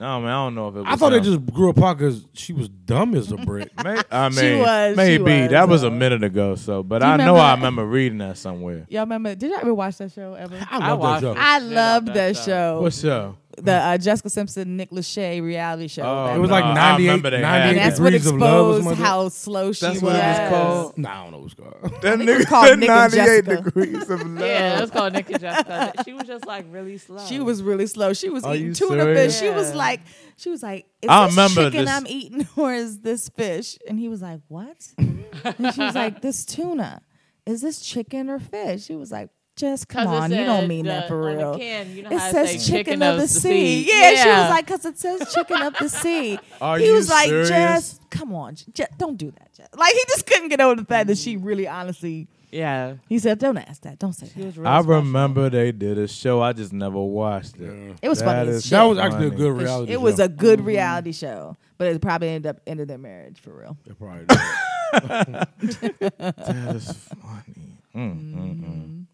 Speaker 4: No, man, I don't know if it was
Speaker 3: I thought
Speaker 4: him.
Speaker 3: they just grew apart because she was dumb as a brick.
Speaker 4: May- I mean,
Speaker 2: She was, she
Speaker 4: maybe
Speaker 2: was,
Speaker 4: that was a
Speaker 2: though.
Speaker 4: minute ago. So, but
Speaker 2: Do you
Speaker 4: I know I
Speaker 2: remember-
Speaker 4: remember reading that somewhere.
Speaker 2: Y'all remember? Did y'all ever watch that show ever?
Speaker 3: I love
Speaker 5: watched
Speaker 3: that
Speaker 5: it.
Speaker 3: show.
Speaker 2: I
Speaker 5: Shit
Speaker 2: loved
Speaker 5: on
Speaker 2: that
Speaker 5: that
Speaker 2: show,
Speaker 4: What show?
Speaker 2: the uh, Jessica Simpson, Nick Lachey reality show.
Speaker 4: Oh,
Speaker 2: That-
Speaker 3: It was
Speaker 4: no,
Speaker 3: like
Speaker 4: I
Speaker 3: 98,
Speaker 4: remember they had
Speaker 3: 98
Speaker 2: and
Speaker 4: it.
Speaker 2: that's what
Speaker 3: degrees of love or
Speaker 2: exposed
Speaker 3: something like
Speaker 2: how slow she
Speaker 4: That's
Speaker 2: was.
Speaker 4: what it was called.
Speaker 3: that. Nah, I don't know what's called.
Speaker 4: That
Speaker 2: nigga it's called said Nick and 98 Jessica.
Speaker 4: degrees of love.
Speaker 5: Yeah, it's called Nick and Jessica. She was just like really slow.
Speaker 2: She was really slow. She was
Speaker 4: Are
Speaker 2: eating
Speaker 4: you
Speaker 2: tuna fish.
Speaker 4: serious?
Speaker 2: She was
Speaker 5: Yeah.
Speaker 2: like, she was like, is
Speaker 4: I
Speaker 2: this
Speaker 4: remember
Speaker 2: chicken
Speaker 4: this-
Speaker 2: I'm eating or is this fish? And he was like, what? and she was like, this tuna. Is this chicken or fish? She was like, just come
Speaker 5: 'Cause it
Speaker 2: on, you don't
Speaker 5: said
Speaker 2: mean that
Speaker 5: the-
Speaker 2: for
Speaker 5: on the
Speaker 2: real.
Speaker 5: can, you know
Speaker 2: it
Speaker 5: how it
Speaker 2: says
Speaker 5: say
Speaker 2: chicken,
Speaker 5: chicken
Speaker 2: of the sea. Yeah, she was like, because it says chicken of the sea.
Speaker 4: Are
Speaker 2: he
Speaker 4: you
Speaker 2: was like,
Speaker 4: serious?
Speaker 2: Jess, come on, Jess, don't do that, Jess. Like he just couldn't get over the fact that she really, honestly,
Speaker 5: yeah.
Speaker 2: he said, don't ask that, don't say
Speaker 5: She
Speaker 2: that.
Speaker 5: was really
Speaker 4: I
Speaker 5: special.
Speaker 4: remember they did a show. I just never watched it.
Speaker 2: It was funny
Speaker 4: That
Speaker 2: as
Speaker 4: is
Speaker 2: shit.
Speaker 3: that was actually a
Speaker 4: funny.
Speaker 3: good
Speaker 2: It sh-
Speaker 3: reality
Speaker 2: It was
Speaker 3: show.
Speaker 2: a good reality show, but it probably ended up ended their marriage for real.
Speaker 3: It probably did.
Speaker 4: That is funny. Mm, mm, mm.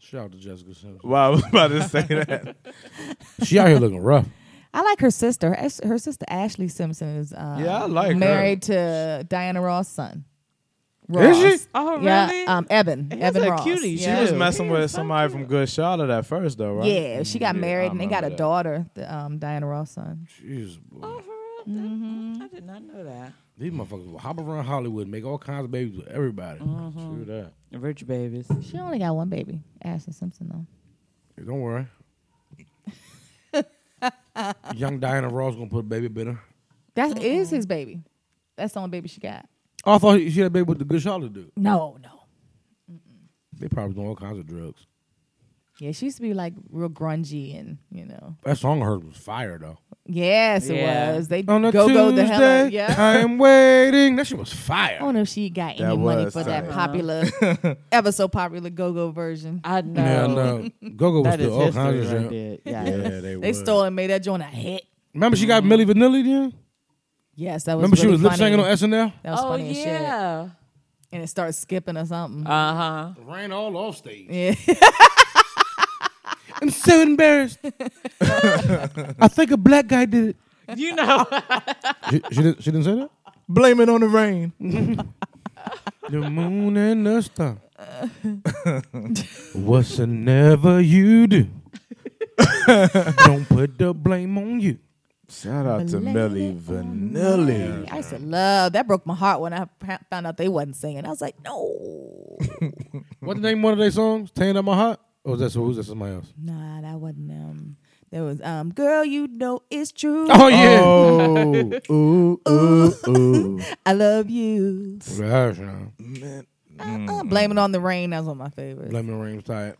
Speaker 3: Shout out to Jessica Simpson.
Speaker 4: Well, I was about to say that.
Speaker 3: She out here looking rough.
Speaker 2: I like her sister. Her, as- her sister Ashley Simpson is uh,
Speaker 4: Yeah, I like her.
Speaker 2: married to Diana Ross' son.
Speaker 3: Is she?
Speaker 5: Oh, really?
Speaker 2: Yeah, um, Evan.
Speaker 5: He's
Speaker 2: Evan
Speaker 5: a
Speaker 2: Ross.
Speaker 5: cutie.
Speaker 4: She
Speaker 5: Yeah.
Speaker 4: was
Speaker 5: Ew.
Speaker 4: messing
Speaker 5: He
Speaker 4: with
Speaker 5: is so
Speaker 4: somebody from Good Charlotte at first, though, right?
Speaker 2: Yeah, she got
Speaker 4: Yeah,
Speaker 2: married
Speaker 4: I
Speaker 2: and they got a
Speaker 4: remember that.
Speaker 2: daughter, the, um, Diana Ross' son.
Speaker 3: Jeez, boy.
Speaker 5: Oh, for real?
Speaker 2: mm-hmm.
Speaker 5: I did not know that.
Speaker 3: These motherfuckers will hop around Hollywood and make all kinds of babies with everybody.
Speaker 2: Mm-hmm.
Speaker 4: True that.
Speaker 5: Rich babies.
Speaker 2: She only got one baby, Ashley Simpson though.
Speaker 3: Hey, Don't worry. Young Diana Ross gonna put a baby in her.
Speaker 2: That is his baby. That's the only baby she got.
Speaker 3: Oh, I thought she had a baby with the good Charlotte dude.
Speaker 2: No, no.
Speaker 3: They probably doing all kinds of drugs.
Speaker 2: Yeah, she used to be like real grungy and you know.
Speaker 3: That song of hers was fire though.
Speaker 2: Yes,
Speaker 5: Yeah.
Speaker 2: it was. They
Speaker 3: On
Speaker 2: go
Speaker 3: a
Speaker 2: go the
Speaker 3: Tuesday,
Speaker 2: hell out. Yeah.
Speaker 3: I am waiting. That shit was fire.
Speaker 2: I don't know if she got any
Speaker 4: That
Speaker 2: money
Speaker 4: was
Speaker 2: for
Speaker 4: tight.
Speaker 2: that popular, ever so popular go-go version.
Speaker 5: I know.
Speaker 3: yeah, no. Go-Go was
Speaker 5: That is
Speaker 3: still all kinds
Speaker 5: history
Speaker 3: of
Speaker 5: right
Speaker 3: shit.
Speaker 5: there. Yeah.
Speaker 4: Yeah, they,
Speaker 2: They
Speaker 4: would.
Speaker 2: stole and made that joint a hit.
Speaker 3: Remember she got Millie Vanilli then?
Speaker 2: Yes, that was.
Speaker 3: Remember she
Speaker 2: really
Speaker 3: was lip syncing on
Speaker 2: funny.
Speaker 3: SNL?
Speaker 2: That was
Speaker 5: Oh,
Speaker 2: funny as shit.
Speaker 5: yeah.
Speaker 2: And it started skipping or something.
Speaker 5: Uh huh.
Speaker 3: Ran all off stage.
Speaker 2: yeah.
Speaker 3: I'm so embarrassed. I think a black guy did it.
Speaker 5: You know.
Speaker 3: She, she, didn't, she didn't say that?
Speaker 4: blame it on the rain.
Speaker 2: Mm.
Speaker 3: The moon and the star. What's a never you do? Don't put the blame on you.
Speaker 4: Shout out to
Speaker 2: Blame
Speaker 4: Millie
Speaker 2: it on
Speaker 4: Vanilli.
Speaker 2: me. I used to love that. Broke my heart when I pa- found out they wasn't singing. I was like, no,
Speaker 3: What the name of one of their songs? Tearing Up My Heart? Or was that, who's that somebody else?
Speaker 2: nah, that wasn't them. There was um, girl, you know it's true.
Speaker 3: Oh, yeah.
Speaker 4: Oh, ooh, ooh, ooh.
Speaker 2: I love you.
Speaker 3: Gosh, no.
Speaker 4: Mm.
Speaker 2: Uh, blame it on the rain. That was one of my favorites.
Speaker 3: Blame the Rain was tired.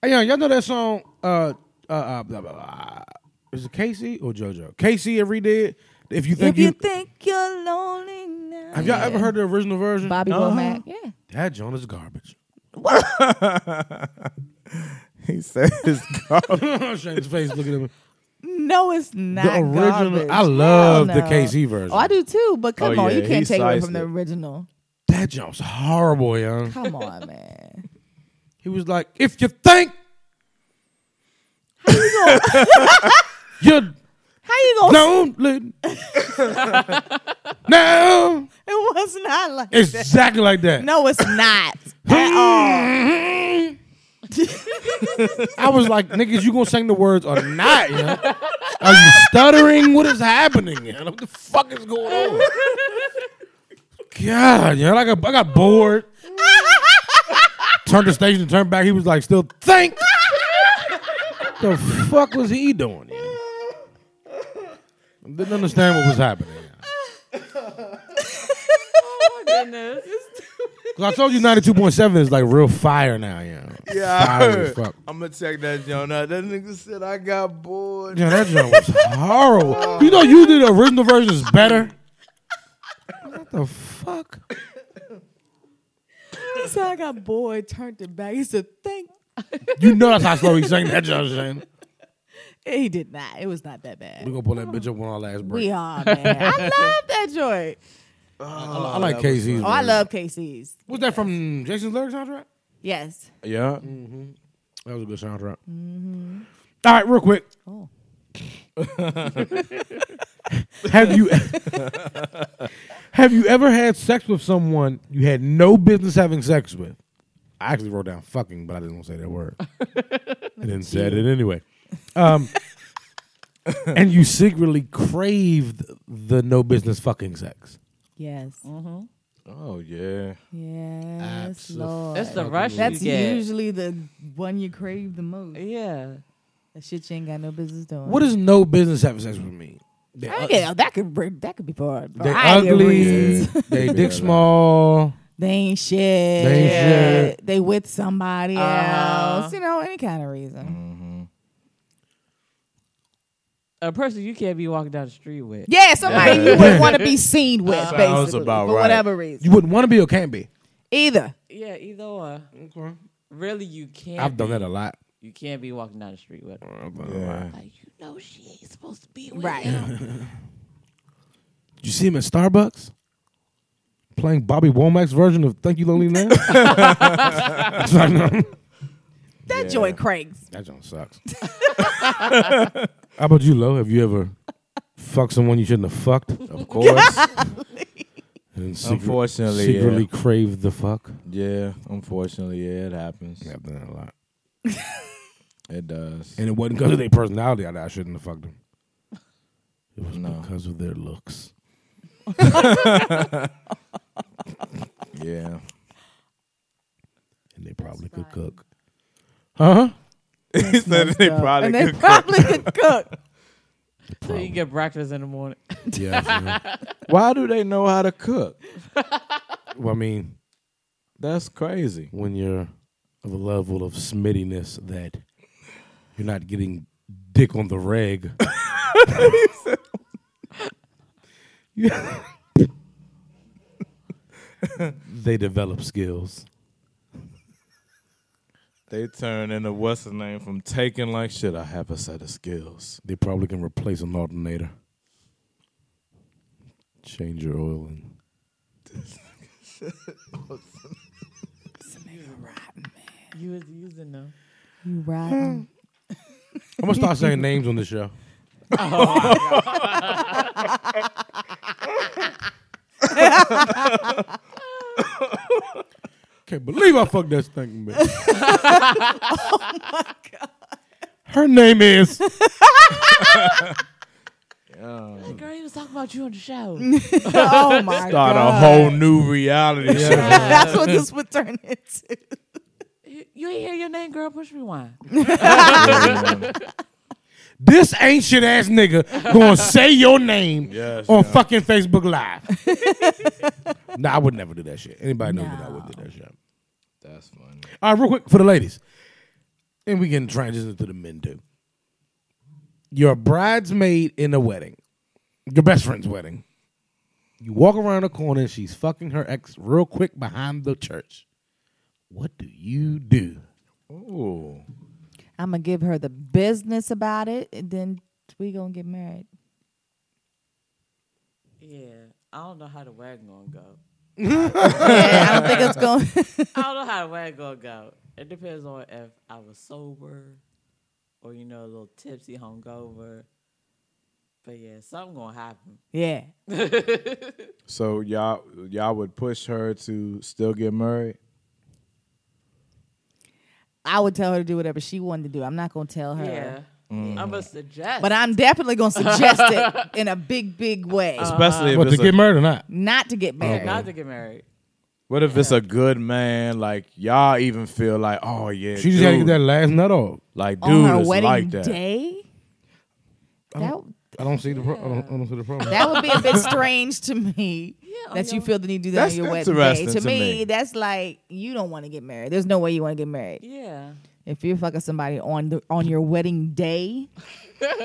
Speaker 3: Hey, y'all, y'all know that song? Uh, uh, uh, blah, blah, blah. Is it Casey or JoJo? Casey and redid. If you think
Speaker 2: if you,
Speaker 3: you,
Speaker 2: think you're lonely now,
Speaker 3: have y'all Uh-huh. ever heard the original version?
Speaker 2: Bobby Womack? Yeah.
Speaker 3: That John is garbage.
Speaker 4: He said his garbage.
Speaker 3: Shane's face looking at me.
Speaker 2: No, it's not.
Speaker 3: The original.
Speaker 2: garbage.
Speaker 3: I love
Speaker 2: Hell
Speaker 3: the
Speaker 2: no.
Speaker 3: KC version.
Speaker 2: Oh, I do too. But come
Speaker 4: Oh,
Speaker 2: on,
Speaker 4: yeah,
Speaker 2: you
Speaker 4: he
Speaker 2: can't take away
Speaker 4: sized
Speaker 2: from the
Speaker 4: it.
Speaker 2: original.
Speaker 3: That John's horrible, young.
Speaker 2: Come on, man.
Speaker 3: He was like, if you think you're
Speaker 2: How you gonna?
Speaker 3: No, Lynn. no,
Speaker 2: It was not like that.
Speaker 3: exactly like that.
Speaker 2: No, it's not.
Speaker 3: I was like, niggas, you gonna sing the words or not? You know? Are you stuttering? What is happening? You know? What the fuck is going on? God, you know, I got, I got bored. Turned the station, turned back. He was like, still think. the fuck was he doing? you know? Didn't understand what was happening.
Speaker 2: Oh,
Speaker 5: Goodness.
Speaker 3: 'Cause I told you 92.7 is like real fire now, you know.
Speaker 4: Yeah,
Speaker 3: Fire as fuck.
Speaker 4: I'm gonna check that joint out. That nigga said I got bored.
Speaker 3: Yeah, that joint was horrible. You know, usually the original version is better. What the fuck?
Speaker 2: so I got bored, turned it back. He said, "Thank."
Speaker 3: You know that's how slow he sang that joint. Shane.
Speaker 2: He did not. It was not that
Speaker 3: We
Speaker 2: bad.
Speaker 3: gonna pull that bitch up on our last break.
Speaker 2: We are man. I love that joint.
Speaker 3: I like KC's.
Speaker 2: Oh, I love KC's.
Speaker 3: Was that from Jason's lyrics soundtrack?
Speaker 2: Yes.
Speaker 4: Yeah.
Speaker 3: That was a good soundtrack. Mm-hmm. All right, real quick.
Speaker 2: Oh.
Speaker 3: have you have you ever had sex with someone you had no business having sex with? I actually wrote down fucking, but I didn't want to say that word. and then said it anyway. Um, and you secretly craved the no business fucking sex.
Speaker 2: Yes.
Speaker 4: Oh yeah.
Speaker 2: Yes.
Speaker 3: Abso-
Speaker 2: Lord.
Speaker 5: That's the rush
Speaker 2: That's
Speaker 5: you get.
Speaker 2: usually the one you crave the most.
Speaker 5: yeah.
Speaker 2: That shit you ain't got no business doing.
Speaker 3: What does no business having sex with mean? They,
Speaker 2: I
Speaker 3: u-
Speaker 2: think it- that could bring, that could be for a
Speaker 3: they
Speaker 2: variety of
Speaker 3: ugly.
Speaker 2: reasons.
Speaker 3: They dick small.
Speaker 2: They ain't shit.
Speaker 3: They ain't shit.
Speaker 2: They with somebody
Speaker 5: Uh-huh.
Speaker 2: else. You know, any kind of reason.
Speaker 5: A person you can't be walking down the street with.
Speaker 2: Yeah, somebody you would want to be seen with,
Speaker 4: Sounds
Speaker 2: basically,
Speaker 4: about
Speaker 2: for
Speaker 4: right.
Speaker 2: whatever reason.
Speaker 3: You wouldn't want to be or can't be.
Speaker 2: Either.
Speaker 5: Yeah, either or. Really, you can't.
Speaker 3: I've done
Speaker 5: be-
Speaker 3: that a lot.
Speaker 5: You can't be walking down the street with. her.
Speaker 4: Yeah.
Speaker 5: Like you know, she ain't supposed to be with.
Speaker 2: Right.
Speaker 5: him.
Speaker 3: Did you see him at Starbucks playing Bobby Womack's version of "Thank You Lonely Man"? It's like, no.
Speaker 2: That joint cranks.
Speaker 3: That joint sucks. How about you, Lo? Have you ever fucked someone you shouldn't have fucked
Speaker 4: Of course.
Speaker 3: and secret-
Speaker 4: Unfortunately,
Speaker 3: secretly craved the fuck?
Speaker 4: yeah. Unfortunately, yeah, it happens.
Speaker 3: Yeah, I've done that a lot,
Speaker 4: It does.
Speaker 3: and it wasn't because of their personality that I shouldn't have fucked them. It was
Speaker 4: No.
Speaker 3: because of their looks.
Speaker 4: yeah.
Speaker 3: And they probably could cook. Huh?
Speaker 4: he said they probably
Speaker 2: and they
Speaker 4: could cook.
Speaker 2: probably could cook.
Speaker 5: So you get breakfast in the morning.
Speaker 3: Yeah. I feel-
Speaker 4: Why do they know how to cook?
Speaker 3: well, I mean,
Speaker 4: That's crazy.
Speaker 3: when you're of a level of smittiness that you're not getting dick on the reg. You- they develop skills.
Speaker 4: They turn into what's the name from taking like shit. I have a set of skills.
Speaker 3: They probably can replace an alternator. Change your oil and
Speaker 5: You was using them.
Speaker 2: You rotten.
Speaker 3: I'm gonna start saying names on the show. Can't believe I fucked that stinking bitch. oh my god. Her name is.
Speaker 5: Like, girl, he was talking about you on the show.
Speaker 2: oh my
Speaker 4: Start a
Speaker 2: god.
Speaker 4: whole new reality show.
Speaker 2: That's what this would turn into.
Speaker 5: you you ain't hear your name, girl. Push rewind.
Speaker 3: This ancient ass nigga gonna say your name
Speaker 4: Yes,
Speaker 3: on
Speaker 4: yeah.
Speaker 3: fucking Facebook Live. nah, I would never do that shit. Anybody knows that I would do that shit.
Speaker 4: That's funny.
Speaker 3: All right, real quick for the ladies, and we can transition to the men too. You're a bridesmaid in a wedding, your best friend's wedding. You walk around the corner, and she's fucking her ex real quick behind the church. What do you do?
Speaker 4: Ooh.
Speaker 2: I'm gonna give her the business about it, and then we gonna get married.
Speaker 5: Yeah, I don't know how the wagon gonna go.
Speaker 2: Yeah, I don't think it's going.
Speaker 5: I don't know how the wagon gonna go. It depends on if I was sober, or you know, a little tipsy, hungover. But yeah, something gonna happen.
Speaker 2: Yeah.
Speaker 4: So y'all y'all would push her to still get married.
Speaker 2: I would tell her to do whatever she wanted to do. I'm not gonna tell her.
Speaker 5: Yeah, I'm gonna suggest.
Speaker 2: Uh-huh. Mm. But I'm definitely gonna suggest it in a big, big way.
Speaker 4: Especially
Speaker 3: But
Speaker 4: if
Speaker 3: to
Speaker 4: it's a,
Speaker 3: get married or not?
Speaker 2: Not to get married.
Speaker 5: not to get married.
Speaker 4: what if it's a good man? Like y'all even feel like, oh yeah,
Speaker 3: She just
Speaker 4: dude,
Speaker 3: had to get that last nut off.
Speaker 4: like
Speaker 2: on
Speaker 4: dude
Speaker 2: her
Speaker 4: is
Speaker 2: wedding
Speaker 4: like that.
Speaker 2: day. That
Speaker 3: I don't see the pro- I, don't, I don't see the problem.
Speaker 2: that would be a bit strange to me
Speaker 5: on
Speaker 2: that you
Speaker 5: your-
Speaker 2: feel the need to do that
Speaker 4: That's
Speaker 2: on your wedding day.
Speaker 4: interesting
Speaker 2: To,
Speaker 4: to
Speaker 2: me,
Speaker 4: me.
Speaker 2: that's like you don't want to get married. There's no way you want to get married.
Speaker 5: Yeah,
Speaker 2: If you're fucking somebody on the on your wedding day,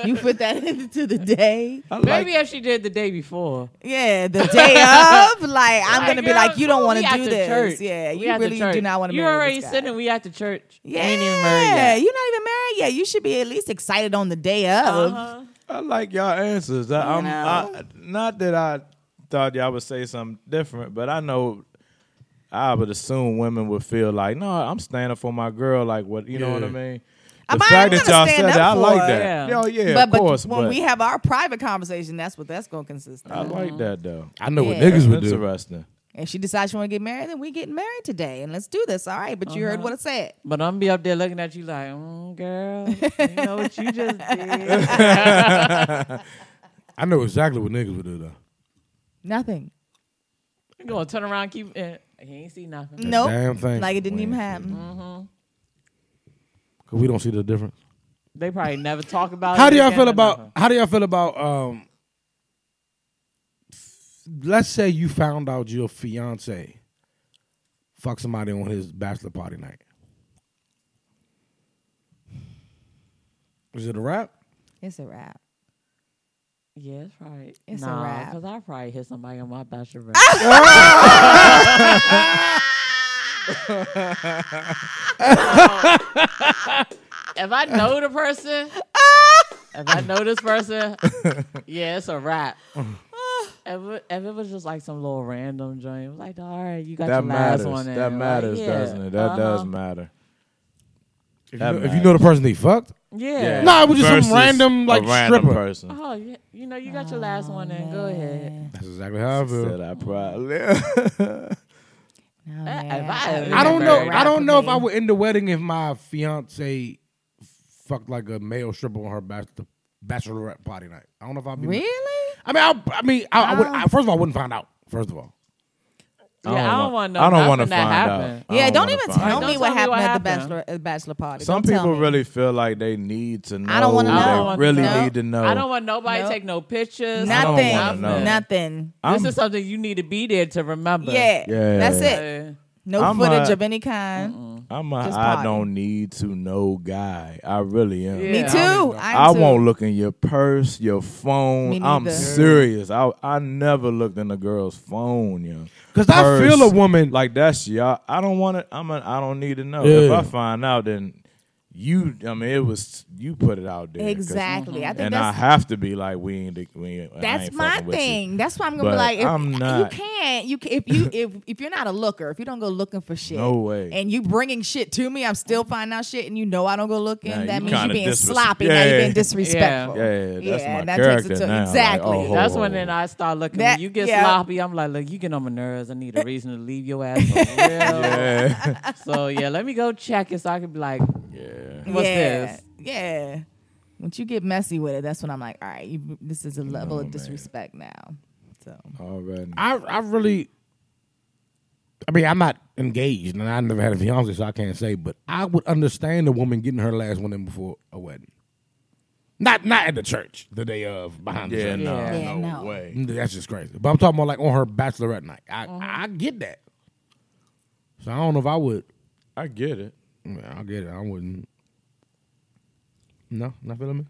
Speaker 2: you put that into the day.
Speaker 4: I
Speaker 5: maybe
Speaker 4: like,
Speaker 5: if she did the day before.
Speaker 2: Yeah, the day of. Like I'm
Speaker 5: Like,
Speaker 2: gonna be
Speaker 5: girl,
Speaker 2: like, you don't
Speaker 5: we
Speaker 2: want
Speaker 5: at
Speaker 2: to do
Speaker 5: the
Speaker 2: this.
Speaker 5: church.
Speaker 2: Yeah,
Speaker 5: We
Speaker 2: you
Speaker 5: at the
Speaker 2: really do
Speaker 5: church.
Speaker 2: not want to.
Speaker 5: You
Speaker 2: marry
Speaker 5: already
Speaker 2: this guy.
Speaker 5: sitting. We at the church. We
Speaker 2: Yeah,
Speaker 5: ain't even married yet.
Speaker 2: you're not even married yet. You should be at least excited on the day of.
Speaker 5: Uh-huh.
Speaker 4: I like y'all answers. I, I'm I, not that I thought y'all would say something different, but I know I would assume women would feel like, no, I'm standing for my girl. Like what you know what I
Speaker 3: Yeah.
Speaker 4: mean.
Speaker 2: I
Speaker 4: The
Speaker 2: might
Speaker 4: fact
Speaker 2: wanna
Speaker 4: that y'all
Speaker 2: stand
Speaker 4: said
Speaker 2: up
Speaker 4: that, I
Speaker 2: for
Speaker 4: like
Speaker 2: her.
Speaker 4: that.
Speaker 5: Yeah.
Speaker 4: Yo, yeah,
Speaker 2: but,
Speaker 4: of
Speaker 2: but
Speaker 4: course.
Speaker 2: when
Speaker 4: but
Speaker 2: we have our private conversation, that's what that's gonna consist
Speaker 4: I
Speaker 2: of.
Speaker 4: like that though.
Speaker 3: I know what
Speaker 2: Yeah.
Speaker 3: niggas would
Speaker 4: That's
Speaker 3: do.
Speaker 4: interesting.
Speaker 2: If she decides she want to get married, then we getting married today, and let's do this. All right, but you heard what I said.
Speaker 5: But I'm be up there looking at you like, mm, girl, you know what you just did.
Speaker 3: I know exactly what niggas would do though.
Speaker 2: Nothing.
Speaker 5: you gonna turn around, keep it. He ain't see nothing.
Speaker 2: Nope.
Speaker 3: damn thing.
Speaker 2: Like it didn't even
Speaker 4: Wayne
Speaker 2: happen.
Speaker 3: Cause we don't see the difference.
Speaker 5: They probably never talk
Speaker 2: Oh,
Speaker 5: about.
Speaker 3: How
Speaker 5: it
Speaker 3: do y'all
Speaker 5: again
Speaker 3: feel
Speaker 5: or
Speaker 3: about?
Speaker 5: nothing.
Speaker 3: How do y'all feel about? Um, let's say you found out your fiance fucked somebody on his bachelor party night. Is it a wrap?
Speaker 2: It's a wrap.
Speaker 5: Yeah, it's probably.
Speaker 2: It's a
Speaker 5: nah,
Speaker 2: wrap.
Speaker 5: Cause I probably hit somebody on my bachelorette. if I know the person, if I know this person, yeah, it's a wrap. If it, if it was just like some little random joint, like, all right, you got
Speaker 4: That
Speaker 5: your last
Speaker 4: matters.
Speaker 5: one. in.
Speaker 4: That
Speaker 5: Like,
Speaker 4: matters,
Speaker 5: yeah,
Speaker 4: doesn't it? That
Speaker 5: uh-huh.
Speaker 4: does matter.
Speaker 3: If you,
Speaker 4: That
Speaker 3: know, if you know the person they fucked,
Speaker 5: Yeah.
Speaker 3: Nah, it was just some
Speaker 4: Versus
Speaker 3: random,
Speaker 4: a
Speaker 3: like,
Speaker 4: random
Speaker 3: stripper.
Speaker 4: person.
Speaker 5: Oh, yeah. You know, you got your
Speaker 2: Oh,
Speaker 5: last one in. Go ahead.
Speaker 3: that's exactly how I feel.
Speaker 4: Said I probably.
Speaker 2: No, man.
Speaker 5: That- if I-
Speaker 2: would
Speaker 5: I
Speaker 3: I
Speaker 2: be very
Speaker 3: don't know.
Speaker 5: Remember, right?
Speaker 3: I
Speaker 2: wrap for
Speaker 3: don't know if
Speaker 2: me.
Speaker 3: I would end the wedding if my fiance fucked like a male stripper on her bachelor bachelorette party night. I don't know if I'd be.
Speaker 2: Really?
Speaker 3: I mean, I, I mean, I, I would. I, first of all, I wouldn't find out. First of all,
Speaker 5: Yeah, I don't want to know.
Speaker 4: I don't
Speaker 5: want to
Speaker 4: find out. I
Speaker 2: Yeah, don't
Speaker 4: wanna
Speaker 2: even
Speaker 4: find
Speaker 2: tell
Speaker 4: out.
Speaker 2: me
Speaker 5: Don't
Speaker 2: what
Speaker 5: tell me
Speaker 2: happened
Speaker 5: what
Speaker 2: at the
Speaker 5: happened.
Speaker 2: bachelor uh, bachelor party.
Speaker 4: Some
Speaker 2: Don't tell
Speaker 4: people
Speaker 2: me.
Speaker 4: really feel like they need to know.
Speaker 2: I don't wanna
Speaker 5: I
Speaker 2: know.
Speaker 5: don't
Speaker 4: They
Speaker 5: want
Speaker 4: really
Speaker 5: to know.
Speaker 4: need to know.
Speaker 5: I don't want nobody
Speaker 2: Nope.
Speaker 5: to take no pictures.
Speaker 4: I don't
Speaker 2: nothing.
Speaker 4: wanna know.
Speaker 2: Nothing.
Speaker 4: I'm-
Speaker 5: this is something you need to be there to remember.
Speaker 2: Yeah.
Speaker 4: Yeah.
Speaker 2: That's it.
Speaker 5: Uh,
Speaker 2: No
Speaker 4: I'm
Speaker 2: footage
Speaker 4: a-
Speaker 2: of any kind.
Speaker 4: I'm a
Speaker 2: Just
Speaker 4: I
Speaker 2: potty.
Speaker 4: don't need to know guy. I really am.
Speaker 5: Yeah.
Speaker 2: Me
Speaker 5: I
Speaker 2: too.
Speaker 5: don't
Speaker 2: I'm
Speaker 4: I
Speaker 2: too.
Speaker 4: won't look in your purse, your
Speaker 2: Me
Speaker 4: phone. I'm
Speaker 2: neither.
Speaker 4: serious. I I never looked in a girl's phone, yo.
Speaker 3: because I
Speaker 4: Purse.
Speaker 3: feel a woman like
Speaker 4: Like that's y'all. I don't want to. I'm. A, I don't need to know. If
Speaker 3: Yeah.
Speaker 4: I find out, then you. I mean, it was you put it out there 'cause- Mm-hmm.
Speaker 2: Exactly. I think
Speaker 4: And I
Speaker 2: that's
Speaker 4: have to be like, we ain't. We ain't I
Speaker 2: that's
Speaker 4: ain't
Speaker 2: my
Speaker 4: fucking with you.
Speaker 2: thing. That's why I'm gonna be
Speaker 4: But
Speaker 2: like, if,
Speaker 4: I'm not.
Speaker 2: you can't, you can, if you if if you're not a looker, if you don't go looking for shit,
Speaker 4: No way.
Speaker 2: and you bringing shit to me, I'm still finding out shit, and you know I don't go looking.
Speaker 4: Nah,
Speaker 2: that
Speaker 4: you
Speaker 2: means you
Speaker 4: kinda
Speaker 2: being
Speaker 4: disres-
Speaker 2: sloppy. now
Speaker 4: Yeah.
Speaker 2: you're being
Speaker 4: Yeah.
Speaker 2: disrespectful.
Speaker 4: Yeah, yeah, that's my
Speaker 2: and that
Speaker 4: character
Speaker 2: takes it to
Speaker 4: now. Like,
Speaker 2: exactly.
Speaker 4: oh, hold
Speaker 5: That's
Speaker 4: Oh.
Speaker 5: when then I start looking.
Speaker 2: That-
Speaker 5: when you get
Speaker 2: yeah.
Speaker 5: sloppy, I'm like, look, you get on my nerves. I need a reason to leave your ass. For real.
Speaker 4: Yeah.
Speaker 5: So yeah, let me go check it so I can be like,
Speaker 4: yeah.
Speaker 5: what's
Speaker 2: yeah,
Speaker 5: this?
Speaker 2: yeah. Once you get messy with it, that's when I'm like, all right, you, this is a level of
Speaker 4: man.
Speaker 2: disrespect now. So
Speaker 4: Already.
Speaker 3: I, I really. I mean, I'm not engaged, and I never had a fiance, so I can't say. But I would understand a woman getting her last one in before a wedding. Not not at the church the day of behind the
Speaker 4: Yeah,
Speaker 3: church.
Speaker 4: no,
Speaker 5: Yeah,
Speaker 4: no,
Speaker 2: no.
Speaker 4: way.
Speaker 3: That's just crazy. But I'm talking about like on her bachelorette night. I I get that. So I don't know if I would.
Speaker 4: I get it.
Speaker 3: I, mean, I get it. I wouldn't. No, not feeling me.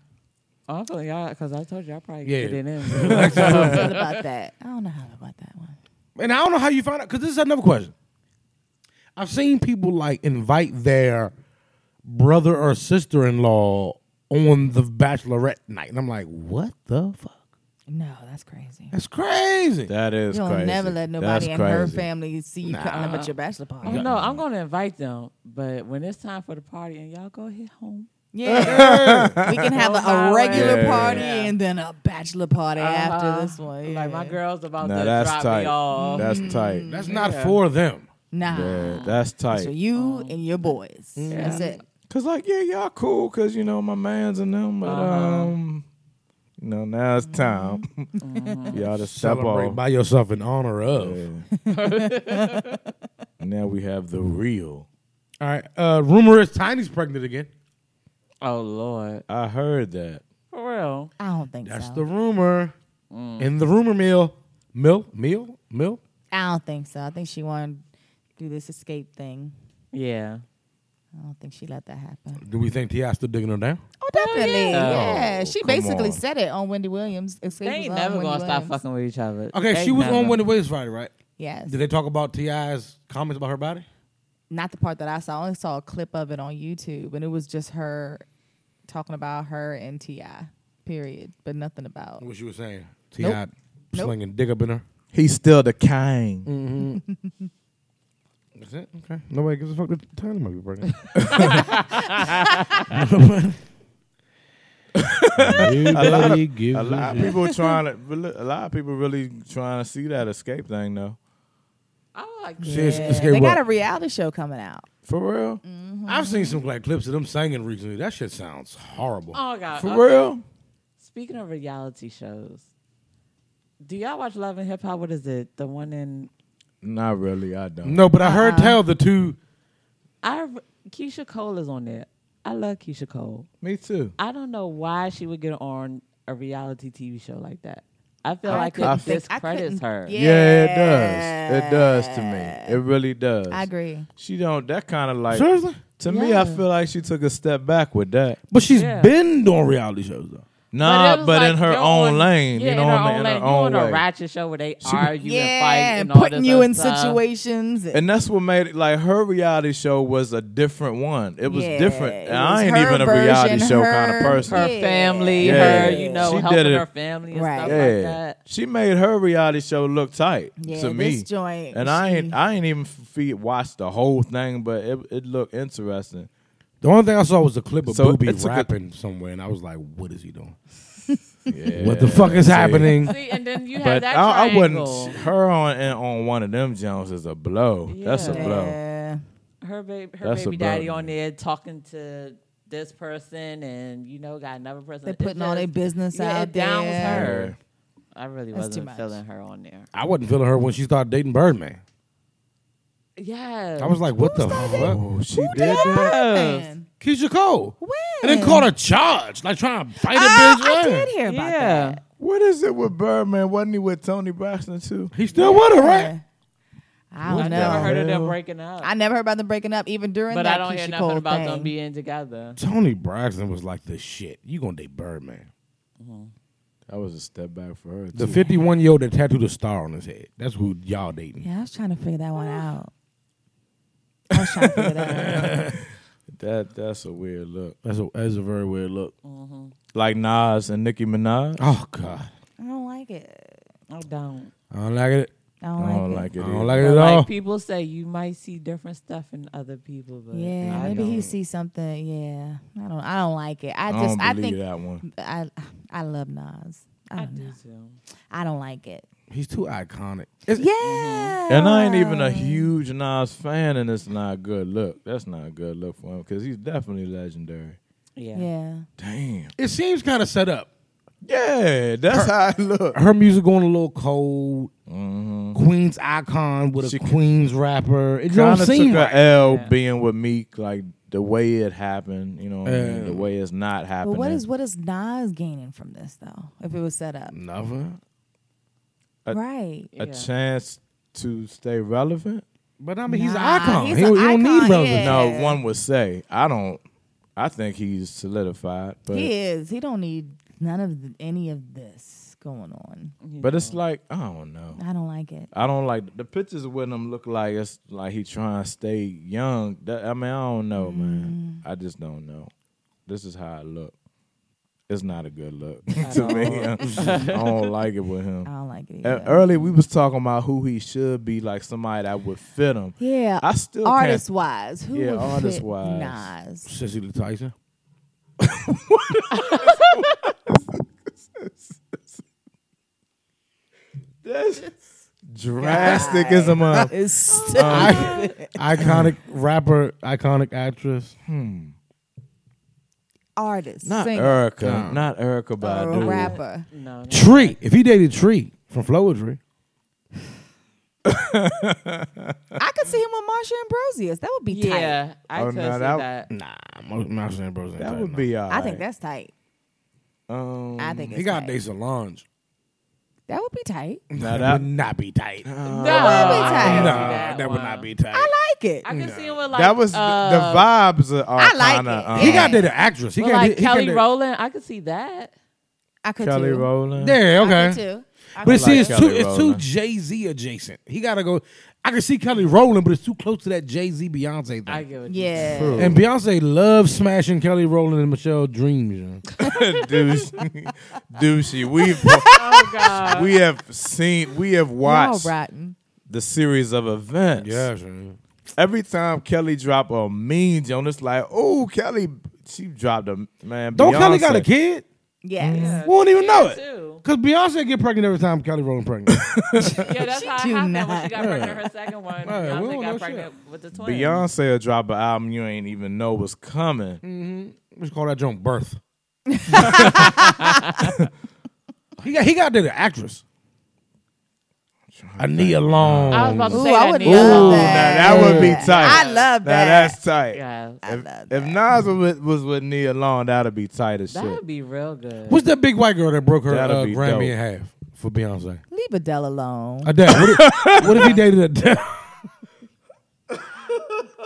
Speaker 5: Oh, I'm feeling y'all because I told you I probably
Speaker 3: Yeah.
Speaker 5: get it in.
Speaker 2: I don't feel about that. I don't know how I feel about that one.
Speaker 3: And I don't know how you found out because this is another question. I've seen people like invite their brother or sister in law on the bachelorette night, and I'm like, what the fuck?
Speaker 2: No, that's crazy.
Speaker 3: That's crazy.
Speaker 4: That is
Speaker 2: You don't
Speaker 4: crazy.
Speaker 2: never let
Speaker 4: That's
Speaker 2: nobody in
Speaker 4: crazy.
Speaker 2: her family see you cutting up at your bachelor
Speaker 5: oh
Speaker 2: party.
Speaker 5: no, I'm gonna invite them, but when it's time for the party and y'all go hit home,
Speaker 2: Yeah, we can have a, a regular
Speaker 4: Yeah.
Speaker 2: party
Speaker 5: Yeah.
Speaker 2: and then a bachelor party
Speaker 5: Uh-huh.
Speaker 2: after this one.
Speaker 5: Like my
Speaker 2: yeah.
Speaker 5: girl's about
Speaker 4: Now
Speaker 5: to
Speaker 4: that's
Speaker 5: drop
Speaker 4: tight.
Speaker 5: me off.
Speaker 4: That's
Speaker 2: Mm-hmm.
Speaker 4: tight.
Speaker 3: That's not for them.
Speaker 2: Nah,
Speaker 4: yeah, that's
Speaker 2: so
Speaker 4: tight.
Speaker 2: you
Speaker 5: Uh-huh.
Speaker 2: and your boys. That's it.
Speaker 4: Cause like yeah, y'all cool. Cause you know my man's and them, but
Speaker 2: Uh-huh.
Speaker 4: um, you know now it's time.
Speaker 2: Mm-hmm.
Speaker 4: y'all to step
Speaker 3: Celebrate
Speaker 4: off.
Speaker 3: by yourself in honor of.
Speaker 4: Yeah. now we have the real.
Speaker 3: All right. Uh, rumor is Tiny's pregnant again.
Speaker 5: oh Lord,
Speaker 4: I heard that.
Speaker 5: for real.
Speaker 2: I don't think
Speaker 3: That's
Speaker 2: so.
Speaker 3: the rumor.
Speaker 5: Mm.
Speaker 3: In the rumor mill, mill, mill, mill.
Speaker 2: I don't think so. I think she wanted to do this escape thing.
Speaker 5: Yeah.
Speaker 2: I don't think she let that happen.
Speaker 3: Do we think Ti still digging her down?
Speaker 2: Oh, definitely.
Speaker 5: yeah.
Speaker 2: yeah,
Speaker 4: Oh,
Speaker 2: she
Speaker 4: come
Speaker 2: basically
Speaker 4: on.
Speaker 2: said it on Wendy Williams. Escape
Speaker 5: They ain't
Speaker 2: was on
Speaker 5: never
Speaker 2: Wendy
Speaker 5: gonna stop
Speaker 2: Williams.
Speaker 5: fucking with each other.
Speaker 3: Okay,
Speaker 5: They
Speaker 3: she was
Speaker 5: never.
Speaker 3: on Wendy Williams Friday, right?
Speaker 2: Yes.
Speaker 3: Did they talk about Ti's comments about her body?
Speaker 2: not the part that I saw. I only saw a clip of it on YouTube, and it was just her talking about her and Ti. Period, but nothing about.
Speaker 3: What she was saying? Ti
Speaker 2: Nope. Nope.
Speaker 3: slinging dig up in her.
Speaker 4: He's still the king.
Speaker 5: Mm.
Speaker 3: That's it. Okay. Nobody gives a fuck that Tiny might be pregnant. Nobody gives
Speaker 4: A lot of people trying to. really- A lot of people really trying to see that escape thing though.
Speaker 5: I like
Speaker 3: She is-
Speaker 2: Yeah,
Speaker 3: escape
Speaker 2: They
Speaker 3: what?
Speaker 2: got a reality show coming out.
Speaker 4: For real.
Speaker 5: Mm.
Speaker 3: I've seen some like clips of them singing recently. That shit sounds horrible.
Speaker 5: Oh God.
Speaker 4: For
Speaker 5: okay.
Speaker 4: real.
Speaker 5: Speaking of reality shows, do y'all watch Love and Hip Hop? What is it? The one in
Speaker 4: Not really. I don't.
Speaker 3: No, but I heard tell the two.
Speaker 5: I Keisha Cole is on there. I love Keisha Cole.
Speaker 4: Me too.
Speaker 5: I don't know why she would get on a reality TV show like that. I feel
Speaker 2: I
Speaker 5: like
Speaker 2: couldn't
Speaker 5: it
Speaker 2: think- I
Speaker 5: discredits
Speaker 2: couldn't-
Speaker 5: her.
Speaker 2: yeah.
Speaker 4: Yeah. it does. It does to me. It really does.
Speaker 2: I agree.
Speaker 4: She don't. That kind of like.
Speaker 3: Seriously?
Speaker 4: To me, I
Speaker 5: Yeah.
Speaker 4: feel like she took a step back with that.
Speaker 3: But she's
Speaker 5: Yeah.
Speaker 3: been doing reality shows though.
Speaker 4: Nah,
Speaker 5: it was
Speaker 4: but
Speaker 5: like
Speaker 4: in her
Speaker 5: you're
Speaker 4: own
Speaker 5: on-
Speaker 4: lane,
Speaker 5: yeah,
Speaker 4: you know,
Speaker 5: in
Speaker 4: what
Speaker 5: her
Speaker 4: I'm
Speaker 5: own
Speaker 4: saying?
Speaker 5: lane.
Speaker 4: in her
Speaker 5: You
Speaker 4: own
Speaker 5: on a
Speaker 4: way.
Speaker 5: ratio show where they argue and fight
Speaker 2: yeah,
Speaker 5: and all
Speaker 2: putting
Speaker 5: this
Speaker 2: you
Speaker 5: other
Speaker 2: in
Speaker 5: stuff.
Speaker 2: situations.
Speaker 4: And that's what made it like her reality show was a different one. It was
Speaker 2: Yeah,
Speaker 4: different.
Speaker 2: it
Speaker 4: And I
Speaker 2: was
Speaker 4: ain't
Speaker 2: her
Speaker 4: even a
Speaker 2: version,
Speaker 4: reality show kind
Speaker 2: her-
Speaker 4: of person.
Speaker 5: Her
Speaker 2: Yeah.
Speaker 5: family,
Speaker 4: Yeah.
Speaker 5: her, you know,
Speaker 4: She
Speaker 5: helping
Speaker 4: did it.
Speaker 5: her family and
Speaker 2: Right.
Speaker 5: stuff
Speaker 4: yeah,
Speaker 5: like that.
Speaker 4: she made her reality show look tight
Speaker 2: Yeah,
Speaker 4: to me.
Speaker 2: this joint,
Speaker 4: and I
Speaker 2: she-
Speaker 4: ain't, I ain't even feed, watched the whole thing, but it, it looked interesting.
Speaker 3: The only thing I saw was a clip of
Speaker 4: So
Speaker 3: Booby
Speaker 4: it's a good-
Speaker 3: rapping somewhere, and I was like, "What is he doing?
Speaker 4: Yeah,
Speaker 3: What the fuck is
Speaker 4: see.
Speaker 3: happening?"
Speaker 5: See, and then you have
Speaker 4: But
Speaker 5: that
Speaker 4: I, I wouldn't.
Speaker 5: triangle.
Speaker 4: Her on and on one of them Jones is a blow. That's a
Speaker 5: Yeah.
Speaker 4: blow.
Speaker 2: yeah.
Speaker 5: her baby, her
Speaker 4: That's
Speaker 5: baby
Speaker 4: a brother,
Speaker 5: daddy
Speaker 4: man.
Speaker 5: on there talking to this person, and you know, got another person.
Speaker 2: They
Speaker 5: It's
Speaker 2: putting all their
Speaker 5: just-
Speaker 2: business
Speaker 5: yeah,
Speaker 2: out
Speaker 5: it downs
Speaker 2: there.
Speaker 5: her. I really
Speaker 2: That's too
Speaker 5: wasn't
Speaker 2: much.
Speaker 5: feeling her on there.
Speaker 3: I wasn't feeling her when she started dating Birdman.
Speaker 5: Yeah,
Speaker 3: I was like, "What the fuck?"
Speaker 4: Oh, she did that.
Speaker 2: Man,
Speaker 3: Keisha Cole.
Speaker 2: When?
Speaker 3: And then caught a charge, like trying to fight a
Speaker 2: Ah,
Speaker 3: bitch.
Speaker 2: I
Speaker 3: yeah.
Speaker 2: did hear about
Speaker 5: yeah.
Speaker 2: that.
Speaker 4: What is it with Birdman? Wasn't he with Tony Braxton too?
Speaker 3: He still with her,
Speaker 2: Yeah.
Speaker 3: right?
Speaker 2: I don't
Speaker 5: I
Speaker 2: know.
Speaker 5: never heard of them
Speaker 4: Hell.
Speaker 5: breaking up,
Speaker 2: I never heard about them breaking up, even during
Speaker 5: but
Speaker 2: that
Speaker 5: I don't
Speaker 2: Keisha
Speaker 5: hear nothing
Speaker 2: Cole
Speaker 5: about
Speaker 2: thing.
Speaker 5: them being together.
Speaker 3: Tony Braxton was like the shit. You gonna date Birdman?
Speaker 4: That was a step back for her.
Speaker 3: The
Speaker 4: too.
Speaker 3: fifty-one year old that tattooed a star on his head. That's who y'all dating.
Speaker 2: yeah, I was trying to figure that one out. I was trying to figure that out.
Speaker 4: That that's a weird look.
Speaker 3: That's a that's a very weird look.
Speaker 4: Like Nas and Nicki Minaj.
Speaker 3: Oh God,
Speaker 2: I don't like it.
Speaker 5: I don't.
Speaker 3: I don't like it.
Speaker 2: I don't,
Speaker 4: I don't
Speaker 2: like it.
Speaker 4: Oh, like it.
Speaker 3: I
Speaker 4: either.
Speaker 3: don't like it
Speaker 5: But
Speaker 3: at all.
Speaker 5: like people say, you might see different stuff in other people, but
Speaker 2: Yeah,
Speaker 5: I
Speaker 2: maybe
Speaker 5: don't.
Speaker 2: he sees something. Yeah, I don't. I don't like it. I
Speaker 4: I
Speaker 2: just.
Speaker 4: don't
Speaker 2: I,
Speaker 4: believe
Speaker 2: think.
Speaker 4: that one.
Speaker 2: I. I love Nas. I
Speaker 5: I
Speaker 2: don't know.
Speaker 5: do too.
Speaker 2: I don't like it.
Speaker 3: He's too iconic. It's-
Speaker 2: Yeah.
Speaker 4: Mm-hmm. And I ain't even a huge Nas fan, and it's not a good look. That's not a good look for him because he's definitely legendary.
Speaker 5: Yeah.
Speaker 2: Yeah.
Speaker 4: Damn.
Speaker 3: It seems kind of set up.
Speaker 4: Yeah, that's how I look.
Speaker 3: Her music going a little cold. Queen's icon with a
Speaker 4: She-
Speaker 3: Queen's rapper. It
Speaker 4: Kind
Speaker 3: don't
Speaker 4: of took
Speaker 3: seem
Speaker 4: a
Speaker 3: right.
Speaker 4: L
Speaker 5: Yeah.
Speaker 4: being with Meek, like the way it happened. You know, what I mean?
Speaker 3: Yeah.
Speaker 4: the way it's not
Speaker 2: But
Speaker 4: happening.
Speaker 2: what is what is Nas gaining from this though? If it was set up
Speaker 3: Nothing.
Speaker 4: Mm, I-
Speaker 2: right.
Speaker 4: a
Speaker 5: Yeah.
Speaker 4: chance to stay relevant?
Speaker 3: But I mean, he's an
Speaker 2: Nah,
Speaker 3: icon.
Speaker 2: he's
Speaker 3: he,
Speaker 2: an
Speaker 3: he don't
Speaker 2: icon,
Speaker 3: need relevance.
Speaker 2: yeah.
Speaker 4: No, one would say I don't. I think he's solidified, but
Speaker 2: He is. He don't need none of the, any of this going on.
Speaker 4: but it's like I don't know.
Speaker 2: I don't like it.
Speaker 4: I don't like the pictures of with him look like it's like he trying to stay young. That- I mean, I don't know, man.
Speaker 2: Mm.
Speaker 4: I just don't know. This is how I look. It's not a good look to me. I don't like it with
Speaker 2: I
Speaker 4: him.
Speaker 2: don't like it.
Speaker 4: And
Speaker 2: Either.
Speaker 4: earlier we was talking about who he should be, like somebody that would fit him.
Speaker 2: yeah.
Speaker 4: I still can't-
Speaker 2: artist wise, who would
Speaker 4: Yeah,
Speaker 2: fit
Speaker 4: artist-wise.
Speaker 2: Nas?
Speaker 3: Cicely Tyson.
Speaker 4: That's drastic as a mother.
Speaker 2: It's
Speaker 3: I- iconic rapper, iconic actress.
Speaker 2: artist,
Speaker 4: Not
Speaker 2: singer,
Speaker 4: Erica.
Speaker 3: Nah.
Speaker 4: Not Erica
Speaker 2: or
Speaker 4: Badu.
Speaker 2: rapper.
Speaker 5: No, no.
Speaker 3: Tree. If he dated Tree from Flowetry,
Speaker 2: I could see him with Marsha Ambrosius. That would be tight.
Speaker 5: yeah, I
Speaker 4: Oh,
Speaker 5: could
Speaker 4: no,
Speaker 5: see
Speaker 4: that-
Speaker 5: that.
Speaker 3: nah, Miles and Bros.
Speaker 4: That would be all
Speaker 2: I think
Speaker 4: right.
Speaker 2: that's tight.
Speaker 4: Um,
Speaker 2: I think it's
Speaker 3: He got
Speaker 2: tight.
Speaker 3: to date Solange.
Speaker 2: That would be tight.
Speaker 4: now
Speaker 3: That
Speaker 4: that-
Speaker 3: would not be tight.
Speaker 5: No,
Speaker 2: tight.
Speaker 3: nah,
Speaker 5: I could see
Speaker 3: that, would
Speaker 5: one.
Speaker 3: not be tight.
Speaker 2: I like it.
Speaker 5: I could see him with like
Speaker 4: that was the-
Speaker 5: uh,
Speaker 4: the vibes are
Speaker 2: I like
Speaker 4: kinda,
Speaker 2: it.
Speaker 4: um,
Speaker 3: he got to date an actress. He
Speaker 5: with,
Speaker 3: got
Speaker 5: like
Speaker 3: he got
Speaker 5: Kelly
Speaker 3: to-
Speaker 5: Rowland. I could see that.
Speaker 2: I could
Speaker 4: Kelly
Speaker 2: too.
Speaker 4: Rowland.
Speaker 3: Yeah,
Speaker 2: I could
Speaker 3: okay.
Speaker 2: too. I
Speaker 3: But
Speaker 2: could
Speaker 3: see,
Speaker 4: like
Speaker 3: it's too
Speaker 4: Kelly
Speaker 3: it's too
Speaker 4: Rowland.
Speaker 3: Jay Z adjacent. He gotta go. I can see Kelly rolling, but it's too close to that Jay Z Beyonce thing.
Speaker 5: I get what you
Speaker 2: yeah.
Speaker 4: True.
Speaker 3: and Beyonce loves smashing Kelly Rowland and Michelle Dreams. you know.
Speaker 4: douchey, douchey. We've
Speaker 5: Oh God.
Speaker 4: we have seen we have
Speaker 2: You're all
Speaker 4: watched
Speaker 2: rotten.
Speaker 4: the series of events.
Speaker 3: sure.
Speaker 4: Every time Kelly drop a mean joint, it's like, oh Kelly, she dropped a man.
Speaker 3: Don't Kelly
Speaker 4: Beyonce.
Speaker 3: got a kid?
Speaker 2: Yes.
Speaker 3: We don't even know it.
Speaker 5: Too.
Speaker 3: Cause Beyonce get pregnant every time Kelly Rowland pregnant.
Speaker 5: Yeah, that's how it
Speaker 2: do
Speaker 5: happened when she
Speaker 2: not.
Speaker 5: got pregnant her second
Speaker 3: Right, we
Speaker 5: one.
Speaker 3: don't know
Speaker 5: Beyonce got pregnant with the twins.
Speaker 4: Beyonce will drop an album you ain't even know was coming.
Speaker 3: Let's call that joint birth. he got he got to date an actress. Ania Long.
Speaker 5: I was about to
Speaker 2: Ooh,
Speaker 5: say
Speaker 2: I
Speaker 5: that
Speaker 2: would
Speaker 5: name.
Speaker 2: love
Speaker 4: Ooh, now
Speaker 2: that.
Speaker 4: that would be
Speaker 2: Yeah.
Speaker 4: tight.
Speaker 2: I love
Speaker 4: Now
Speaker 2: that.
Speaker 4: that's tight.
Speaker 5: Yeah,
Speaker 2: I
Speaker 4: If,
Speaker 2: love
Speaker 4: if
Speaker 2: that.
Speaker 4: Nas was with, was with Nia Long, that'd be tight as
Speaker 5: that
Speaker 4: shit.
Speaker 5: would be real good.
Speaker 3: What's that big white girl that broke her
Speaker 4: That'll
Speaker 3: uh,
Speaker 4: be
Speaker 3: Grammy
Speaker 4: dope.
Speaker 3: in half for Beyonce?
Speaker 2: Leave Adele alone.
Speaker 3: Adele. What if, what if he dated Adele?
Speaker 5: Uh,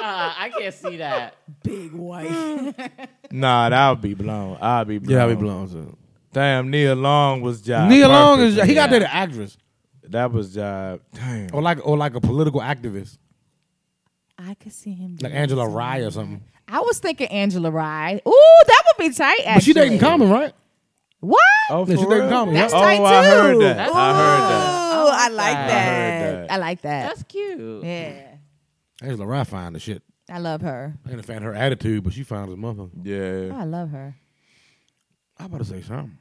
Speaker 5: I can't see that.
Speaker 2: Big wife.
Speaker 4: Nah, that would be blown. I'd be blown.
Speaker 3: Beyonce.
Speaker 4: Damn, Nia Long was job.
Speaker 3: Nia Long is he
Speaker 4: perfect.
Speaker 3: got that an actress
Speaker 4: That was job. Damn.
Speaker 3: or like or like a political activist
Speaker 2: I could see him.
Speaker 3: like
Speaker 2: doing
Speaker 3: Angela
Speaker 2: something.
Speaker 3: Rye or something.
Speaker 2: I was thinking Angela Rye. Ooh, that would be tight. Actually.
Speaker 3: But she dating Common, right?
Speaker 2: What?
Speaker 4: Oh,
Speaker 3: Yeah, she
Speaker 4: for
Speaker 3: dating
Speaker 4: real?
Speaker 3: Common,
Speaker 2: That's
Speaker 3: yeah. Oh,
Speaker 4: oh,
Speaker 2: tight too.
Speaker 4: I heard that.
Speaker 2: Ooh,
Speaker 4: I heard that.
Speaker 2: I like
Speaker 5: I heard
Speaker 2: that.
Speaker 4: that.
Speaker 2: I like that.
Speaker 5: That's cute.
Speaker 2: yeah.
Speaker 3: Angela Rye fine as shit.
Speaker 2: I love her. Oh,
Speaker 3: I ain't a fan of her attitude, but she fine as a motherfucker.
Speaker 4: Yeah.
Speaker 2: I love her.
Speaker 3: I about to say something.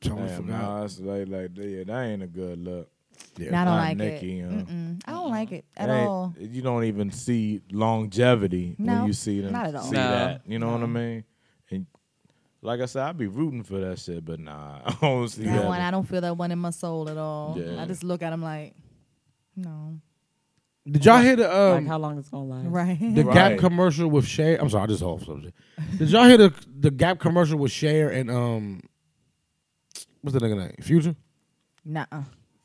Speaker 3: Totally
Speaker 4: Damn,
Speaker 3: forgot.
Speaker 4: nah, it's like, like, yeah, that ain't a good look.
Speaker 3: Yeah.
Speaker 2: No, I don't
Speaker 4: Not
Speaker 2: like
Speaker 4: Nicki,
Speaker 2: it.
Speaker 4: huh?
Speaker 2: Mm-mm. I don't like it at
Speaker 4: That ain't-
Speaker 2: all.
Speaker 4: You don't even see longevity
Speaker 2: No,
Speaker 4: when you see them.
Speaker 2: not at all.
Speaker 4: See
Speaker 5: No.
Speaker 4: that? You know what I mean? And like I said, I'd be rooting for that shit, but nah, I don't see
Speaker 2: That
Speaker 4: that.
Speaker 2: one, I don't feel that one in my soul at all.
Speaker 4: Yeah.
Speaker 2: I just look at him like, no,
Speaker 3: Did y'all hear the
Speaker 5: Like
Speaker 3: um,
Speaker 5: how long it's gonna last?
Speaker 2: right?
Speaker 3: the
Speaker 4: Right.
Speaker 3: Gap commercial with Cher? I'm sorry, I just off subject. Did y'all hear the the Gap commercial with Cher and um, what's the nigga name? Future.
Speaker 2: Nuh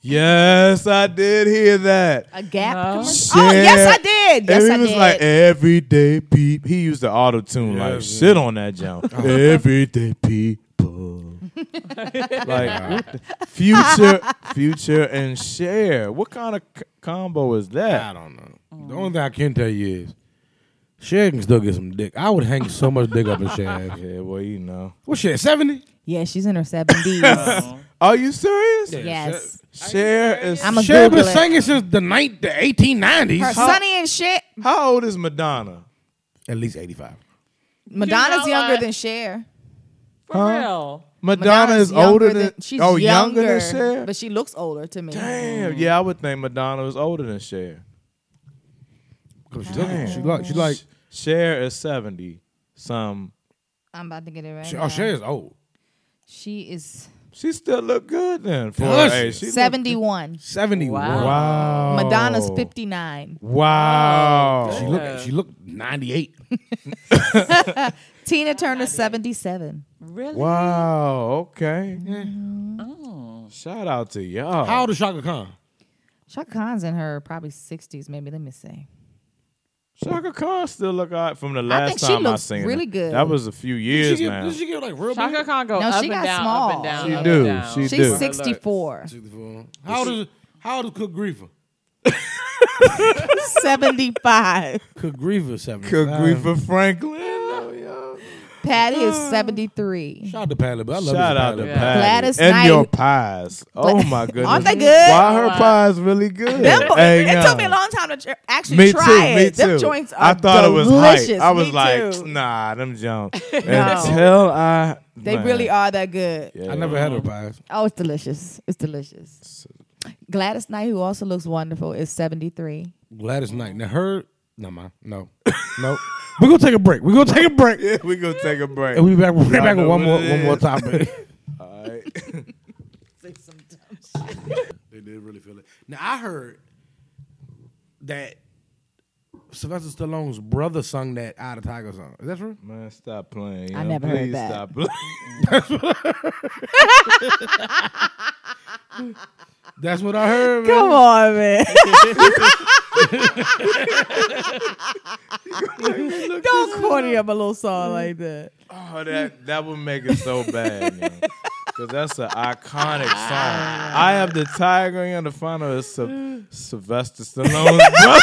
Speaker 4: yes, I did hear that.
Speaker 2: A gap.
Speaker 5: No.
Speaker 2: commercial? Oh yes, I did. Yes,
Speaker 4: and he
Speaker 2: I
Speaker 4: was
Speaker 2: did.
Speaker 4: like everyday peep. He used the auto tune like
Speaker 3: Yes,
Speaker 4: shit on that jump. everyday people. like what the- future, future and share. What kind of c- combo is
Speaker 3: I
Speaker 4: that?
Speaker 3: don't know. The only thing I can tell you is Cher can still get some dick. I would hang so much dick up in Cher.
Speaker 4: Yeah, well, you know.
Speaker 3: What's Cher? Seventy?
Speaker 2: yeah, she's in her seventies.
Speaker 4: Are you serious?
Speaker 2: yes,
Speaker 4: Share is.
Speaker 2: I'm a
Speaker 3: Cher been
Speaker 2: Google it.
Speaker 3: singing since the night the eighteen
Speaker 2: her
Speaker 3: nineties.
Speaker 2: sunny and shit.
Speaker 4: How old is Madonna?
Speaker 3: At least eighty five.
Speaker 2: Madonna's
Speaker 5: You know
Speaker 2: younger
Speaker 5: what?
Speaker 2: than Cher.
Speaker 5: For real.
Speaker 4: Madonna
Speaker 2: Madonna's
Speaker 4: is older
Speaker 2: younger
Speaker 4: than,
Speaker 2: she's
Speaker 4: oh younger, than Cher.
Speaker 2: but she looks older to me.
Speaker 4: Damn, yeah, I would think Madonna is older than Cher.
Speaker 3: She like she like she like
Speaker 4: Cher is seventy. Some
Speaker 2: I'm about to get it right.
Speaker 3: she-
Speaker 2: now.
Speaker 3: oh Cher is old.
Speaker 2: She is
Speaker 4: she still look good then for her
Speaker 3: Does
Speaker 4: age.
Speaker 3: she?
Speaker 4: She Oh. look-
Speaker 2: seventy one.
Speaker 3: Seventy one.
Speaker 5: Wow.
Speaker 4: wow,
Speaker 2: Madonna's Oh. fifty nine.
Speaker 4: Wow,
Speaker 3: She look she looked ninety eight.
Speaker 2: Tina Turner's seventy seven.
Speaker 5: Really?
Speaker 4: wow. Okay,
Speaker 2: Oh.
Speaker 4: shout out to y'all.
Speaker 3: How old is Shaka Khan?
Speaker 2: Shaka Khan's in her probably sixties, maybe. Let me see.
Speaker 4: Shaka Khan still look all right from the
Speaker 2: I
Speaker 4: last
Speaker 2: think she
Speaker 4: time I
Speaker 2: looks
Speaker 4: seen
Speaker 2: really
Speaker 4: her.
Speaker 2: good.
Speaker 4: That was a few
Speaker 3: Did she
Speaker 4: years
Speaker 3: get,
Speaker 4: now.
Speaker 3: did she get like real
Speaker 5: Shaka
Speaker 3: big?
Speaker 5: Khan go
Speaker 2: No,
Speaker 5: up
Speaker 2: she
Speaker 5: and
Speaker 2: got
Speaker 5: down,
Speaker 2: small.
Speaker 5: up and down.
Speaker 4: She
Speaker 5: up
Speaker 4: do.
Speaker 5: And down.
Speaker 4: She do.
Speaker 2: She's sixty four.
Speaker 3: How old is how old is Cook Griever?
Speaker 2: 75.
Speaker 3: Cook Griever seventy.
Speaker 4: Cook Griefer Franklin. Oh, yeah.
Speaker 2: Patty is 73.
Speaker 3: Shout out to Patty, but I love
Speaker 4: Shout
Speaker 3: this
Speaker 4: out to
Speaker 3: Patty.
Speaker 4: Patty
Speaker 2: Gladys
Speaker 4: and
Speaker 2: Knight.
Speaker 4: your pies. Oh my goodness!
Speaker 2: Aren't they good?
Speaker 4: Why her pies really good?
Speaker 2: Them bo-
Speaker 4: Hey,
Speaker 2: it
Speaker 4: yo.
Speaker 2: took me a long time to tr- actually
Speaker 4: Me
Speaker 2: try
Speaker 4: too.
Speaker 2: it.
Speaker 4: Me
Speaker 2: Them
Speaker 4: too.
Speaker 2: joints are
Speaker 4: I thought
Speaker 2: delicious.
Speaker 4: it was hype. I was
Speaker 2: Me
Speaker 4: like,
Speaker 2: too.
Speaker 4: nah, them junk.
Speaker 2: No.
Speaker 4: Until I,
Speaker 2: they really are that good.
Speaker 3: I never had her pies.
Speaker 2: Oh, it's delicious. It's delicious. Gladys Knight, who also looks wonderful, is 73.
Speaker 3: Gladys Knight. Now her, no, ma, no, no. We're gonna take a break. We're gonna take a break,
Speaker 4: We gonna take a break.
Speaker 3: and we back. We'll be back
Speaker 4: know
Speaker 3: with one more,
Speaker 4: what it
Speaker 3: one more
Speaker 4: is.
Speaker 3: topic.
Speaker 4: All right.
Speaker 3: They did really feel it. Now I heard that Sylvester Stallone's brother sung that out of Tiger song. Is that true?
Speaker 4: Man, stop playing.
Speaker 2: I
Speaker 4: yo.
Speaker 2: never heard
Speaker 4: Please
Speaker 2: that.
Speaker 4: Stop playing.
Speaker 3: That's what I heard. man.
Speaker 2: Come on, man. Don't corny up a little song like that.
Speaker 4: Oh, that that would make it so bad, man. Cause that's an iconic song.
Speaker 2: Ah.
Speaker 4: I have the tiger in the final of Sy- Sylvester Stallone's brother.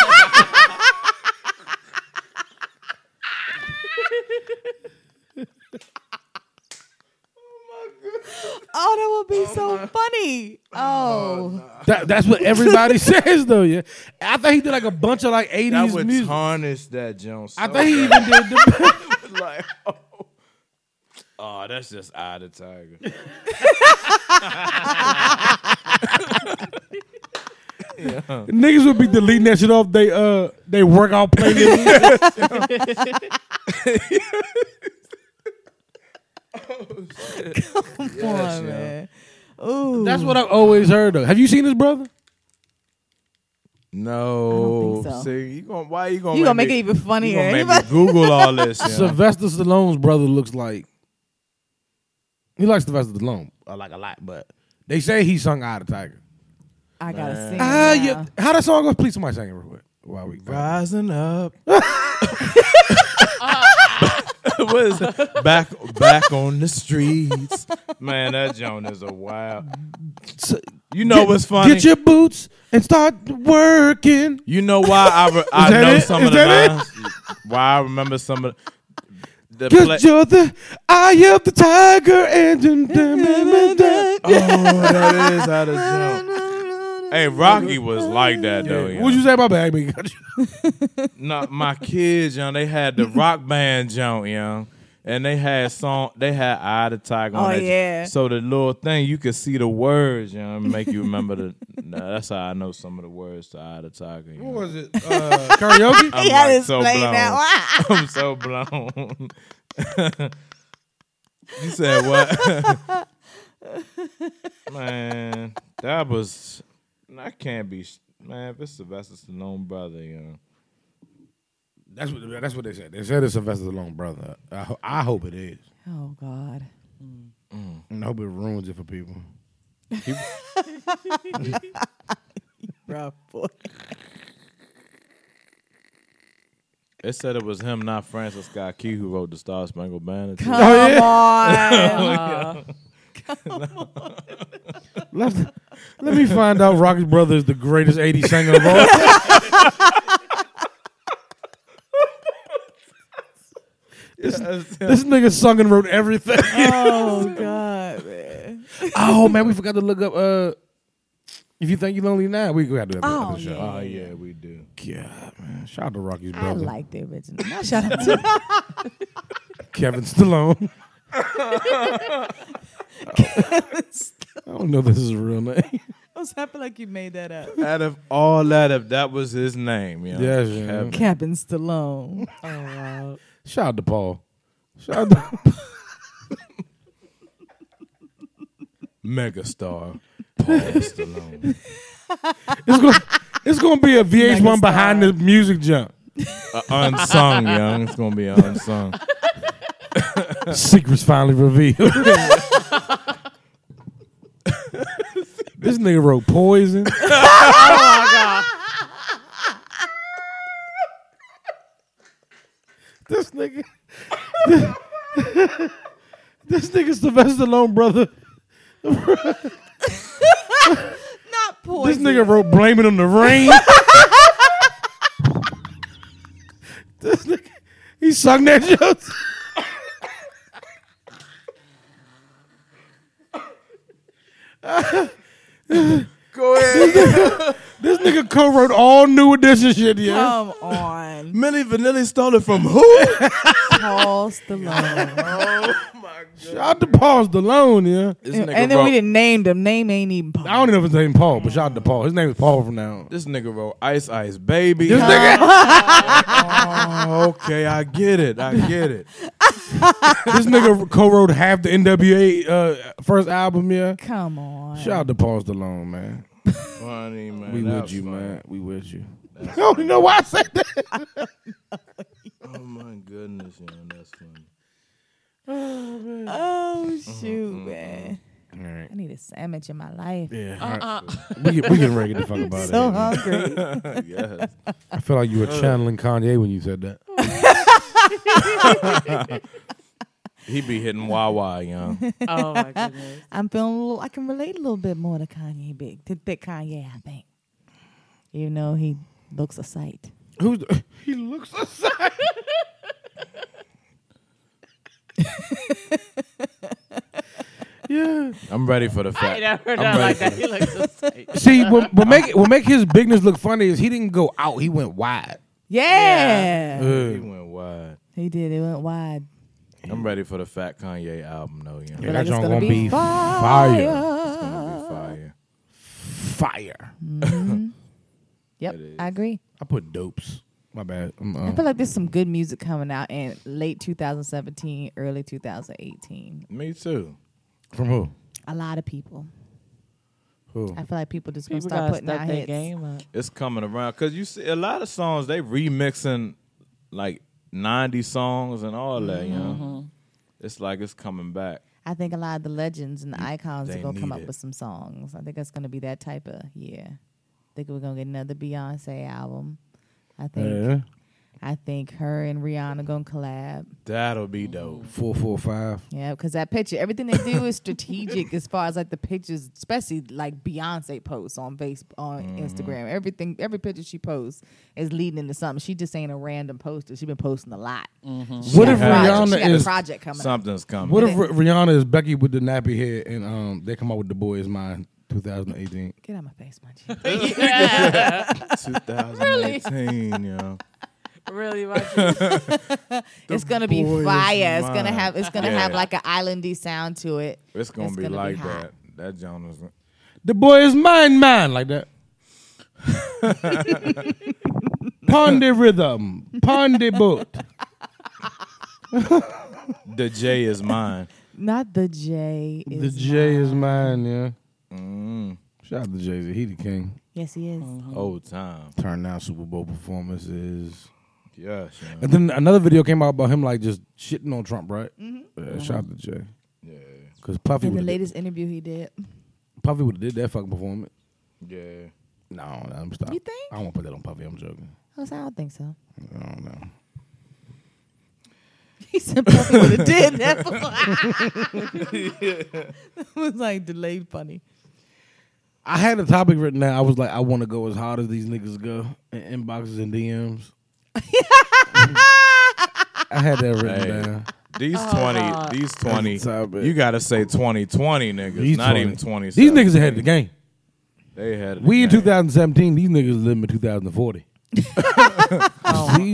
Speaker 2: Oh, that would be so funny. Oh,
Speaker 3: That- that's what everybody says, though. Yeah, I think he did like a bunch of like
Speaker 4: That
Speaker 3: eighties
Speaker 4: would
Speaker 3: music.
Speaker 4: tarnish that Jones.
Speaker 3: I think he even did. The,
Speaker 4: like, oh. oh, that's just eye the tiger.
Speaker 3: niggas would be deleting that shit off. They uh, they workout playlist.
Speaker 2: come on,
Speaker 4: yeah.
Speaker 2: man. Ooh.
Speaker 3: that's what I've always heard. Though, have you seen his brother?
Speaker 4: No,
Speaker 2: I don't think so.
Speaker 4: see, you gonna why you gonna
Speaker 2: You gonna
Speaker 4: make
Speaker 2: make it
Speaker 4: me-
Speaker 2: even
Speaker 4: you gonna
Speaker 2: funnier.
Speaker 4: make me Google all this? yo.
Speaker 3: Sylvester Stallone's brother looks like he likes Sylvester Stallone uh, like a lot, but they say he sung "Eye of the Tiger."
Speaker 2: I gotta sing.
Speaker 3: Ah,
Speaker 4: Uh,
Speaker 2: it
Speaker 3: yeah.
Speaker 2: now.
Speaker 3: How that song goes? Please, somebody sing it real quick. While we
Speaker 4: Rising up. what is that? Back back on the streets. Man, that Joan is a wild. You know what's funny?
Speaker 3: Get your boots and start working.
Speaker 4: you know why I, re- I
Speaker 3: that
Speaker 4: know
Speaker 3: it?
Speaker 4: some
Speaker 3: Is
Speaker 4: of the
Speaker 3: that it?
Speaker 4: lines. Why I remember some of the, the
Speaker 3: Cause
Speaker 4: play-
Speaker 3: you're the eye of the tiger and dun- dun- dun- dun- dun.
Speaker 4: Oh, that is how the Joan. Hey, Rocky was like that though. yo.
Speaker 3: What'd you say about that? I mean,
Speaker 4: Not my kids, young. They had the rock band joint, young. And they had song, they had Eye of the Tiger on
Speaker 2: Oh,
Speaker 4: that.
Speaker 2: yeah.
Speaker 4: So the little thing, you could see the words, you know, and make you remember the. nah, that's how I know some of the words to Eye of the Tiger. You know.
Speaker 3: was it? Uh, karaoke?
Speaker 4: I'm
Speaker 2: He had
Speaker 4: like,
Speaker 2: his
Speaker 4: so
Speaker 2: play now.
Speaker 4: blown. I'm so blown. you said what? man, that was. I can't be. Man, if it's Sylvester Stallone brother, you know.
Speaker 3: That's what, that's what they said. They said it's Sylvester Stallone, brother. I, ho- I hope it is.
Speaker 2: Oh God.
Speaker 3: And I hope it ruins it for people.
Speaker 2: Rough boy.
Speaker 4: It said it was him, not Francis Scott Key, who wrote the Star Spangled Banner. too.
Speaker 2: Come Oh, on.
Speaker 3: Let, let me find out Rocky's brother is the greatest 80s singer of all time. this, this nigga sung and wrote everything.
Speaker 2: oh God, man.
Speaker 3: oh, man, we forgot to look up. Uh, if you think you're lonely now, we got to do that.
Speaker 2: Oh,
Speaker 3: after the show. Oh,
Speaker 4: Oh yeah, we do.
Speaker 3: God, man. Shout out to Rocky's
Speaker 2: I
Speaker 3: brother,
Speaker 2: like the original. No, shut up. too.
Speaker 3: Kevin Stallone. I don't know if this is a real name.
Speaker 2: I was happy like you made that up.
Speaker 4: Out of all that, if that was his name, yeah,
Speaker 3: Yes, yeah. Kevin.
Speaker 2: Captain Stallone.
Speaker 3: Shout out to Paul. Shout out to
Speaker 4: megastar Paul Stallone.
Speaker 3: it's gonna, it's gonna be a VH1
Speaker 2: Megastar.
Speaker 3: behind the music jump.
Speaker 4: Uh, unsung, young. It's gonna be unsung.
Speaker 3: Secrets finally revealed. this nigga wrote poison. This nigga. This nigga Sylvester Stallone, brother.
Speaker 2: Not poison.
Speaker 3: This nigga wrote "Blame It on the Rain." this nigga, he sung that shit. nigga, this nigga co-wrote all new edition shit.
Speaker 4: Oh.
Speaker 3: Yeah,
Speaker 2: Come on,
Speaker 4: Millie Vanilli stole it from who?
Speaker 2: Paul Stallone.
Speaker 3: shout out to Paul Stallone. Yeah,
Speaker 4: This
Speaker 2: and
Speaker 4: nigga
Speaker 2: and then
Speaker 4: wrote,
Speaker 2: we didn't name them. Name ain't even Paul.
Speaker 3: I don't even know if his name Paul, but shout out to Paul. His name is Paul from now. on.
Speaker 4: This nigga wrote Ice Ice Baby.
Speaker 3: This nigga,
Speaker 4: Oh, okay, I get it. I get it.
Speaker 3: this nigga co-wrote half the NWA uh, first album. Yeah,
Speaker 2: Come on.
Speaker 3: shout out to Paul Stallone, man.
Speaker 4: Funny man.
Speaker 3: We
Speaker 4: that
Speaker 3: with
Speaker 4: was
Speaker 3: you,
Speaker 4: funny.
Speaker 3: man. We with you. I don't even know why I said that.
Speaker 4: Oh my goodness, man, that's funny.
Speaker 2: Oh shoot, man.
Speaker 3: All right.
Speaker 2: I need a sandwich in my life.
Speaker 3: Yeah. We, get, we getting ready to fuck about
Speaker 2: So
Speaker 3: it. man.
Speaker 2: hungry.
Speaker 4: yes.
Speaker 3: I feel like you were channeling Kanye when you said that.
Speaker 4: He be hitting Wawa, young.
Speaker 5: Oh my goodness.
Speaker 2: I'm feeling a little, I can relate a little bit more to Kanye Big to Big Kanye, I think. You know he looks a sight.
Speaker 3: Who's the, he looks aside. yeah.
Speaker 4: I'm ready for the
Speaker 5: I
Speaker 4: fact.
Speaker 5: ain't never heard
Speaker 4: I'm
Speaker 5: that
Speaker 4: ready
Speaker 5: like
Speaker 4: for
Speaker 5: that.
Speaker 4: the-
Speaker 5: He looks so sick.
Speaker 3: See, what, what make what make his bigness look funny is he didn't go out; he went wide.
Speaker 2: Yeah.
Speaker 4: He went wide.
Speaker 2: He did. It went wide.
Speaker 4: I'm ready for the Fat Kanye album, though, young.
Speaker 3: Yeah,
Speaker 4: It's
Speaker 3: that
Speaker 2: it's
Speaker 3: joint
Speaker 2: gonna
Speaker 3: gonna
Speaker 2: be
Speaker 3: be fire,
Speaker 2: fire.
Speaker 4: gonna be fire.
Speaker 3: fire.
Speaker 2: Yep.
Speaker 4: It is.
Speaker 2: I agree.
Speaker 3: I put dopes. My bad. I'm, uh,
Speaker 2: I feel like there's some good music coming out in late 2017, early 2018.
Speaker 4: Me too.
Speaker 3: from who?
Speaker 2: A lot of people.
Speaker 3: Who?
Speaker 2: I feel like people just gonna
Speaker 5: People
Speaker 2: start
Speaker 5: gotta
Speaker 2: putting
Speaker 5: step
Speaker 2: out
Speaker 5: their
Speaker 2: hits.
Speaker 5: game up.
Speaker 4: It's coming around because you see a lot of songs they remixing like '90 songs and all that. You know, it's like it's coming back.
Speaker 2: I think a lot of the legends and the icons
Speaker 4: they
Speaker 2: are gonna come
Speaker 4: need
Speaker 2: up
Speaker 4: it.
Speaker 2: with some songs. I think it's gonna be that type of year. I think we're gonna get another Beyonce album. I think
Speaker 3: Yeah.
Speaker 2: I think her and Rihanna gonna collab.
Speaker 4: That'll be dope.
Speaker 3: Four four five.
Speaker 2: Yeah, because that picture, everything they do is strategic as far as like the pictures, especially like Beyonce posts on Facebook, on Instagram. Everything, every picture she posts is leading into something. She just ain't a random poster. She's been posting a lot. She
Speaker 3: What
Speaker 2: got a
Speaker 3: if
Speaker 2: project-
Speaker 3: Rihanna
Speaker 2: she got
Speaker 3: is
Speaker 2: a project coming? up.
Speaker 4: Something's coming.
Speaker 3: What if Ri- Rihanna is Becky with the nappy head and um they come out with the boy is mine 2018?
Speaker 2: Get out my face, my G.
Speaker 4: 2018, yo.
Speaker 5: Really, watching.
Speaker 2: It's gonna be
Speaker 4: boy is
Speaker 2: fire. It's gonna
Speaker 4: mine.
Speaker 2: have. It's gonna
Speaker 4: Yeah.
Speaker 2: have like an islandy sound to it.
Speaker 4: It's gonna be
Speaker 2: gonna
Speaker 4: like
Speaker 2: hot.
Speaker 4: that. That John is
Speaker 3: The boy is mine, mine, like that. Pondy rhythm, pondy boot.
Speaker 4: the J is mine.
Speaker 2: Not the J. Is
Speaker 3: The J is mine, yeah. Shout out to Jay Z, he the king.
Speaker 2: Yes, he is.
Speaker 4: Mm,
Speaker 3: Mm-hmm.
Speaker 4: Old time.
Speaker 3: Turn down Super Bowl performances.
Speaker 4: Yes. yo.
Speaker 3: And then another video came out about him like just shitting on Trump, right? Yeah, shout out to Jay,
Speaker 4: Yeah.
Speaker 3: cause Puffy
Speaker 2: In Mm-hmm. the
Speaker 3: would have
Speaker 2: latest interview he did,
Speaker 3: Puffy would have did that fucking performance.
Speaker 4: Yeah.
Speaker 3: No, no, I'm stopping.
Speaker 2: You think?
Speaker 3: I won't put that on Puffy. I'm joking.
Speaker 2: I was like, I don't think Oh, so.
Speaker 3: I don't know.
Speaker 2: He said Puffy would have did that. It was like delayed funny.
Speaker 3: I had a topic written down. I was like, I want to go as hard as these niggas go in inboxes and DMs. I had that written
Speaker 4: Hey.
Speaker 3: down.
Speaker 4: These
Speaker 2: Oh,
Speaker 4: twenty, these twenty,
Speaker 3: That's how bad.
Speaker 4: you gotta say twenty twenty niggas,
Speaker 3: These
Speaker 4: not
Speaker 3: 20.
Speaker 4: even twenty.
Speaker 3: These niggas ahead of the game.
Speaker 4: They had
Speaker 3: We in
Speaker 4: into
Speaker 3: 2017. These niggas living in 2040. These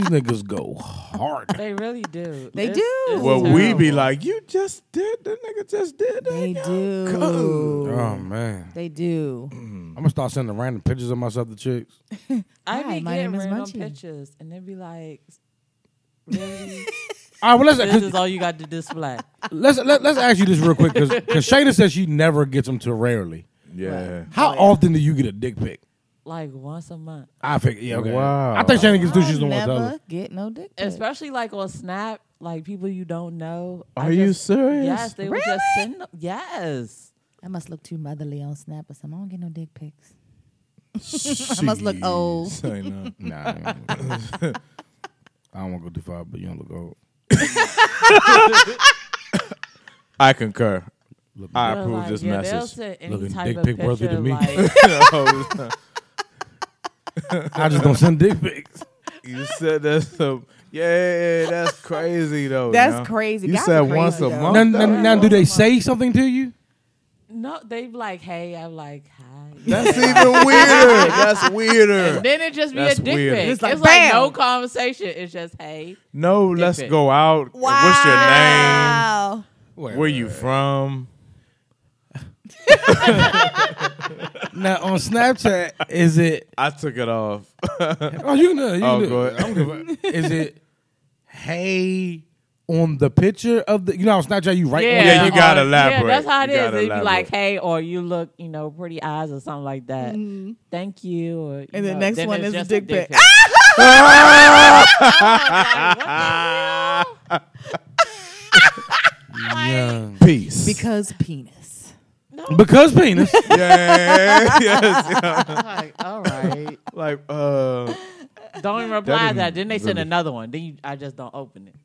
Speaker 3: niggas go hard.
Speaker 5: They really do.
Speaker 2: They
Speaker 5: It's-
Speaker 2: do.
Speaker 5: it's
Speaker 4: Well, we be
Speaker 5: terrible.
Speaker 4: like, you just did. The nigga just did that.
Speaker 2: They
Speaker 4: yo."
Speaker 2: do.
Speaker 3: Oh man,
Speaker 2: They do.
Speaker 3: I'm gonna start sending random pictures of myself to chicks.
Speaker 5: I
Speaker 2: Hi,
Speaker 5: be
Speaker 2: my
Speaker 5: getting
Speaker 2: name is
Speaker 5: random
Speaker 2: Munchie.
Speaker 5: pictures, and they be like, really?
Speaker 3: All right, well
Speaker 5: this
Speaker 3: let's
Speaker 5: is all you got to display.
Speaker 3: let's let, let's ask you this real quick because Shayna says she never gets them too rarely.
Speaker 4: Yeah.
Speaker 3: How often do you get a dick pic?
Speaker 5: Like once a month,
Speaker 3: I figure. Yeah, okay.
Speaker 4: Wow.
Speaker 3: I think Shayna gets two. She's the
Speaker 2: I'll
Speaker 3: one that
Speaker 2: never
Speaker 3: does it.
Speaker 2: get no dick. pic.
Speaker 5: especially like on Snap, like people you don't know. I
Speaker 4: Are you
Speaker 5: just-
Speaker 4: serious?
Speaker 5: Yes, they would just
Speaker 2: Really?
Speaker 5: send them. Yes.
Speaker 2: I must look too motherly on Snap or something. I don't get no dick pics. I must look old.
Speaker 4: Jeez, I know.
Speaker 3: Nah, I don't wanna go- I don't want to go too far, but you don't look old.
Speaker 4: I concur. I
Speaker 5: They're
Speaker 4: approve
Speaker 5: like,
Speaker 4: this
Speaker 5: yeah, They'll
Speaker 4: message.
Speaker 5: send any
Speaker 3: Looking
Speaker 5: type
Speaker 3: dick
Speaker 5: of
Speaker 3: pic
Speaker 5: picture,
Speaker 3: worthy to me.
Speaker 5: like
Speaker 3: I just don't send dick pics.
Speaker 4: you said that's so. Yeah, that's crazy though.
Speaker 2: That's
Speaker 4: yo.
Speaker 2: crazy.
Speaker 4: You
Speaker 2: Guys
Speaker 4: said
Speaker 2: are crazy,
Speaker 4: once a
Speaker 2: though.
Speaker 4: month.
Speaker 3: Now, now, now, do they say something to you?
Speaker 5: no, they be like, hey, I'm like, hi.
Speaker 4: That's even weirder. That's weirder.
Speaker 5: Then it just be
Speaker 4: That's
Speaker 5: a dick
Speaker 4: weird.
Speaker 5: pic.
Speaker 4: It's
Speaker 5: It's,
Speaker 2: like,
Speaker 5: like,
Speaker 2: bam.
Speaker 5: no conversation. It's just hey.
Speaker 4: No, let's
Speaker 5: pic.
Speaker 4: go out. What's your name?
Speaker 2: Wow.
Speaker 3: Wait,
Speaker 4: Where you from?
Speaker 3: Now on Snapchat, is it?
Speaker 4: I took it off.
Speaker 3: Oh, you can do it. You can
Speaker 4: Oh,
Speaker 3: do it.
Speaker 4: go ahead.
Speaker 3: I don't give a- Is it? Hey, on the picture of the. You know, on Snapchat, you right.
Speaker 5: Yeah,
Speaker 3: on
Speaker 4: Yeah, you
Speaker 5: or-
Speaker 4: gotta
Speaker 5: Yeah,
Speaker 4: elaborate.
Speaker 5: that's how it
Speaker 4: You
Speaker 5: is.
Speaker 4: gotta
Speaker 5: It'd be
Speaker 4: elaborate.
Speaker 5: like, hey, or you look, you know, pretty eyes or something like that. Thank you. Or, you
Speaker 2: And the
Speaker 5: know,
Speaker 2: next
Speaker 5: then
Speaker 2: one
Speaker 5: it's
Speaker 2: is a
Speaker 5: just
Speaker 2: dick pic.
Speaker 3: Young.
Speaker 4: Peace.
Speaker 2: Because penis.
Speaker 3: Because penis.
Speaker 4: yeah, yes, yeah.
Speaker 5: I'm like, all right.
Speaker 4: Like, uh,
Speaker 5: Don't even reply to
Speaker 4: didn't
Speaker 5: that. Then they send
Speaker 4: really-
Speaker 5: another one. Then you, I just don't open it.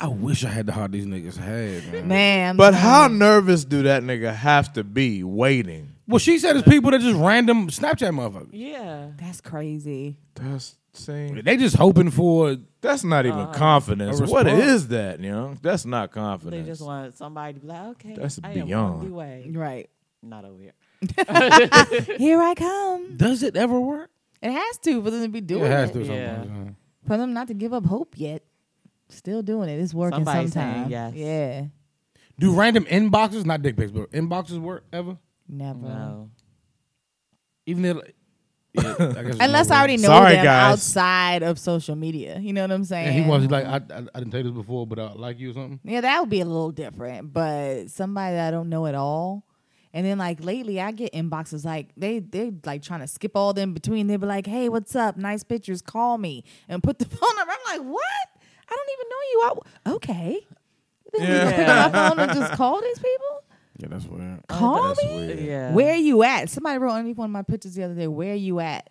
Speaker 3: I wish I had the heart these niggas had. Man.
Speaker 2: Man. I'm
Speaker 4: but
Speaker 2: telling
Speaker 4: how
Speaker 2: you.
Speaker 4: nervous do that nigga have to be waiting?
Speaker 3: Well, she said it's people that just random Snapchat motherfuckers.
Speaker 5: Yeah.
Speaker 2: That's crazy.
Speaker 4: That's saying
Speaker 3: They just hoping for.
Speaker 4: that's not even confidence.
Speaker 3: a
Speaker 4: What
Speaker 3: response.
Speaker 4: is that? You know, that's not
Speaker 5: They
Speaker 4: confidence.
Speaker 5: just want somebody to be like, okay,
Speaker 4: That's
Speaker 5: I am
Speaker 4: beyond.
Speaker 5: on the way.
Speaker 2: Right.
Speaker 5: Not over here.
Speaker 2: Here I come.
Speaker 3: Does it ever work?
Speaker 2: It has to for them to be doing
Speaker 3: It
Speaker 2: it.
Speaker 3: has to.
Speaker 5: Yeah.
Speaker 3: sometimes,
Speaker 2: For them not to give up hope yet. Still doing it. It's working
Speaker 5: Somebody's saying
Speaker 2: sometime.
Speaker 5: yes.
Speaker 2: Yeah.
Speaker 3: Do random inboxes, not dick pics, but inboxes work ever?
Speaker 2: Never.
Speaker 5: No.
Speaker 3: Even if, yeah, I guess
Speaker 2: Unless I already know
Speaker 4: Sorry,
Speaker 2: them
Speaker 4: guys.
Speaker 2: outside of social media. You know what I'm saying?
Speaker 3: And he was like, I, I, I didn't tell you this before, but I like you or something.
Speaker 2: Yeah, that would be a little different. But somebody that I don't know at all. And then like lately I get inboxes like they they like trying to skip all them between. They be like, Hey, what's up? Nice pictures, call me and put the phone number. I'm like, What? I don't even know you. I, okay. Then you just pick up my phone and just call these people?
Speaker 3: Yeah, that's weird.
Speaker 2: Call
Speaker 4: That's
Speaker 2: me?
Speaker 4: weird.
Speaker 5: Yeah.
Speaker 2: Where are you at? Somebody wrote underneath one of my pictures the other day, where are you at?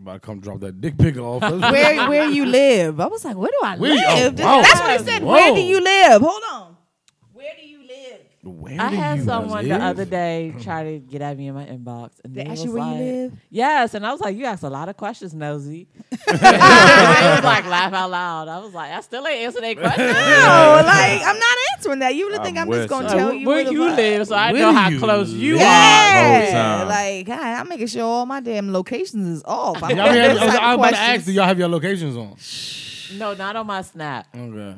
Speaker 3: About to come drop that dick pic off. That's-
Speaker 2: Where where you live? I was like, Where do I
Speaker 3: Where you- oh,
Speaker 2: live?
Speaker 3: whoa.
Speaker 2: That's what he said. Where
Speaker 3: Whoa.
Speaker 2: do you live? Hold on. Where do you live?
Speaker 3: Where
Speaker 5: I
Speaker 3: do
Speaker 5: had
Speaker 3: you
Speaker 5: someone the
Speaker 3: live?
Speaker 5: other day try to get at me in my inbox, and
Speaker 2: They
Speaker 5: they
Speaker 2: ask
Speaker 5: was
Speaker 2: you where you
Speaker 5: like,
Speaker 2: live?
Speaker 5: Yes, and I was like, "You asked a lot of questions, nosy." I was like, laugh out loud. I was like, "I still ain't answer that question."
Speaker 2: No, like I'm not answering that. You really
Speaker 4: I'm
Speaker 2: think I'm
Speaker 4: with
Speaker 2: just gonna
Speaker 4: you.
Speaker 2: tell
Speaker 5: Like,
Speaker 2: you
Speaker 5: where
Speaker 2: the
Speaker 5: you
Speaker 2: fuck-
Speaker 5: live, so I
Speaker 3: Where
Speaker 5: know
Speaker 3: do
Speaker 5: how
Speaker 3: you
Speaker 5: close you are.
Speaker 2: Yeah,
Speaker 4: time.
Speaker 2: like God, I'm making sure all my damn locations is off. I'm
Speaker 3: Y'all be- I was,
Speaker 2: asking
Speaker 3: I was about to
Speaker 2: questions.
Speaker 3: ask, do y'all have your locations on?
Speaker 5: No, not on my Snap,
Speaker 3: Okay.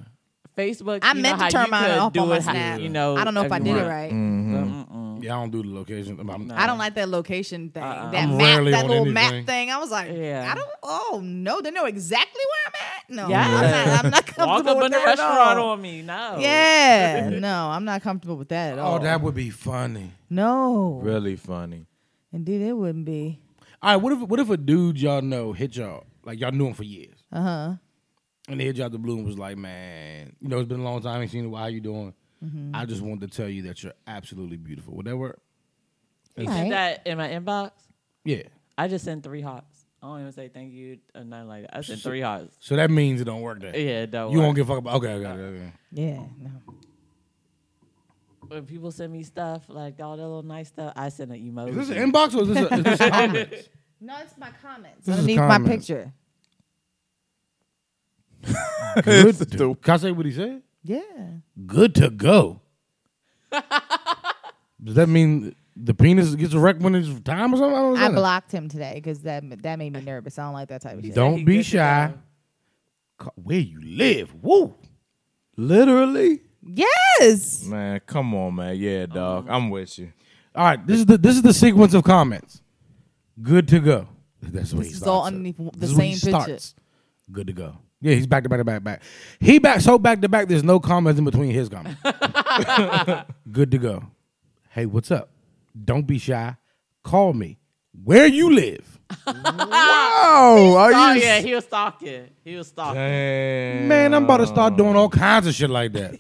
Speaker 5: Facebook.
Speaker 2: I
Speaker 5: you
Speaker 2: meant
Speaker 5: know
Speaker 2: to
Speaker 5: how
Speaker 2: turn
Speaker 5: you
Speaker 2: mine
Speaker 5: could
Speaker 2: off
Speaker 5: do
Speaker 2: on my
Speaker 5: it how-
Speaker 2: snap.
Speaker 5: You know,
Speaker 2: I don't know if I did it
Speaker 5: everyone.
Speaker 2: right.
Speaker 4: Mm-hmm.
Speaker 3: Yeah, I don't do the locations. I'm, I'm-
Speaker 2: I don't like that location thing. that
Speaker 3: I'm
Speaker 2: map,
Speaker 3: rarely
Speaker 2: that
Speaker 3: on
Speaker 2: little map
Speaker 3: anything.
Speaker 2: thing. I was like,
Speaker 5: Uh-uh. Yeah.
Speaker 2: I don't. Oh no, they know exactly where I'm at. No,
Speaker 5: Yeah.
Speaker 2: I'm, not, I'm not
Speaker 5: Walk
Speaker 2: comfortable
Speaker 5: up
Speaker 2: with
Speaker 5: in the
Speaker 2: that at
Speaker 5: restaurant
Speaker 2: all.
Speaker 5: on me. No.
Speaker 2: Yeah, no, I'm not comfortable with that at all.
Speaker 3: Oh, that would be funny.
Speaker 2: no,
Speaker 4: Really funny.
Speaker 2: indeed it wouldn't be.
Speaker 3: All right, what if what if a dude y'all know hit y'all like y'all knew him for years,
Speaker 2: Uh huh.
Speaker 3: and they hit y'all the blue and was like, man, you know it's been a long time, I ain't seen you. How you doing?
Speaker 2: Mm-hmm.
Speaker 3: I just wanted to tell you that you're absolutely beautiful. Would that work?
Speaker 5: You
Speaker 2: Alright.
Speaker 5: did that in my inbox.
Speaker 3: Yeah.
Speaker 5: I just sent three hearts. I don't even say thank you or nothing like that. I sent three hearts.
Speaker 3: So that means it don't work. That
Speaker 5: Yeah, don't
Speaker 3: you
Speaker 5: worry.
Speaker 3: won't give a fuck about. Okay, okay, okay, okay.
Speaker 2: Yeah. No.
Speaker 5: when people send me stuff like all that little nice stuff, I send an emoji.
Speaker 3: Is this an inbox or is this, a, is this comments?
Speaker 2: No, it's my comments
Speaker 3: This is
Speaker 2: underneath my
Speaker 3: comments.
Speaker 2: picture.
Speaker 3: Good to, can I say what he said?
Speaker 2: Yeah.
Speaker 3: Good to go. Does that mean the penis gets erect when it's time or something? I don't
Speaker 2: I
Speaker 3: understand that.
Speaker 2: blocked him today because that that made me nervous. I don't like that type of shit.
Speaker 3: Don't
Speaker 5: he
Speaker 3: be
Speaker 5: good to
Speaker 3: shy.
Speaker 5: go.
Speaker 3: Ca- Where you live? Woo.
Speaker 4: Literally,
Speaker 2: Yes.
Speaker 4: man. Come on, man. Yeah, dog. I'm with you.
Speaker 3: All right, this is the this is the sequence of comments. Good to go. That's what
Speaker 2: This
Speaker 3: he
Speaker 2: is
Speaker 3: starts
Speaker 2: all
Speaker 3: at.
Speaker 2: underneath the
Speaker 3: This is where he
Speaker 2: same picture.
Speaker 3: starts. Good to go. Yeah, he's back to back to back back. He back so back to back. There's no comments in between his comments. Good to go. Hey, what's up? Don't be shy. Call me. Where you live?
Speaker 4: Wow, are
Speaker 5: Oh
Speaker 4: you?
Speaker 5: yeah, he was stalking. He was stalking.
Speaker 4: Damn.
Speaker 3: Man, I'm about to start doing all kinds of shit like that.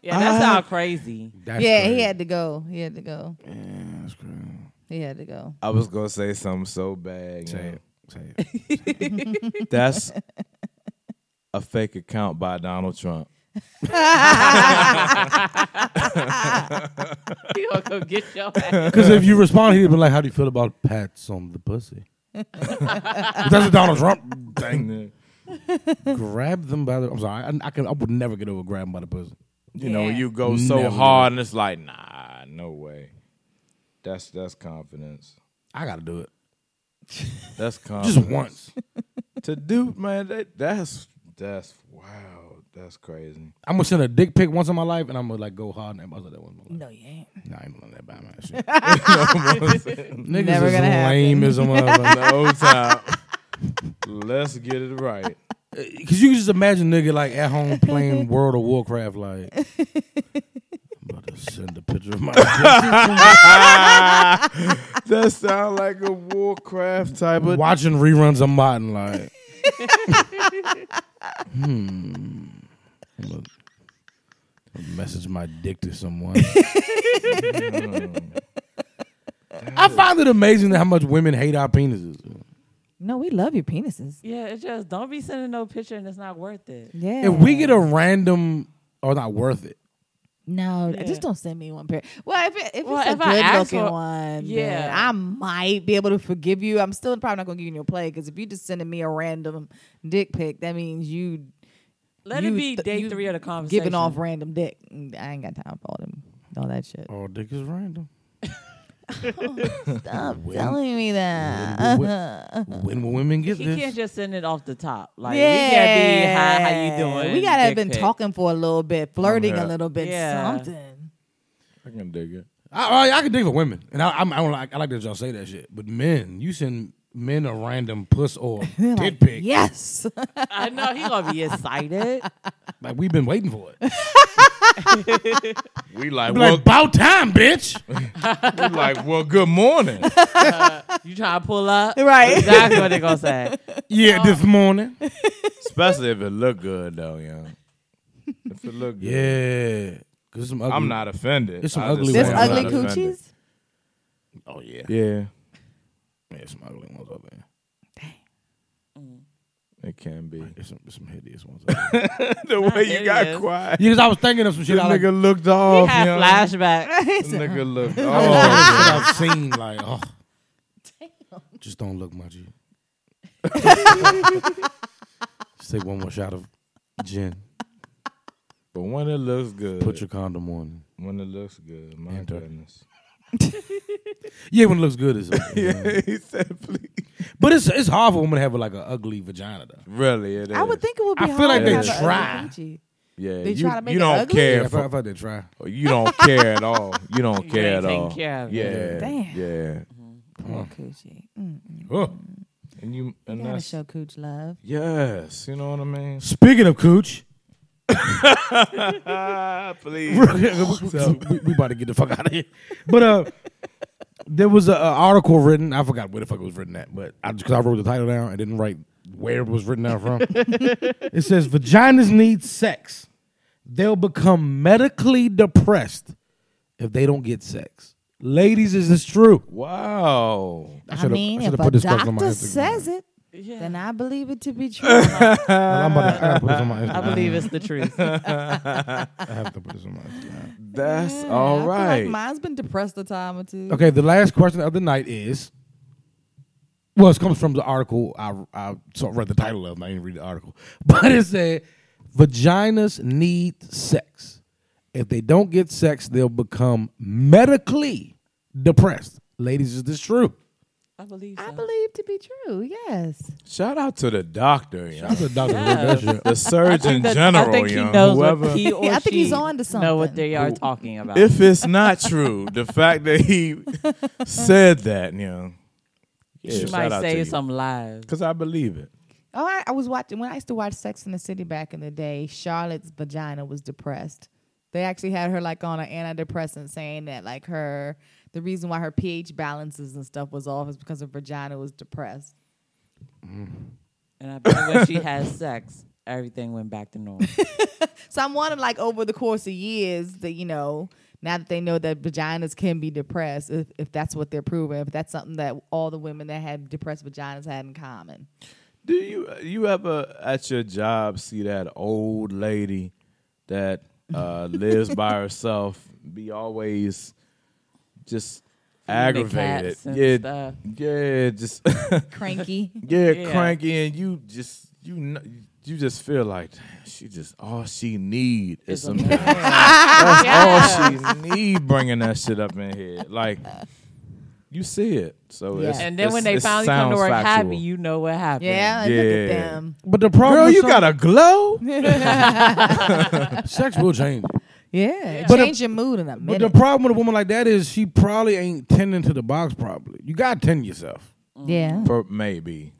Speaker 5: Yeah,
Speaker 3: Ah.
Speaker 5: that sounds crazy.
Speaker 3: That's
Speaker 2: yeah,
Speaker 3: crazy.
Speaker 2: he had to go. He had to go. Yeah, that's He had to go.
Speaker 4: I was gonna say something so bad. you
Speaker 3: Say
Speaker 4: know.
Speaker 3: it. Say it.
Speaker 4: That's a fake account by Donald Trump.
Speaker 5: He gonna go get your ass.
Speaker 3: Because if you respond, he'd be like, "How do you feel about pats on the pussy?" That's a Donald Trump thing.
Speaker 4: You
Speaker 3: Grab them by the. I'm sorry. I, I can. I would never get over grabbing by the pussy.
Speaker 4: know,
Speaker 2: Yeah.
Speaker 4: you go so
Speaker 3: Never.
Speaker 4: hard and it's like, nah, no way. That's that's confidence.
Speaker 3: I gotta do it
Speaker 4: That's confidence.
Speaker 3: just once.
Speaker 4: to do, man. That, that's that's wow. That's crazy.
Speaker 3: I'm gonna send a dick pic once in my life, and I'm gonna like go hard and buzz like that once. in my
Speaker 2: No,
Speaker 3: life.
Speaker 2: you ain't.
Speaker 3: Nah, I ain't gonna let that buy my shit. Niggas
Speaker 2: Never
Speaker 3: is
Speaker 2: gonna happen.
Speaker 3: lame as a motherfucker.
Speaker 4: No time. Let's get it right.
Speaker 3: Cause you can just imagine nigga like at home playing World of Warcraft, like I'm about to send a picture of my dick.
Speaker 4: That sounds like a Warcraft type of.
Speaker 3: watching reruns of Martin, like hmm. I'm gonna- I'm gonna Message my dick to someone.
Speaker 2: Hmm.
Speaker 3: I find it amazing how much women hate our penises.
Speaker 2: No, we love your penises.
Speaker 5: Yeah, it's just don't be sending no picture and it's not worth it.
Speaker 2: Yeah.
Speaker 3: If we get a random, or not worth it.
Speaker 2: No,
Speaker 5: Yeah.
Speaker 2: just don't send me one pair. Well, if, it, if
Speaker 5: Well,
Speaker 2: it's a
Speaker 5: if I
Speaker 2: good
Speaker 5: ask
Speaker 2: looking
Speaker 5: for-
Speaker 2: one, yeah,
Speaker 5: Yeah.
Speaker 2: I might be able to forgive you. I'm still probably not gonna give you no play because if you just sending me a random dick pic, that means you
Speaker 5: Let
Speaker 2: you
Speaker 5: it be
Speaker 2: th-
Speaker 5: day
Speaker 2: you
Speaker 5: three of the conversation.
Speaker 2: giving off random dick. Mm, I ain't got time for all them all that shit.
Speaker 3: All dick is random.
Speaker 2: Oh, Stop telling me that.
Speaker 3: When will, when will women get
Speaker 5: He
Speaker 3: this?
Speaker 5: can't just send it off the top. Like we
Speaker 2: yeah,
Speaker 5: can't be hi, how you doing?
Speaker 2: We gotta have
Speaker 5: dick
Speaker 2: been
Speaker 5: pic.
Speaker 2: talking for a little bit, flirting
Speaker 4: yeah.
Speaker 2: a little bit,
Speaker 5: Yeah.
Speaker 2: something.
Speaker 4: I can dig it.
Speaker 3: I, I, I can dig for women, and I, I'm, I don't like. I like that y'all say that shit, but men, you send men a random puss or
Speaker 2: They're
Speaker 3: tit
Speaker 2: like,
Speaker 3: pic.
Speaker 2: Yes,
Speaker 5: I know he gonna be excited.
Speaker 3: Like we've been waiting for it. Be
Speaker 4: We like,
Speaker 3: like
Speaker 4: well,
Speaker 3: about time, bitch.
Speaker 4: we like, well, good morning.
Speaker 5: You trying to pull up?
Speaker 2: Right.
Speaker 5: Exactly what they gonna say.
Speaker 3: yeah, this morning.
Speaker 4: Especially if it look good though, yeah. If it look good,
Speaker 3: Yeah, cause some ugly.
Speaker 4: I'm not offended.
Speaker 3: There's some
Speaker 4: I just
Speaker 3: ugly
Speaker 4: say
Speaker 2: there's
Speaker 3: ones.
Speaker 4: I'm not
Speaker 2: ugly
Speaker 4: offended.
Speaker 2: coochies.
Speaker 3: Oh yeah,
Speaker 4: Yeah,
Speaker 3: yeah, some ugly ones up there.
Speaker 4: it can be.
Speaker 3: There's some, there's some hideous ones. Up there.
Speaker 4: the way you
Speaker 5: hideous.
Speaker 4: got quiet.
Speaker 3: yeah, cause I was thinking of some shit.
Speaker 4: This
Speaker 3: I like,
Speaker 4: nigga looked
Speaker 5: He
Speaker 4: off.
Speaker 5: had
Speaker 4: yo.
Speaker 5: flashback.
Speaker 4: This nigga looked
Speaker 3: I was
Speaker 4: off.
Speaker 3: like, shit I've seen like, oh, just don't look much. Just take one more shot of gin.
Speaker 4: But when it looks good,
Speaker 3: Put your condom on.
Speaker 4: when it looks good, my
Speaker 3: Enter.
Speaker 4: goodness.
Speaker 3: Yeah, when it looks good, it's okay.
Speaker 4: he said, "Please."
Speaker 3: But it's it's hard for a woman to have like an ugly vagina though.
Speaker 4: Really, it is.
Speaker 2: I would think it would be.
Speaker 3: I feel like
Speaker 2: hard
Speaker 4: they
Speaker 2: to have a
Speaker 3: try.
Speaker 2: ugly coochie.
Speaker 4: Yeah,
Speaker 2: They
Speaker 4: you,
Speaker 2: try to make
Speaker 4: you
Speaker 2: it
Speaker 4: don't
Speaker 2: ugly?
Speaker 4: care.
Speaker 3: Yeah, if I,
Speaker 4: For,
Speaker 3: if I did try.
Speaker 4: you don't care at all. You don't care
Speaker 5: ain't
Speaker 4: at
Speaker 5: taking
Speaker 4: all.
Speaker 5: care of it.
Speaker 4: yeah,
Speaker 2: Damn.
Speaker 4: yeah.
Speaker 2: Poor coochie. Mm,
Speaker 3: Oh.
Speaker 4: And you and
Speaker 2: you gotta
Speaker 4: that's
Speaker 2: show cooch love.
Speaker 4: yes. You know what I mean.
Speaker 3: Speaking of cooch,
Speaker 4: Ah, please.
Speaker 3: we, we, we about to get the fuck out of here. But uh, there was an article written. I forgot where the fuck it was written at, but I because I wrote the title down, I didn't write where it was written down from. it says vaginas need sex. They'll become medically depressed if they don't get sex. Ladies, is this true?
Speaker 4: Wow.
Speaker 2: I,
Speaker 3: should've- I
Speaker 2: mean, if
Speaker 3: should've
Speaker 2: a
Speaker 3: put this question on my
Speaker 2: doctor
Speaker 3: Instagram.
Speaker 2: says it,
Speaker 5: Yeah.
Speaker 2: then I believe it to be true.
Speaker 3: I'm about to, I gotta put this on my Instagram.
Speaker 5: Uh, I believe it's the truth.
Speaker 3: I have to put this on my Instagram.
Speaker 4: That's
Speaker 2: I
Speaker 5: Mm,
Speaker 4: all
Speaker 2: feel
Speaker 4: right.
Speaker 2: Like mine's been depressed a time or two.
Speaker 3: Okay, the last question of the night is. Well, it comes from the article I I saw, read the title of. and I didn't read the article, but it said, "Vaginas need sex. If they don't get sex, they'll become medically depressed." Ladies, is this true?
Speaker 5: I believe
Speaker 2: I
Speaker 5: so.
Speaker 2: believe to be true. Yes.
Speaker 4: Shout out to the doctor, yo.
Speaker 3: That's what Dr. Red Bell said.
Speaker 4: the Surgeon General,
Speaker 5: I think he
Speaker 4: yo.
Speaker 5: knows
Speaker 4: Whoever.
Speaker 5: what he or
Speaker 2: Yeah, I think he's
Speaker 5: she
Speaker 2: on to
Speaker 5: Know
Speaker 2: something.
Speaker 5: what they are talking about.
Speaker 4: if it's not true, the fact that he said that, you know, yeah,
Speaker 5: she might say some lies.
Speaker 4: because I believe it.
Speaker 2: Oh, I, I was watching when I used to watch Sex in the City back in the day. Charlotte's vagina was depressed. They actually had her like on an antidepressant, saying that like her the reason why her pH balances and stuff was off is because her vagina was depressed.
Speaker 5: And I bet when she has sex, everything went back to normal.
Speaker 2: So I'm wondering, like, over the course of years, that you know, now that they know that vaginas can be depressed, if, if that's what they're proving, if that's something that all the women that have depressed vaginas had in common.
Speaker 4: Do you you ever at your job see that old lady that uh, lives by herself be always just aggravated?
Speaker 5: cats and
Speaker 4: yeah,
Speaker 5: stuff.
Speaker 4: yeah, just
Speaker 2: Cranky.
Speaker 4: yeah,
Speaker 5: Yeah.
Speaker 4: cranky, and you just you know, you just feel like "Damn, she just all she need is some. That's all she need bringing that shit up in here. Like you see it, so it's,
Speaker 5: And then
Speaker 4: it's-
Speaker 5: when they
Speaker 4: it
Speaker 5: finally come
Speaker 4: sounds
Speaker 5: to work happy,
Speaker 4: factual.
Speaker 5: you know what happened.
Speaker 2: Yeah, like, look
Speaker 4: Yeah.
Speaker 2: at them.
Speaker 3: But the problem,
Speaker 4: girl,
Speaker 3: with
Speaker 4: you
Speaker 3: some-
Speaker 4: got a glow.
Speaker 3: sex will change.
Speaker 2: Yeah,
Speaker 3: But
Speaker 2: change
Speaker 3: if-
Speaker 2: your mood in a
Speaker 3: But
Speaker 2: minute.
Speaker 3: the problem with a woman like that is she probably ain't tending to the box properly. You gotta tend yourself.
Speaker 2: yeah,
Speaker 4: Per- Maybe,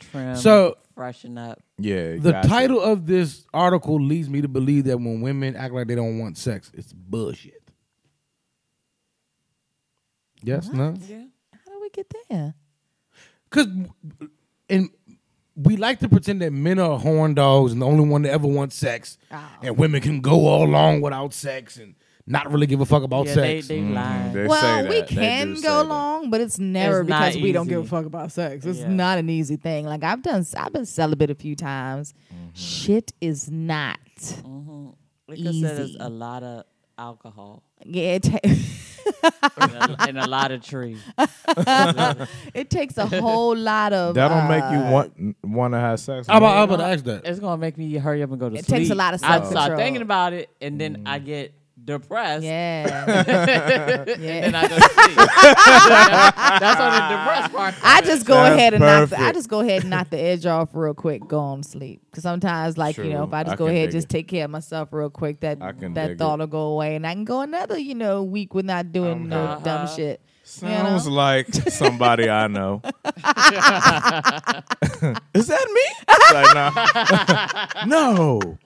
Speaker 5: Trim,
Speaker 3: So
Speaker 5: freshen up.
Speaker 4: yeah.
Speaker 3: the
Speaker 4: gotcha.
Speaker 3: title of this article leads me to believe that when women act like they don't want sex, it's bullshit. Yes, no,
Speaker 5: Yeah.
Speaker 2: how do we get there?
Speaker 3: because and we like to pretend that men are horn dogs and the only one that ever wants sex, and women can go all along without sex and not really give a fuck about
Speaker 5: Yeah, they
Speaker 3: sex. Mm.
Speaker 5: they lying.
Speaker 4: Mm-hmm. They say
Speaker 2: well, we
Speaker 4: that. They do
Speaker 2: can
Speaker 4: say
Speaker 2: go
Speaker 4: that.
Speaker 2: long, but it's never
Speaker 5: It's not
Speaker 2: because we don't give a
Speaker 5: easy.
Speaker 2: fuck about sex. It's
Speaker 5: Yeah.
Speaker 2: not an easy thing. Like I've done, I've been celibate a few times.
Speaker 4: Mm-hmm.
Speaker 2: Shit is not. Mm.
Speaker 5: Like I said, it's
Speaker 2: Easy.
Speaker 5: a lot of alcohol
Speaker 2: Yeah, it, ta-
Speaker 5: and a, and a lot of tree.
Speaker 2: it takes a whole lot of.
Speaker 4: That don't make
Speaker 2: uh,
Speaker 4: you want want to have sex.
Speaker 3: I'm about, I'm about to ask that.
Speaker 5: It's gonna make me hurry up and go to
Speaker 2: It
Speaker 5: sleep.
Speaker 2: takes a lot of
Speaker 5: I
Speaker 2: self-control.
Speaker 5: start thinking about it, and then I
Speaker 4: Mm.
Speaker 5: get depressed.
Speaker 2: Yeah.
Speaker 5: And
Speaker 2: yeah.
Speaker 5: I go to sleep. That's on the depressed part. of
Speaker 2: I
Speaker 5: it.
Speaker 2: just go
Speaker 4: That's
Speaker 2: ahead and knock the, I
Speaker 4: perfect.
Speaker 2: just go ahead and knock the edge off real quick, go on to sleep. Because sometimes, like you know,
Speaker 4: True.
Speaker 2: if I just
Speaker 4: I
Speaker 2: go
Speaker 4: can
Speaker 2: ahead,
Speaker 4: dig
Speaker 2: just
Speaker 4: it.
Speaker 2: take care of myself real quick, that
Speaker 4: I can dig
Speaker 2: that
Speaker 4: it.
Speaker 2: thought will go away, and I can go another you know week with not doing no
Speaker 5: Uh-huh.
Speaker 2: dumb shit.
Speaker 4: Sounds like somebody I know. Is that me? Like, nah. no.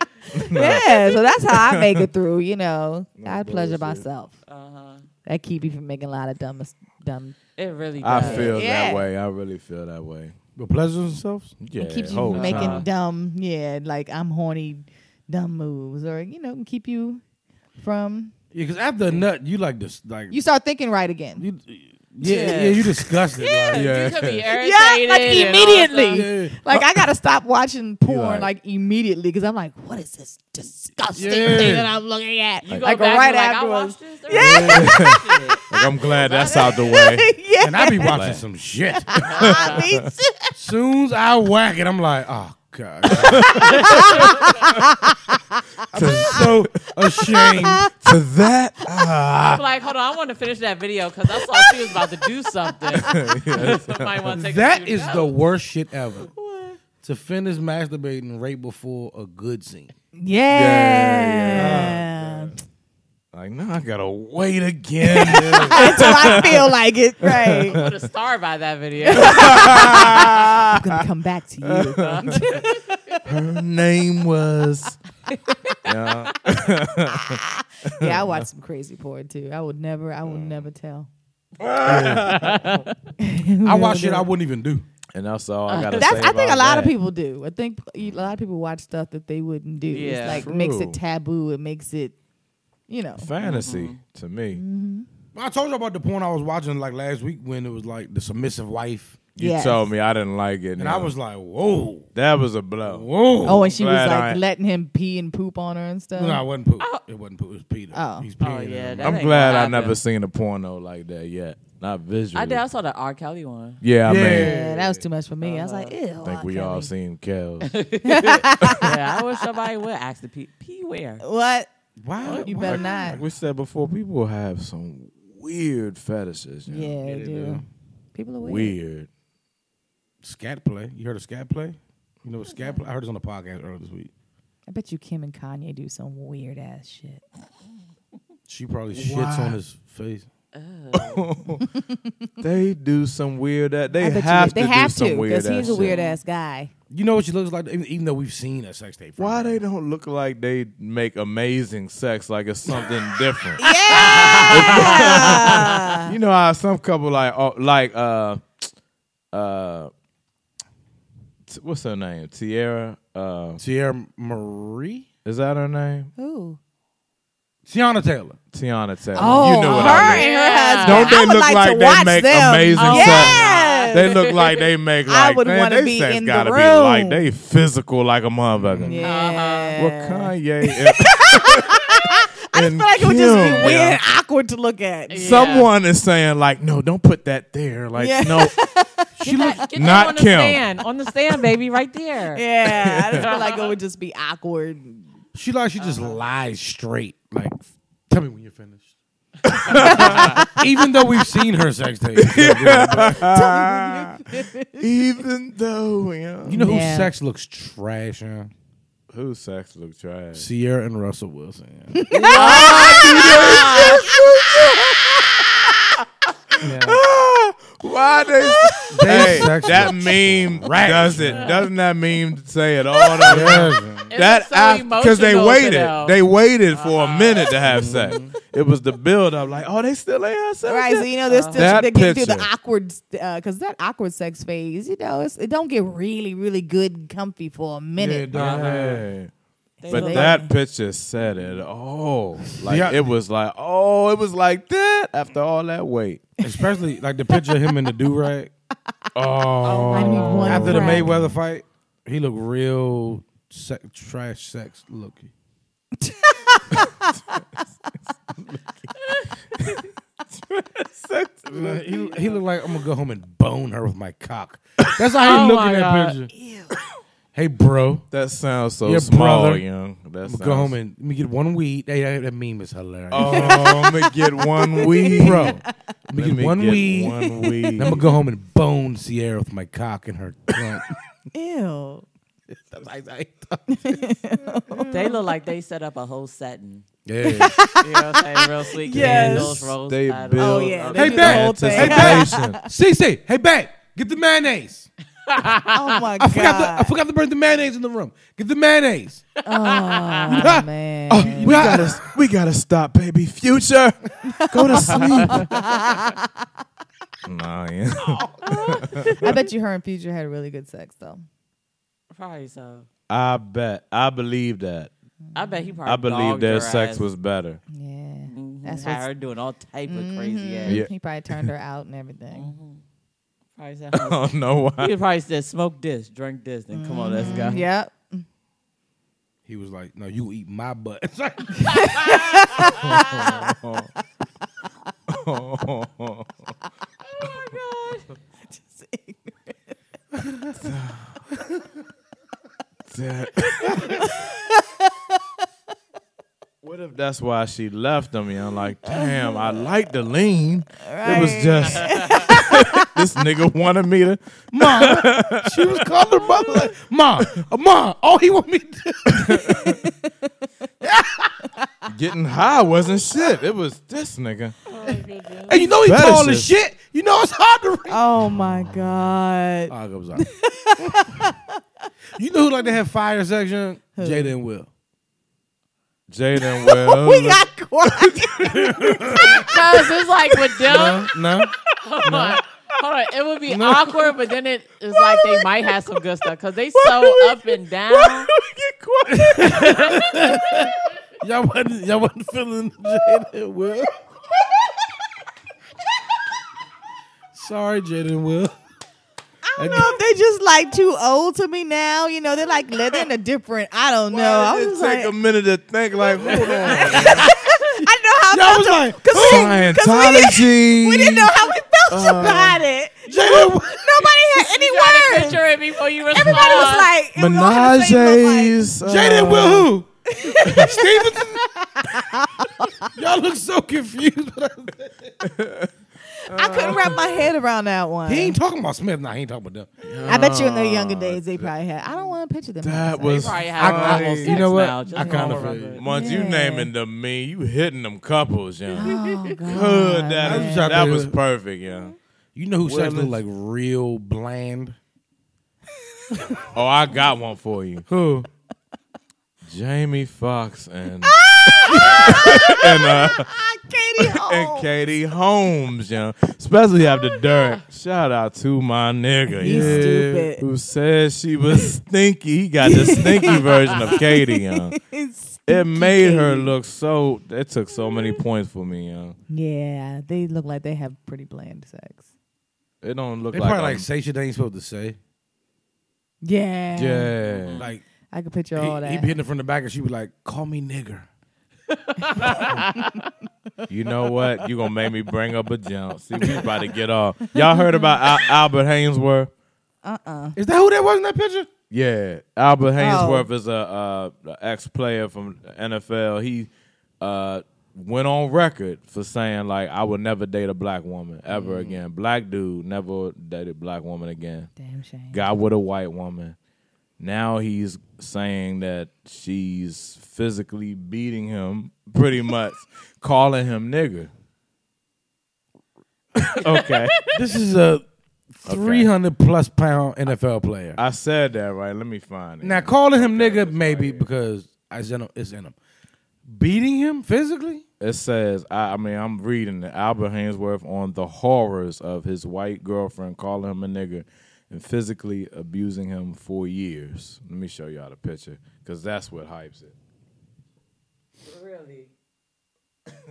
Speaker 2: Yeah, so that's how I make it through. You know, I pleasure myself.
Speaker 5: Uh-huh.
Speaker 2: That keep you from making a lot of dumb, dumb.
Speaker 5: It really
Speaker 4: I
Speaker 5: does.
Speaker 4: feel
Speaker 2: Yeah.
Speaker 4: that way. I really feel that way.
Speaker 3: But pleasure themselves.
Speaker 4: Yeah.
Speaker 2: keeps you
Speaker 4: whole
Speaker 2: from making
Speaker 4: time.
Speaker 2: dumb. Yeah, like I'm horny, dumb moves, or you know, can keep you from.
Speaker 3: Yeah, because after a nut, you like this, like
Speaker 2: You start thinking right again.
Speaker 3: You, yeah,
Speaker 5: Yeah.
Speaker 3: yeah, you disgusted. Yeah. Like,
Speaker 5: You could be irritated
Speaker 2: Yeah, like
Speaker 5: and all that
Speaker 2: immediately.
Speaker 5: stuff.
Speaker 3: yeah.
Speaker 2: Like I gotta stop watching porn
Speaker 4: like-
Speaker 2: like immediately because I'm like, what is this disgusting
Speaker 3: Yeah.
Speaker 2: thing that I'm looking at?
Speaker 5: You go
Speaker 2: like
Speaker 5: back
Speaker 2: right
Speaker 5: and like, I
Speaker 2: afterwards.
Speaker 5: watched this. Yeah.
Speaker 4: Like, I'm glad that's out the way.
Speaker 2: yeah,
Speaker 3: And I be watching
Speaker 4: Like-
Speaker 3: some shit.
Speaker 2: I mean,
Speaker 3: Soon as I whack it, I'm like, oh god. I'm so ashamed.
Speaker 4: to that, ah.
Speaker 5: I'm like, hold on, I want to finish that video because I saw she was about to do something. Somebody want to take a
Speaker 3: That
Speaker 5: few
Speaker 3: is the
Speaker 5: notes.
Speaker 3: worst shit ever. To finish masturbating right before a good scene.
Speaker 2: yeah.
Speaker 4: like, no, I gotta wait again. dude.
Speaker 2: Until I feel like it, right?
Speaker 5: Put a star by that video. Oh,
Speaker 2: I'm gonna come back to you.
Speaker 4: Her name was.
Speaker 2: Yeah, I watch some crazy porn too. I would never, I would never tell.
Speaker 3: I watch shit I wouldn't even do.
Speaker 4: And that's all I gotta
Speaker 2: That's,
Speaker 4: say.
Speaker 2: I think a
Speaker 4: about
Speaker 2: lot of
Speaker 4: that.
Speaker 2: people do. I think a lot of people watch stuff that they wouldn't do. it's
Speaker 5: Yeah.
Speaker 2: like makes it
Speaker 4: True.
Speaker 2: taboo. It makes it, you know.
Speaker 4: Fantasy
Speaker 2: Mm-hmm.
Speaker 4: to me.
Speaker 3: I told you about the porn I was watching like last week when it was like the submissive wife.
Speaker 4: You
Speaker 2: Yes.
Speaker 4: told me I didn't like it.
Speaker 3: And
Speaker 4: no.
Speaker 3: I was like, whoa,
Speaker 4: that was a blow.
Speaker 3: whoa.
Speaker 2: Oh, and she was
Speaker 4: Glad I
Speaker 2: like
Speaker 4: ain't-
Speaker 2: letting him pee and poop on her and stuff.
Speaker 3: No, it wasn't poop. It wasn't poop. It was Peter.
Speaker 2: Oh.
Speaker 3: He's
Speaker 5: Oh,
Speaker 3: peeing. in
Speaker 5: yeah,
Speaker 3: her
Speaker 5: that
Speaker 4: I'm
Speaker 5: ain't
Speaker 4: glad
Speaker 5: gonna
Speaker 4: I
Speaker 5: happen.
Speaker 4: never seen a porno like that yet. Not visually.
Speaker 5: I did. I saw the R. Kelly one.
Speaker 4: Yeah, I mean,
Speaker 2: yeah, that was too much for me. I was like, ew.
Speaker 4: I think we all seen Kells.
Speaker 5: Yeah, I wish somebody would ask the P. P. Where?
Speaker 2: What?
Speaker 3: Why?
Speaker 2: You
Speaker 3: why-
Speaker 2: better
Speaker 4: like
Speaker 2: not.
Speaker 4: we said before, people have some weird fetishes. you know?
Speaker 2: Yeah, they do. People are weird.
Speaker 4: Weird.
Speaker 3: Scat play. You heard of scat play? You know what scat play? I heard this on the podcast earlier this week.
Speaker 2: I bet you Kim and Kanye do some weird ass shit.
Speaker 3: She probably shits on his face.
Speaker 4: They do some weird that they
Speaker 2: I bet
Speaker 4: have
Speaker 2: you,
Speaker 4: to
Speaker 2: they have
Speaker 4: do some
Speaker 2: to
Speaker 4: weird
Speaker 2: because he's a
Speaker 4: ass
Speaker 2: weird
Speaker 4: shit.
Speaker 2: ass guy.
Speaker 3: You know what she looks like, even, even though we've seen a sex tape. from
Speaker 4: Why
Speaker 3: her.
Speaker 4: they don't look like they make amazing sex like it's something different.
Speaker 2: Yeah.
Speaker 4: You know how some couple like oh, like uh uh t- what's her name? Tiara uh
Speaker 3: Sierra Marie?
Speaker 4: is that her name?
Speaker 2: Ooh.
Speaker 3: Tiana Taylor.
Speaker 4: Tiana Taylor.
Speaker 2: Oh,
Speaker 4: you know what
Speaker 2: her
Speaker 4: I mean.
Speaker 2: and her husband.
Speaker 4: Don't
Speaker 2: I
Speaker 4: they
Speaker 2: would
Speaker 4: look
Speaker 2: like,
Speaker 4: like,
Speaker 2: to
Speaker 4: they
Speaker 2: watch
Speaker 4: make
Speaker 2: them. Oh,
Speaker 4: amazing
Speaker 2: yes.
Speaker 4: sex? They look like they make
Speaker 2: I
Speaker 4: like
Speaker 2: would
Speaker 4: man,
Speaker 2: wanna
Speaker 4: they
Speaker 2: be
Speaker 4: sex
Speaker 2: in the
Speaker 4: gotta be
Speaker 2: room.
Speaker 4: like they physical like a motherfucker.
Speaker 2: Yeah.
Speaker 4: Well Kanye
Speaker 2: I just feel
Speaker 4: and
Speaker 2: like it would just be
Speaker 4: Kim.
Speaker 2: weird
Speaker 4: Yeah.
Speaker 2: and awkward to look at.
Speaker 4: Someone is saying like, no, don't put that there. Like,
Speaker 2: Yeah.
Speaker 4: no,
Speaker 5: Get that,
Speaker 4: Not
Speaker 5: get that on the
Speaker 4: Kim.
Speaker 5: stand. On the stand, baby, right there.
Speaker 2: Yeah, I just feel like it would just be awkward.
Speaker 3: She like she just lies straight. Like, tell me when you're finished. Even though we've seen her sex tape,
Speaker 4: even though yeah.
Speaker 3: you know whose
Speaker 2: Yeah.
Speaker 3: sex looks trash? Huh?
Speaker 4: who sex look trash.
Speaker 3: Sierra and Russell Wilson. yeah.
Speaker 4: Why they?
Speaker 3: They
Speaker 4: hey,
Speaker 3: sex
Speaker 4: that
Speaker 3: look
Speaker 4: meme
Speaker 3: trash,
Speaker 4: does it.
Speaker 3: man.
Speaker 4: Doesn't that meme say it all? The
Speaker 3: Yes, man.
Speaker 5: It
Speaker 4: that
Speaker 5: was so
Speaker 4: because they
Speaker 5: emotional Uh-huh. to
Speaker 4: waited.
Speaker 5: them.
Speaker 4: They waited for a minute to have sex. it was the build up. Like, oh, they still ain't had sex.
Speaker 2: Right,
Speaker 4: yet?
Speaker 2: so you know, there's still
Speaker 4: That
Speaker 2: they're getting through the
Speaker 4: picture.
Speaker 2: awkward, because that awkward sex phase, you know, it's, it don't get really, really good and comfy for a minute.
Speaker 4: Yeah.
Speaker 5: They
Speaker 4: But
Speaker 5: look-
Speaker 4: that picture said it all. Like
Speaker 3: Yeah.
Speaker 4: it was like, oh, it was like that after all that wait.
Speaker 3: Especially like the picture of him in the do rag
Speaker 2: I need one
Speaker 3: after the
Speaker 2: crack.
Speaker 3: Mayweather fight. He looked real se- trash sex looking. Like, he, he looked like I'm gonna go home and bone her with my cock. That's how he
Speaker 5: Oh
Speaker 3: looked in
Speaker 5: my
Speaker 3: that
Speaker 5: God.
Speaker 3: picture. Hey, bro,
Speaker 4: That sounds so
Speaker 3: Your
Speaker 4: small,
Speaker 3: brother.
Speaker 4: young. That
Speaker 3: I'm
Speaker 4: sounds,
Speaker 3: gonna go home and let me get one weed. Hey, that, that meme is hilarious,
Speaker 4: Oh, I'm gonna get one weed.
Speaker 3: bro. Let me
Speaker 4: Let
Speaker 3: get
Speaker 4: me
Speaker 3: one
Speaker 4: get
Speaker 3: weed.
Speaker 4: One weed.
Speaker 3: Then I'm gonna go home and bone Sierra with my cock in her trunk.
Speaker 2: Ew.
Speaker 3: That's like- like-
Speaker 5: they look like they set up a whole setting.
Speaker 3: yeah.
Speaker 5: You know what I'm saying? Real sweet
Speaker 2: Yes.
Speaker 5: candles, rose
Speaker 4: They
Speaker 5: petals.
Speaker 4: build
Speaker 2: Oh, yeah,
Speaker 4: up
Speaker 2: they
Speaker 3: do the whole
Speaker 2: thing.
Speaker 4: anticipation.
Speaker 3: Cece, hey babe, get the mayonnaise.
Speaker 2: Oh my
Speaker 3: I
Speaker 2: god.
Speaker 3: forgot, the, I forgot to bring the mayonnaise in the room. Get the mayonnaise.
Speaker 2: Oh man.
Speaker 4: we gotta, we gotta stop, baby. Future, go to sleep. nah, yeah.
Speaker 2: I bet you her and Future had really good sex though.
Speaker 3: Oh,
Speaker 5: Probably so.
Speaker 4: I bet. I believe that.
Speaker 5: I bet he probably.
Speaker 4: I believe
Speaker 5: dogged
Speaker 4: their
Speaker 5: her
Speaker 4: sex
Speaker 5: ass.
Speaker 4: was better.
Speaker 2: Yeah. That's what's
Speaker 5: That's had
Speaker 2: Mm-hmm.
Speaker 5: her doing all type of crazy ass.
Speaker 4: Yeah.
Speaker 2: He probably turned her out and everything.
Speaker 5: Probably
Speaker 4: I
Speaker 5: said,
Speaker 4: don't know why.
Speaker 5: he probably said, "Smoke this, drink this, and come on, let's go."
Speaker 2: Yep.
Speaker 3: He was like, "No, you eat my butt." It's like,
Speaker 4: what if that's why she left him? You know, like, damn, I like the lean. It was just this nigga wanted me to.
Speaker 3: mom, she was calling her mother like, "Mom, uh, mom, all he want me to do."
Speaker 4: Getting high wasn't shit. It was this nigga.
Speaker 3: And you know he
Speaker 4: Fetishes.
Speaker 3: tall as shit. You know it's hard to read.
Speaker 2: Oh my god.
Speaker 3: Oh, I'm sorry. you know who like to have fire section? Jada and Will.
Speaker 4: Jaden
Speaker 3: Oh,
Speaker 4: Wells.
Speaker 2: we got quiet.
Speaker 5: Cause it's like with them,
Speaker 3: No, no.
Speaker 5: hold on, it would be awkward, but then it is like they might have some good stuff because they so up and down.
Speaker 3: Y'all wasn't, y'all wasn't feeling Jada and Will. Sorry, Jada and Will.
Speaker 2: I don't know if they just like too old to me now. You know, they're like they're in a different. I don't know. I was
Speaker 4: it take
Speaker 2: just like,
Speaker 4: a minute to think. Like, hold on.
Speaker 2: I know how
Speaker 3: Y'all
Speaker 2: I
Speaker 3: was
Speaker 2: felt
Speaker 3: like,
Speaker 2: because we, didn't- 'cause we didn't-
Speaker 4: Scientology. Uh,
Speaker 2: we didn't know how we felt about it.
Speaker 3: Jada and
Speaker 2: Nobody
Speaker 3: Will.
Speaker 2: had any
Speaker 5: You gotta
Speaker 2: words.
Speaker 5: picture it before you respond.
Speaker 2: Everybody
Speaker 4: uh,
Speaker 2: was like, it was all had the same look, like-
Speaker 4: Menages. uh,
Speaker 3: Jada and Will who? Stevenson? Y'all look so confused.
Speaker 2: I couldn't wrap my head around that one.
Speaker 3: he ain't talking about Smith. Nah, he ain't talking about them.
Speaker 2: I bet you in their younger days they probably had. I don't want to picture them.
Speaker 4: Uh, That
Speaker 2: having
Speaker 4: was
Speaker 2: sex.
Speaker 5: Probably have
Speaker 4: I-
Speaker 5: normal
Speaker 4: I-
Speaker 5: sex
Speaker 4: you
Speaker 3: know what?
Speaker 5: Now, just
Speaker 3: I kinda
Speaker 5: normal
Speaker 3: feel
Speaker 5: rubber.
Speaker 3: you.
Speaker 4: Once you
Speaker 2: Yeah.
Speaker 4: naming the me, you hitting them couples, yeah.
Speaker 2: Oh, God.
Speaker 4: Good, that,
Speaker 3: I'm
Speaker 4: is-
Speaker 3: trying
Speaker 4: that
Speaker 3: to-
Speaker 4: was perfect, yeah.
Speaker 3: You know who sex
Speaker 4: Willis.
Speaker 3: look like real bland?
Speaker 4: Oh, I got one for you.
Speaker 3: Who?
Speaker 4: Jamie Fox and and, uh,
Speaker 2: Katie, oh.
Speaker 4: and Katie Holmes, yeah. Especially after Dirk. Shout out to my nigga,
Speaker 2: He's
Speaker 4: yeah.
Speaker 2: stupid.
Speaker 4: Who said she was stinky. He got the stinky version of Katie, yeah.
Speaker 2: It's-
Speaker 4: It made her look so it took so many points for me, yeah.
Speaker 2: yeah, they look like they have pretty bland sex.
Speaker 4: It don't look
Speaker 3: They
Speaker 4: like,
Speaker 3: probably
Speaker 4: I'm-
Speaker 3: like say shit they ain't supposed to say.
Speaker 2: Yeah,
Speaker 4: yeah.
Speaker 3: Like
Speaker 2: I could picture
Speaker 3: he,
Speaker 2: all that.
Speaker 3: he be hitting her from the back and she be like, "Call me nigger."
Speaker 4: You know what? You gonna make me bring up a jump. See, we about to get off. Y'all heard about Al- Albert Hainsworth?
Speaker 3: Is that who that was in that picture?
Speaker 4: Yeah, Albert Hainsworth is a uh, ex player from the NFL. He uh, went on record for saying like, "I would never date a black woman ever again. Black dude never dated black woman again.
Speaker 2: Damn shame.
Speaker 4: Got with a white woman. Now he's saying that she's physically beating him, pretty much calling him nigger. okay,
Speaker 3: This is a 300 plus pound NFL player.
Speaker 4: I said that right. Let me find it.
Speaker 3: now, calling him nigga, maybe, because it's in, him, it's in him. Beating him physically?
Speaker 4: it says I, I mean I'm reading it, Albert Hainsworth on the horrors of his white girlfriend calling him a nigger and physically abusing him for years. Let me show y'all the picture because that's what hypes it.
Speaker 5: Really?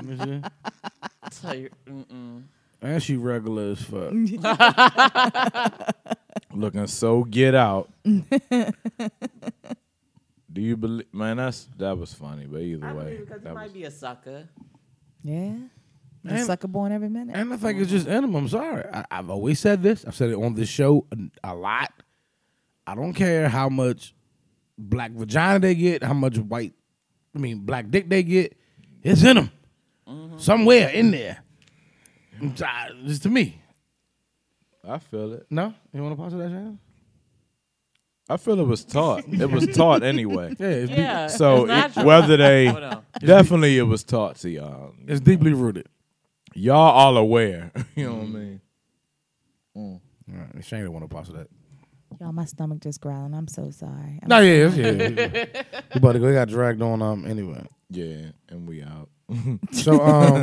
Speaker 5: Tell you, mm. mm-mm.
Speaker 3: And she regular as fuck.
Speaker 4: Looking so get out. Do you believe? Man, that's that was funny, but either
Speaker 5: I
Speaker 4: way,
Speaker 5: believe because he
Speaker 4: that
Speaker 5: might
Speaker 4: was,
Speaker 5: be a sucker.
Speaker 2: Yeah. The
Speaker 3: And-
Speaker 2: sucker born every minute.
Speaker 3: And I think it's just in him. I'm sorry. I, I've always said this. I've said it on this show a, a lot. I don't care how much black vagina they get, how much white, I mean, black dick they get. It's in them. Mm-hmm. Somewhere in there. I'm tired. It's to me.
Speaker 4: I feel it.
Speaker 3: No? You want to pause that, Shannon?
Speaker 4: I feel it was taught. it was taught anyway.
Speaker 3: Yeah, it's, deep,
Speaker 5: Yeah.
Speaker 4: So
Speaker 5: it's
Speaker 4: it,
Speaker 5: natural.
Speaker 4: whether they
Speaker 5: Hold on.
Speaker 4: definitely it was taught to y'all.
Speaker 3: it's deeply rooted.
Speaker 4: Y'all all aware. you
Speaker 5: Mm.
Speaker 4: know what I mean.
Speaker 3: All right, Shane didn't want to pause that.
Speaker 2: Y'all, my stomach just growling. I'm so sorry. I'm
Speaker 3: No, yeah, it's- yeah. yeah. you about to go. You got dragged on um, anyway.
Speaker 4: Yeah, and we out.
Speaker 3: So, um,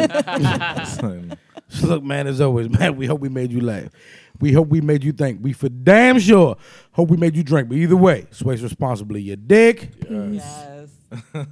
Speaker 4: Son,
Speaker 3: So look, man, as always, man, we hope we made you laugh. We hope we made you think. We for damn sure hope we made you drink. But either way, sway responsibly. Your dick.
Speaker 5: Yes.